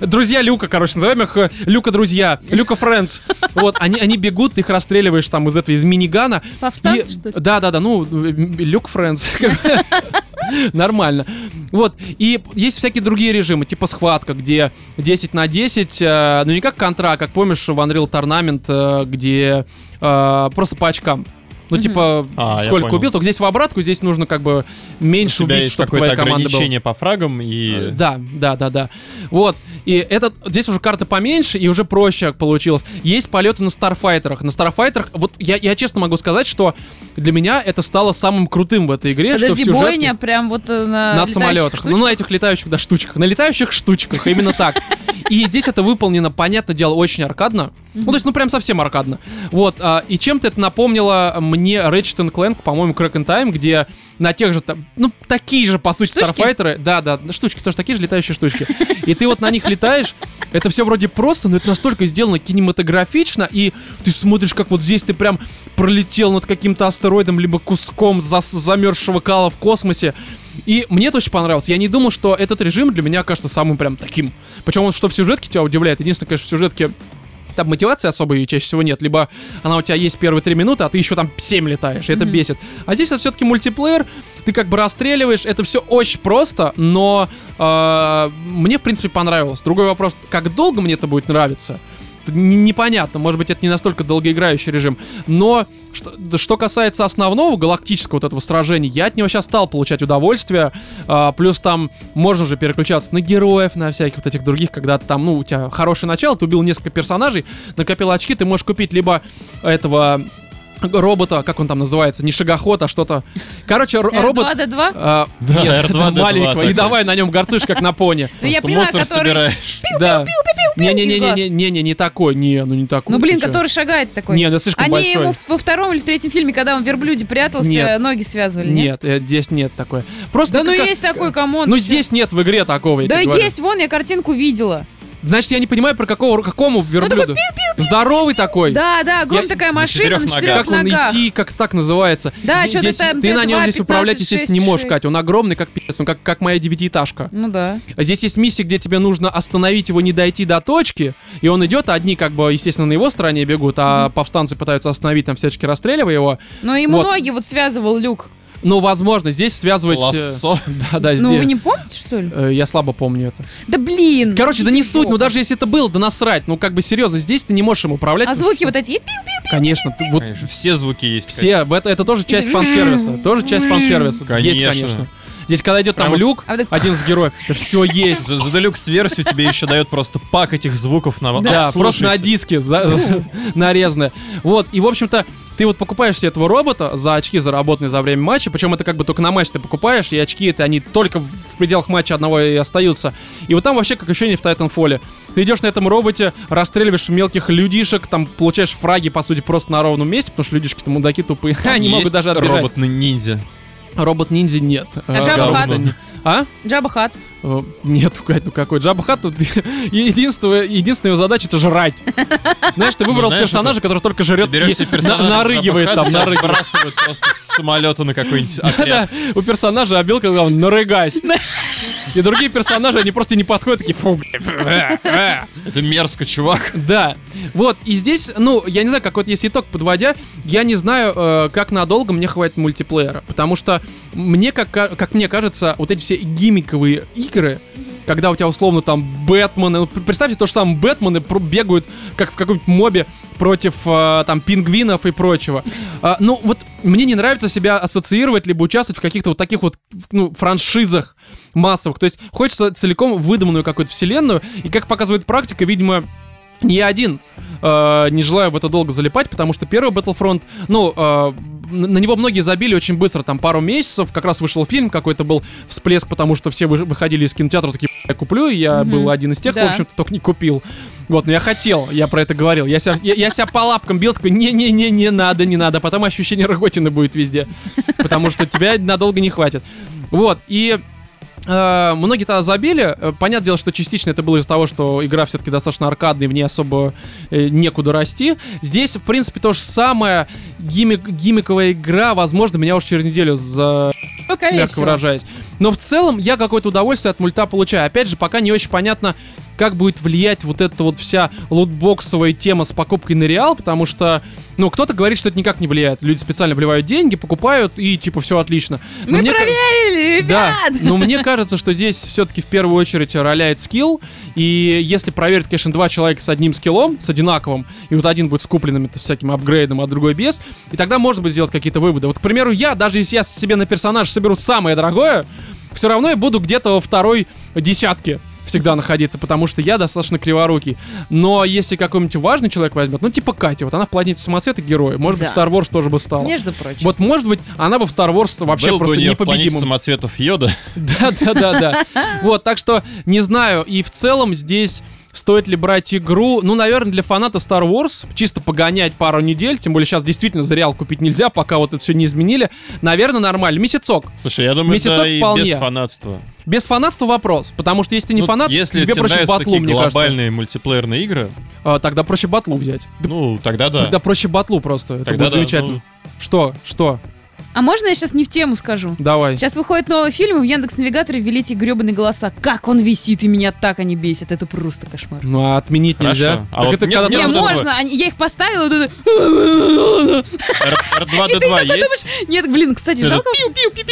Speaker 1: Друзья Люка, короче, назовем их э, Люка-друзья, Люка-френдс. Вот, они, они бегут, ты их расстреливаешь там из этого, из минигана,
Speaker 4: Повстанцы, что ли?
Speaker 1: да, да, да, ну, Люк Фрэнс. как бы. [laughs] Нормально. Вот, и есть всякие другие режимы, типа схватка, где 10 на 10, э, ну не как контра, как помнишь в Unreal Tournament, э, где э, просто по очкам. Ну,
Speaker 3: Мгм.
Speaker 1: типа,
Speaker 2: А, я
Speaker 1: сколько
Speaker 2: понял.
Speaker 1: убил, только здесь в обратку, здесь нужно как бы
Speaker 2: У
Speaker 1: меньше
Speaker 2: тебя
Speaker 1: убийств,
Speaker 2: есть
Speaker 1: чтобы
Speaker 2: какое-то
Speaker 1: твоя команда была.
Speaker 2: ограничение по фрагам
Speaker 1: Э,
Speaker 2: и...
Speaker 1: Да, да, да, да. Вот. И этот, здесь уже карта поменьше, и уже проще получилось. Есть полеты на старфайтерах. На старфайтерах, вот я, я честно могу сказать, что для меня это стало самым крутым в этой игре.
Speaker 3: Подожди,
Speaker 1: что в сюжетке-
Speaker 3: бойня прям вот э, на,
Speaker 1: на
Speaker 3: летающих
Speaker 1: самолетах.
Speaker 3: штучках?
Speaker 1: Ну, на этих летающих, да, штучках. На летающих штучках, именно так. И здесь это выполнено, понятное дело, очень аркадно. Ну, то есть, ну, прям совсем аркадно. Вот, а, и чем-то это напомнило мне Ratchet Clank, по-моему, Crack in Time, где на тех же, там, ну, такие же, по сути,
Speaker 3: Штучки?
Speaker 1: старфайтеры. Да, да, штучки тоже такие же летающие штучки. И ты вот на них летаешь, это все вроде просто, но это настолько сделано кинематографично, и ты смотришь, как вот здесь ты прям пролетел над каким-то астероидом, либо куском зас- замерзшего кала в космосе. И мне это очень понравилось. Я не думал, что этот режим для меня кажется самым прям таким. Причем он что в сюжетке тебя удивляет. Единственное, конечно, в сюжетке там мотивации особой чаще всего нет. Либо она у тебя есть первые три минуты, а ты еще там 7 летаешь, и это
Speaker 3: Мгм.
Speaker 1: бесит. А здесь это все-таки мультиплеер, ты как бы расстреливаешь, это все очень просто, но э, мне, в принципе, понравилось. Другой вопрос, как долго мне это будет нравиться? Это н- Непонятно, может быть, это не настолько долгоиграющий режим, но что, да что касается основного галактического вот этого сражения, я от него сейчас стал получать удовольствие. А, плюс там можно же переключаться на героев, на всяких вот этих других, когда ты там, ну, у тебя хорошее начало, ты убил несколько персонажей, накопил очки, ты можешь купить либо этого робота, как он там называется, не шагоход, а что-то. Короче,
Speaker 3: Э,
Speaker 1: р- робот...
Speaker 3: R2D2?
Speaker 1: а,
Speaker 2: Да,
Speaker 1: нет,
Speaker 2: R2D2
Speaker 1: маленького, и
Speaker 2: такой.
Speaker 1: давай на нем горцуешь, как на пони.
Speaker 3: Ну, я
Speaker 2: Просто
Speaker 3: понимаю,
Speaker 2: мусор
Speaker 3: который...
Speaker 2: собираешь.
Speaker 1: Да.
Speaker 3: из глаз.
Speaker 1: Не-не-не-не-не-не, не такой, не, ну не такой.
Speaker 3: Ну, блин,
Speaker 1: ты чё?
Speaker 3: который шагает такой.
Speaker 1: Не, ну слишком
Speaker 3: Они
Speaker 1: большой.
Speaker 3: ему в- во втором или в третьем фильме, когда он в верблюде прятался,
Speaker 1: Нет.
Speaker 3: ноги связывали, нет?
Speaker 1: Нет, э, здесь нет такое. Просто
Speaker 3: Да ну
Speaker 1: как-
Speaker 3: есть такой, камон.
Speaker 1: Ну
Speaker 3: ты чё?
Speaker 1: здесь нет в игре такого, я
Speaker 3: Да
Speaker 1: тебе говорю.
Speaker 3: есть, вон, я картинку видела.
Speaker 1: Значит, я не понимаю, про какого, какому верблюду. Здоровый такой.
Speaker 3: Ну, Да, да, огромная
Speaker 1: Я-
Speaker 3: такая
Speaker 2: на
Speaker 3: машина
Speaker 2: четырёх
Speaker 3: на четырех
Speaker 1: Как он
Speaker 3: ногах.
Speaker 1: идти, как так называется?
Speaker 3: Да,
Speaker 1: Здесь-
Speaker 3: чё-то
Speaker 1: здесь
Speaker 3: там
Speaker 1: Ты на
Speaker 3: Т2,
Speaker 1: нем здесь управлять, естественно, не
Speaker 3: 15,
Speaker 1: можешь,
Speaker 3: 6.
Speaker 1: Катя. Он огромный, как пи***ц, он как, как моя девятиэтажка.
Speaker 3: Ну да.
Speaker 1: А Здесь есть миссии, где тебе нужно остановить его, не дойти до точки, и он идет, а одни, как бы, естественно, на его стороне бегут, а повстанцы пытаются остановить, там всячески расстреливая его.
Speaker 3: Но ему
Speaker 1: Вот.
Speaker 3: ноги вот связывал люк.
Speaker 1: Но, возможно, здесь связывать... э,
Speaker 2: Лассо.
Speaker 1: [laughs] Да, да,
Speaker 3: Ну вы
Speaker 1: здесь.
Speaker 3: не помните, что ли?
Speaker 1: Э, Я слабо помню это.
Speaker 3: Да блин!
Speaker 1: Короче, да не
Speaker 3: идите в
Speaker 1: суть, ну
Speaker 3: жопу.
Speaker 1: даже если это было, да насрать. Ну, как бы серьезно, здесь ты не можешь им управлять.
Speaker 3: А
Speaker 1: потому
Speaker 3: звуки
Speaker 1: что-
Speaker 3: вот эти есть?
Speaker 1: Конечно, ты- вот
Speaker 2: Конечно, все звуки есть.
Speaker 1: все, в это, это тоже часть фан-сервиса. Тоже часть фан-сервиса. Есть,
Speaker 2: Конечно.
Speaker 1: конечно. Здесь, когда идет там
Speaker 2: Прям
Speaker 1: люк,
Speaker 3: А вот так-
Speaker 1: один из героев, это
Speaker 3: [laughs]
Speaker 1: все есть.
Speaker 2: За, за Deluxe-версию тебе еще дает просто пак этих звуков на
Speaker 1: Да, просто на
Speaker 2: Обслушайся.
Speaker 1: диске за- [laughs] нарезанное. Вот, и, в общем-то, ты вот покупаешь себе этого робота за очки, заработанные за время матча, причем это как бы только на матч ты покупаешь, и очки это они только в- в пределах матча одного и остаются. И вот там вообще как еще не в Titanfall. Ты идешь на этом роботе, расстреливаешь мелких людишек, там получаешь фраги, по сути, просто на ровном месте, потому что людишки-то мудаки тупые, [laughs]
Speaker 2: Там
Speaker 1: они могут
Speaker 2: есть
Speaker 1: даже отбежать.
Speaker 2: робот на ниндзя.
Speaker 1: Робот-ниндзя нет.
Speaker 3: А
Speaker 1: Э,
Speaker 3: Jabba
Speaker 1: говно.
Speaker 2: Hutt?
Speaker 1: А?
Speaker 3: Джаба Хат.
Speaker 1: Э, Нет, Кать, ну какой. Джаба Хат, [laughs] тут единственная, единственная его задача это жрать. Знаешь, ты выбрал
Speaker 2: Ну, знаешь,
Speaker 1: персонажа, который только
Speaker 2: Ты
Speaker 1: жрет
Speaker 2: берешь
Speaker 1: и
Speaker 2: себе персонажа,
Speaker 1: на- нарыгивает
Speaker 2: Джаба
Speaker 1: там,
Speaker 2: Хатта, тебя [laughs]
Speaker 1: нарыгивает.
Speaker 2: сбрасывают просто с самолета на
Speaker 1: [laughs]
Speaker 2: какой-нибудь
Speaker 1: Да,
Speaker 2: отряд.
Speaker 1: у персонажа обилка главное нарыгать. И другие персонажи, они просто не подходят, такие, фу, бля, э, [laughs] э».
Speaker 2: Это мерзко, чувак.
Speaker 1: [laughs] Да, вот, и здесь, ну, я не знаю, какой-то есть итог подводя, я не знаю, э, как надолго мне хватит мультиплеера, потому что мне, как, ка- как мне кажется, вот эти все гиммиковые игры, когда у тебя условно там Бэтмены, ну, пр- представьте, то же самое, Бэтмены про- бегают, как в каком-нибудь мобе, против э, там пингвинов и прочего. А, ну, вот мне не нравится себя ассоциировать, либо участвовать в каких-то вот таких вот, ну, франшизах массовых, то есть хочется целиком выдуманную какую-то вселенную, и как показывает практика, видимо, не я один э, не желаю в это долго залипать, потому что первый Battlefront, ну, э, на на него многие забили очень быстро, там пару месяцев, как раз вышел фильм, какой-то был всплеск, потому что все вы- выходили из кинотеатра такие, я куплю, и я
Speaker 3: Мгм.
Speaker 1: был один из тех,
Speaker 3: Да.
Speaker 1: в общем-то, только не купил. Вот, но я хотел, я про это говорил. Я себя, я, я себя по лапкам бил, такой, не-не-не, не надо, не надо. Потом ощущение роготины будет везде. Потому что тебя надолго не хватит. Вот, и э, многие тогда забили. Э, Понятное дело, что частично это было из-за того, что игра все-таки достаточно аркадная, в ней особо э, некуда расти. Здесь, в принципе, то же самое. Гиммик, гиммиковая игра, возможно, меня уж через неделю за
Speaker 3: Ну, скорее
Speaker 1: мягко
Speaker 3: всего.
Speaker 1: выражаясь. Но в целом я какое-то удовольствие от мульта получаю. Опять же, пока не очень понятно, как будет влиять вот эта вот вся лутбоксовая тема с покупкой на реал, потому что, ну, кто-то говорит, что это никак не влияет. Люди специально вливают деньги, покупают, и типа все отлично. Но
Speaker 3: Мы
Speaker 1: мне ка-
Speaker 3: проверили, ребят!
Speaker 1: да, но мне кажется, что здесь все-таки в первую очередь роляет скилл, и если проверить, конечно, два человека с одним скиллом, с одинаковым, и вот один будет с купленным это всяким апгрейдом, а другой без, и тогда можно будет сделать какие-то выводы. Вот, к примеру, я, даже если я себе на персонаж соберу самое дорогое, все равно я буду где-то во второй десятке всегда находиться, потому что я достаточно криворукий. Но если какой-нибудь важный человек возьмет, ну типа Катя, вот она в планете самоцвета герой, может быть,
Speaker 3: Да.
Speaker 1: Star Wars тоже бы стала.
Speaker 3: Между прочим.
Speaker 1: Вот, может быть, она бы в Star Wars вообще
Speaker 2: Был бы
Speaker 1: просто
Speaker 2: у нее в планете
Speaker 1: непобедимым
Speaker 2: самоцветов Йода.
Speaker 1: да, да, да, да. Вот, так что не знаю. И в целом здесь стоит ли брать игру. Ну, наверное, для фаната Star Wars чисто погонять пару недель. Тем более сейчас действительно за реал купить нельзя, пока вот это все не изменили. Наверное, нормально. Месяцок.
Speaker 2: Слушай, я думаю,
Speaker 1: Месяцок
Speaker 2: да и
Speaker 1: вполне.
Speaker 2: без фанатства.
Speaker 1: Без фанатства вопрос. Потому что если ты не
Speaker 2: Ну,
Speaker 1: фанат,
Speaker 2: если
Speaker 1: тебе
Speaker 2: тебе
Speaker 1: проще
Speaker 2: нравятся
Speaker 1: батлу,
Speaker 2: такие
Speaker 1: мне кажется.
Speaker 2: глобальные мультиплеерные игры,
Speaker 1: А, тогда проще батлу взять.
Speaker 2: ну, тогда да.
Speaker 1: Тогда проще батлу просто. Это
Speaker 2: Тогда
Speaker 1: будет
Speaker 2: да, ну.
Speaker 1: замечательно. Что? Что?
Speaker 3: А можно я сейчас не в тему скажу?
Speaker 1: Давай.
Speaker 3: Сейчас выходит новый фильм, и в Яндекс Навигаторе ввели эти гребаные голоса. Как он висит, и меня так они бесят. Это просто кошмар.
Speaker 1: Ну, а отменить
Speaker 2: Хорошо.
Speaker 1: нельзя.
Speaker 2: А
Speaker 1: так
Speaker 2: вот
Speaker 1: это
Speaker 2: мне-
Speaker 1: когда
Speaker 2: мне [laughs]
Speaker 1: ты-
Speaker 3: Не,
Speaker 2: вот это
Speaker 3: можно, они- я их поставила, вот это-
Speaker 2: Р-
Speaker 1: [laughs]
Speaker 2: R2D2 есть?
Speaker 3: Нет, блин, кстати,
Speaker 2: Это
Speaker 3: жалко. Нет,
Speaker 1: Да,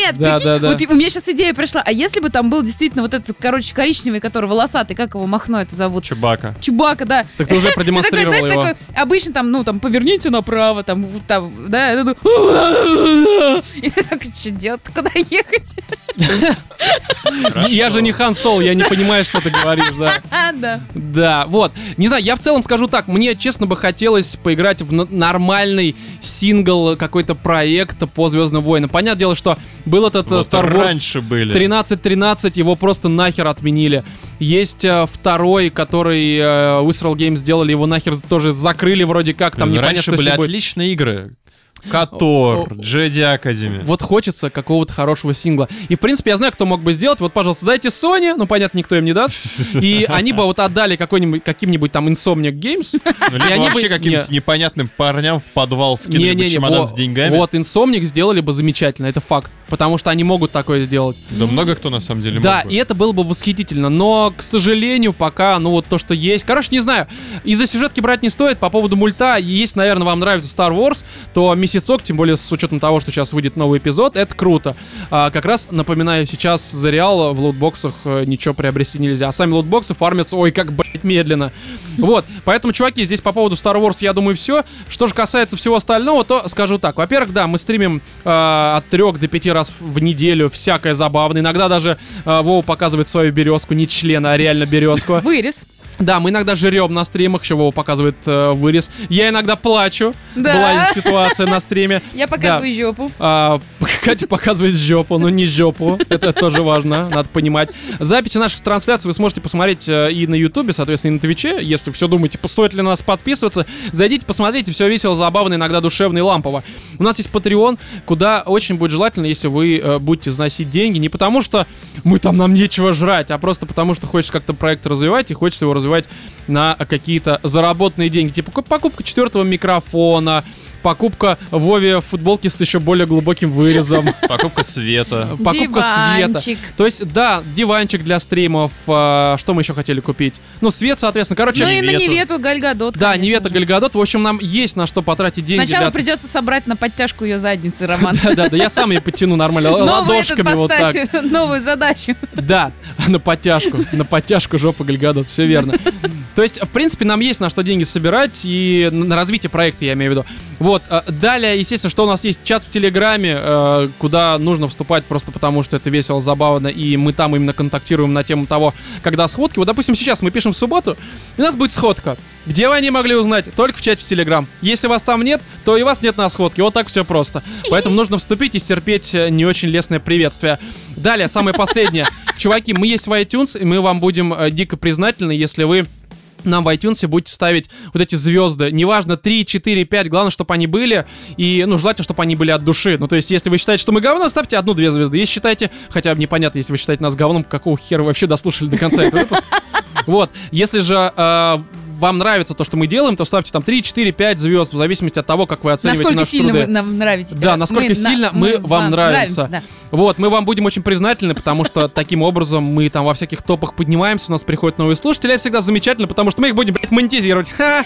Speaker 3: прикинь,
Speaker 1: да, да.
Speaker 3: вот и- у меня сейчас идея пришла. А если бы там был действительно вот этот, короче, коричневый, который волосатый, как его Махно это
Speaker 2: Ну,
Speaker 3: зовут?
Speaker 2: Чебака.
Speaker 3: Чубака, да.
Speaker 1: Так ты уже
Speaker 3: [laughs] Ты такой,
Speaker 1: продемонстрировал
Speaker 3: знаешь,
Speaker 1: его.
Speaker 3: такой, обычно там, ну, там, поверните направо, там, вот там, да, и ты такой, [laughs] и ты такой, что делать, куда [laughs] ехать?
Speaker 2: Хорошо.
Speaker 1: Я же не Хан Соло, я не понимаю, что ты говоришь, да.
Speaker 3: А, да.
Speaker 1: Да, вот. Не знаю, я в целом скажу так, мне, честно бы, хотелось поиграть в н- нормальный сингл э, какой-то проекта по Звездным войнам. Понятное дело, что был этот э,
Speaker 2: Вот
Speaker 1: Star Wars
Speaker 2: Раньше были.
Speaker 1: 1313, его просто нахер отменили. Есть э, второй, который э, Whistle Games сделали, его нахер тоже закрыли вроде как, там
Speaker 2: Блин,
Speaker 1: непонятно,
Speaker 2: раньше
Speaker 1: что с
Speaker 2: были
Speaker 1: ним будет.
Speaker 2: отличные игры.
Speaker 1: О,
Speaker 2: Котор,
Speaker 1: о.
Speaker 2: Джеди Академи.
Speaker 1: Вот хочется какого-то хорошего сингла. И, в принципе, я знаю, кто мог бы сделать. Вот, пожалуйста, дайте Sony, ну, понятно, никто им не даст.
Speaker 2: [laughs]
Speaker 1: И они бы вот отдали какой-нибудь, каким-нибудь там Insomniac Games,
Speaker 2: Ну, либо
Speaker 1: они бы-
Speaker 2: вообще каким-нибудь непонятным парням в подвал скинули бы
Speaker 1: Не-не-не,
Speaker 2: чемодан
Speaker 1: во-
Speaker 2: с деньгами.
Speaker 1: Вот, инсомник сделали бы замечательно, это факт. Потому что они могут такое сделать.
Speaker 2: Да много кто на самом деле
Speaker 1: да,
Speaker 2: мог бы.
Speaker 1: и это было бы восхитительно. Но, к сожалению, пока, ну вот то, что есть. Короче, не знаю. Из-за сюжетки брать не стоит. По поводу мульта, если, наверное, вам нравится Star Wars, то месяцок, тем более с учетом того, что сейчас выйдет новый эпизод, это круто. А, как раз, напоминаю, сейчас за реал в лутбоксах э, ничего приобрести нельзя. А сами лутбоксы фармятся, ой, как, блядь, медленно. Вот, поэтому, чуваки, здесь по поводу Star Wars, я думаю, все. Что же касается всего остального, то скажу так. Во-первых, да, мы стримим э, от 3 до 5 раз в неделю всякое забавное. Иногда даже э, Вова показывает свою березку, не члена, а реально березку.
Speaker 3: Вырез.
Speaker 1: Да, мы иногда жрем на стримах, еще Вова показывает э, вырез. Я иногда плачу.
Speaker 3: Да.
Speaker 1: Была ситуация на стриме.
Speaker 3: Я показываю жопу.
Speaker 1: А, [laughs] Катя показывает жопу, но не жопу. Это тоже важно, надо понимать. Записи наших трансляций вы сможете посмотреть э, и на Ютубе, соответственно, и на Твиче. Если все думаете, по- стоит ли на нас подписываться, зайдите, посмотрите. Все весело, забавно, иногда душевно и лампово. У нас есть Patreon, куда очень будет желательно, если вы э, будете заносить деньги. Не потому что мы там нам нечего жрать, а просто потому что хочешь как-то проект развивать и хочется его развивать на какие-то заработанные деньги. Типа ку- покупка четвертого микрофона, покупка Вове футболки с еще более глубоким
Speaker 3: [laughs]
Speaker 1: вырезом, [laughs]
Speaker 2: Покупка света.
Speaker 1: покупка света.
Speaker 3: Диванчик.
Speaker 1: То есть, да, диванчик для стримов, а, что мы еще хотели купить? Ну, свет, соответственно. Короче,
Speaker 3: Ну и на
Speaker 2: Невету.
Speaker 3: Невету Гальгадот,
Speaker 1: да,
Speaker 3: конечно
Speaker 1: Невета
Speaker 3: же.
Speaker 1: Гальгадот. В общем, нам есть на что потратить деньги.
Speaker 3: Сначала
Speaker 1: ребята.
Speaker 3: придется собрать на подтяжку ее задницы, Роман.
Speaker 1: [laughs] Да, да, да, я сам ее потяну нормально, л-
Speaker 3: Новый этот
Speaker 1: ладошками вот так.
Speaker 3: поставь, [laughs] новую задачу.
Speaker 1: Да, [laughs] на подтяжку, на подтяжку жопа Гальгадот, все верно. То есть, в принципе, нам есть на что деньги собирать и на на развитие проекта, я имею в виду. Вот, э, далее, естественно, что у нас есть чат в Телеграме, э, куда нужно вступать просто потому, что это весело, забавно, и мы там именно контактируем на тему того, когда сходки. Вот, допустим, сейчас мы пишем в субботу, и у нас будет сходка. Где вы не могли узнать? Только в чате в Телеграм. Если вас там нет, то и вас нет на сходке. Вот так все просто. Поэтому нужно вступить и стерпеть э, не очень лестное приветствие. Далее, самое последнее. чуваки, мы есть в iTunes, и мы вам будем э, дико признательны, если вы нам в iTunes будете ставить вот эти звезды. Неважно, 3, 4, 5, главное, чтобы они были. И, ну, желательно, чтобы они были от души. Ну, то есть, если вы считаете, что мы говно, ставьте одну-две звезды. Если считаете, хотя бы непонятно, если вы считаете нас говном, какого хера вы вообще дослушали до конца этого
Speaker 3: [laughs]
Speaker 1: выпуска. Вот. Если же э, вам нравится то, что мы делаем, то ставьте там 3, 4, 5 звезд, в зависимости от того, как вы оцениваете
Speaker 3: Насколько
Speaker 1: наши
Speaker 3: сильно
Speaker 1: труды.
Speaker 3: вы нам нравитесь.
Speaker 1: Да,
Speaker 3: ребят.
Speaker 1: насколько
Speaker 3: на-
Speaker 1: сильно мы вам нравимся.
Speaker 3: да.
Speaker 1: Вот, мы вам будем очень признательны, потому что таким образом мы там во всяких топах поднимаемся, у нас приходят новые слушатели, это всегда замечательно, потому что мы их будем, блядь, монетизировать. Ха!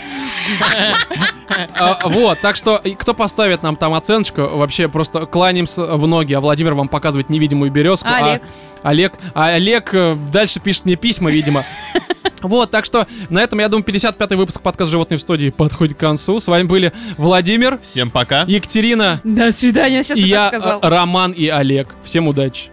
Speaker 1: А, Вот, так что, и кто поставит нам там оценочку, вообще просто кланяемся в ноги, а Владимир вам показывает невидимую березку. а
Speaker 3: Олег.
Speaker 1: Олег, а Олег э, дальше пишет мне письма, видимо. Вот, так что на этом, я думаю, 55-й выпуск подкаста «Животные в студии» подходит к концу. С вами были Владимир,
Speaker 2: Всем пока.
Speaker 1: Екатерина
Speaker 3: До свидания, сейчас
Speaker 1: и
Speaker 3: ты так
Speaker 1: я,
Speaker 3: сказал.
Speaker 1: э, Роман и Олег. Всем удачи.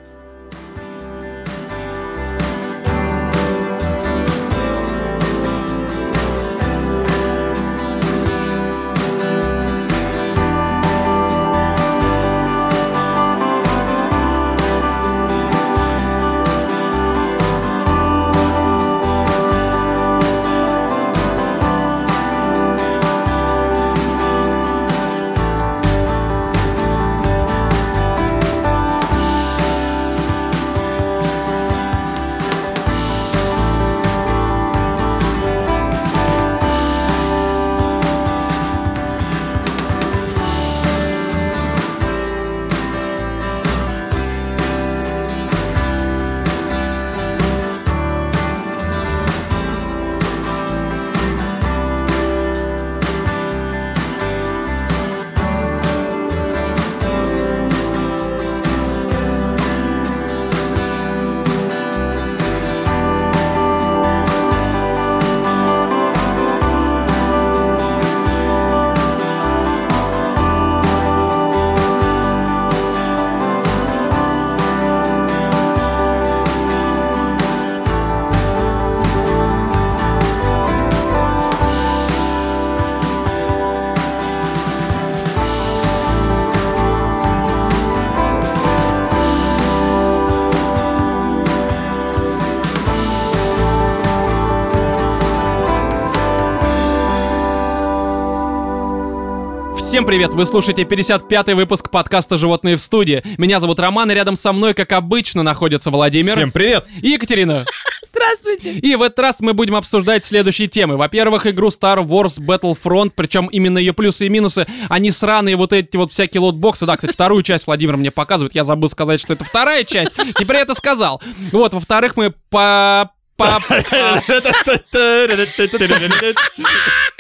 Speaker 1: Всем привет! Вы слушаете 55-й выпуск подкаста «Животные в студии». Меня зовут Роман, и рядом со мной, как обычно, находятся Владимир
Speaker 2: Всем привет.
Speaker 1: и Екатерина.
Speaker 3: Здравствуйте.
Speaker 1: И в этот раз мы будем обсуждать следующие темы. Во-первых, игру Star Wars Battlefront, причем именно ее плюсы и минусы, они сраные вот эти вот всякие лотбоксы. Да, кстати, вторую часть Владимир мне показывает, я забыл сказать, что это вторая часть. Теперь я это сказал. Вот, во-вторых, мы по... по...
Speaker 2: [laughs] Та-та-та-та-та-та-та-та-та-та.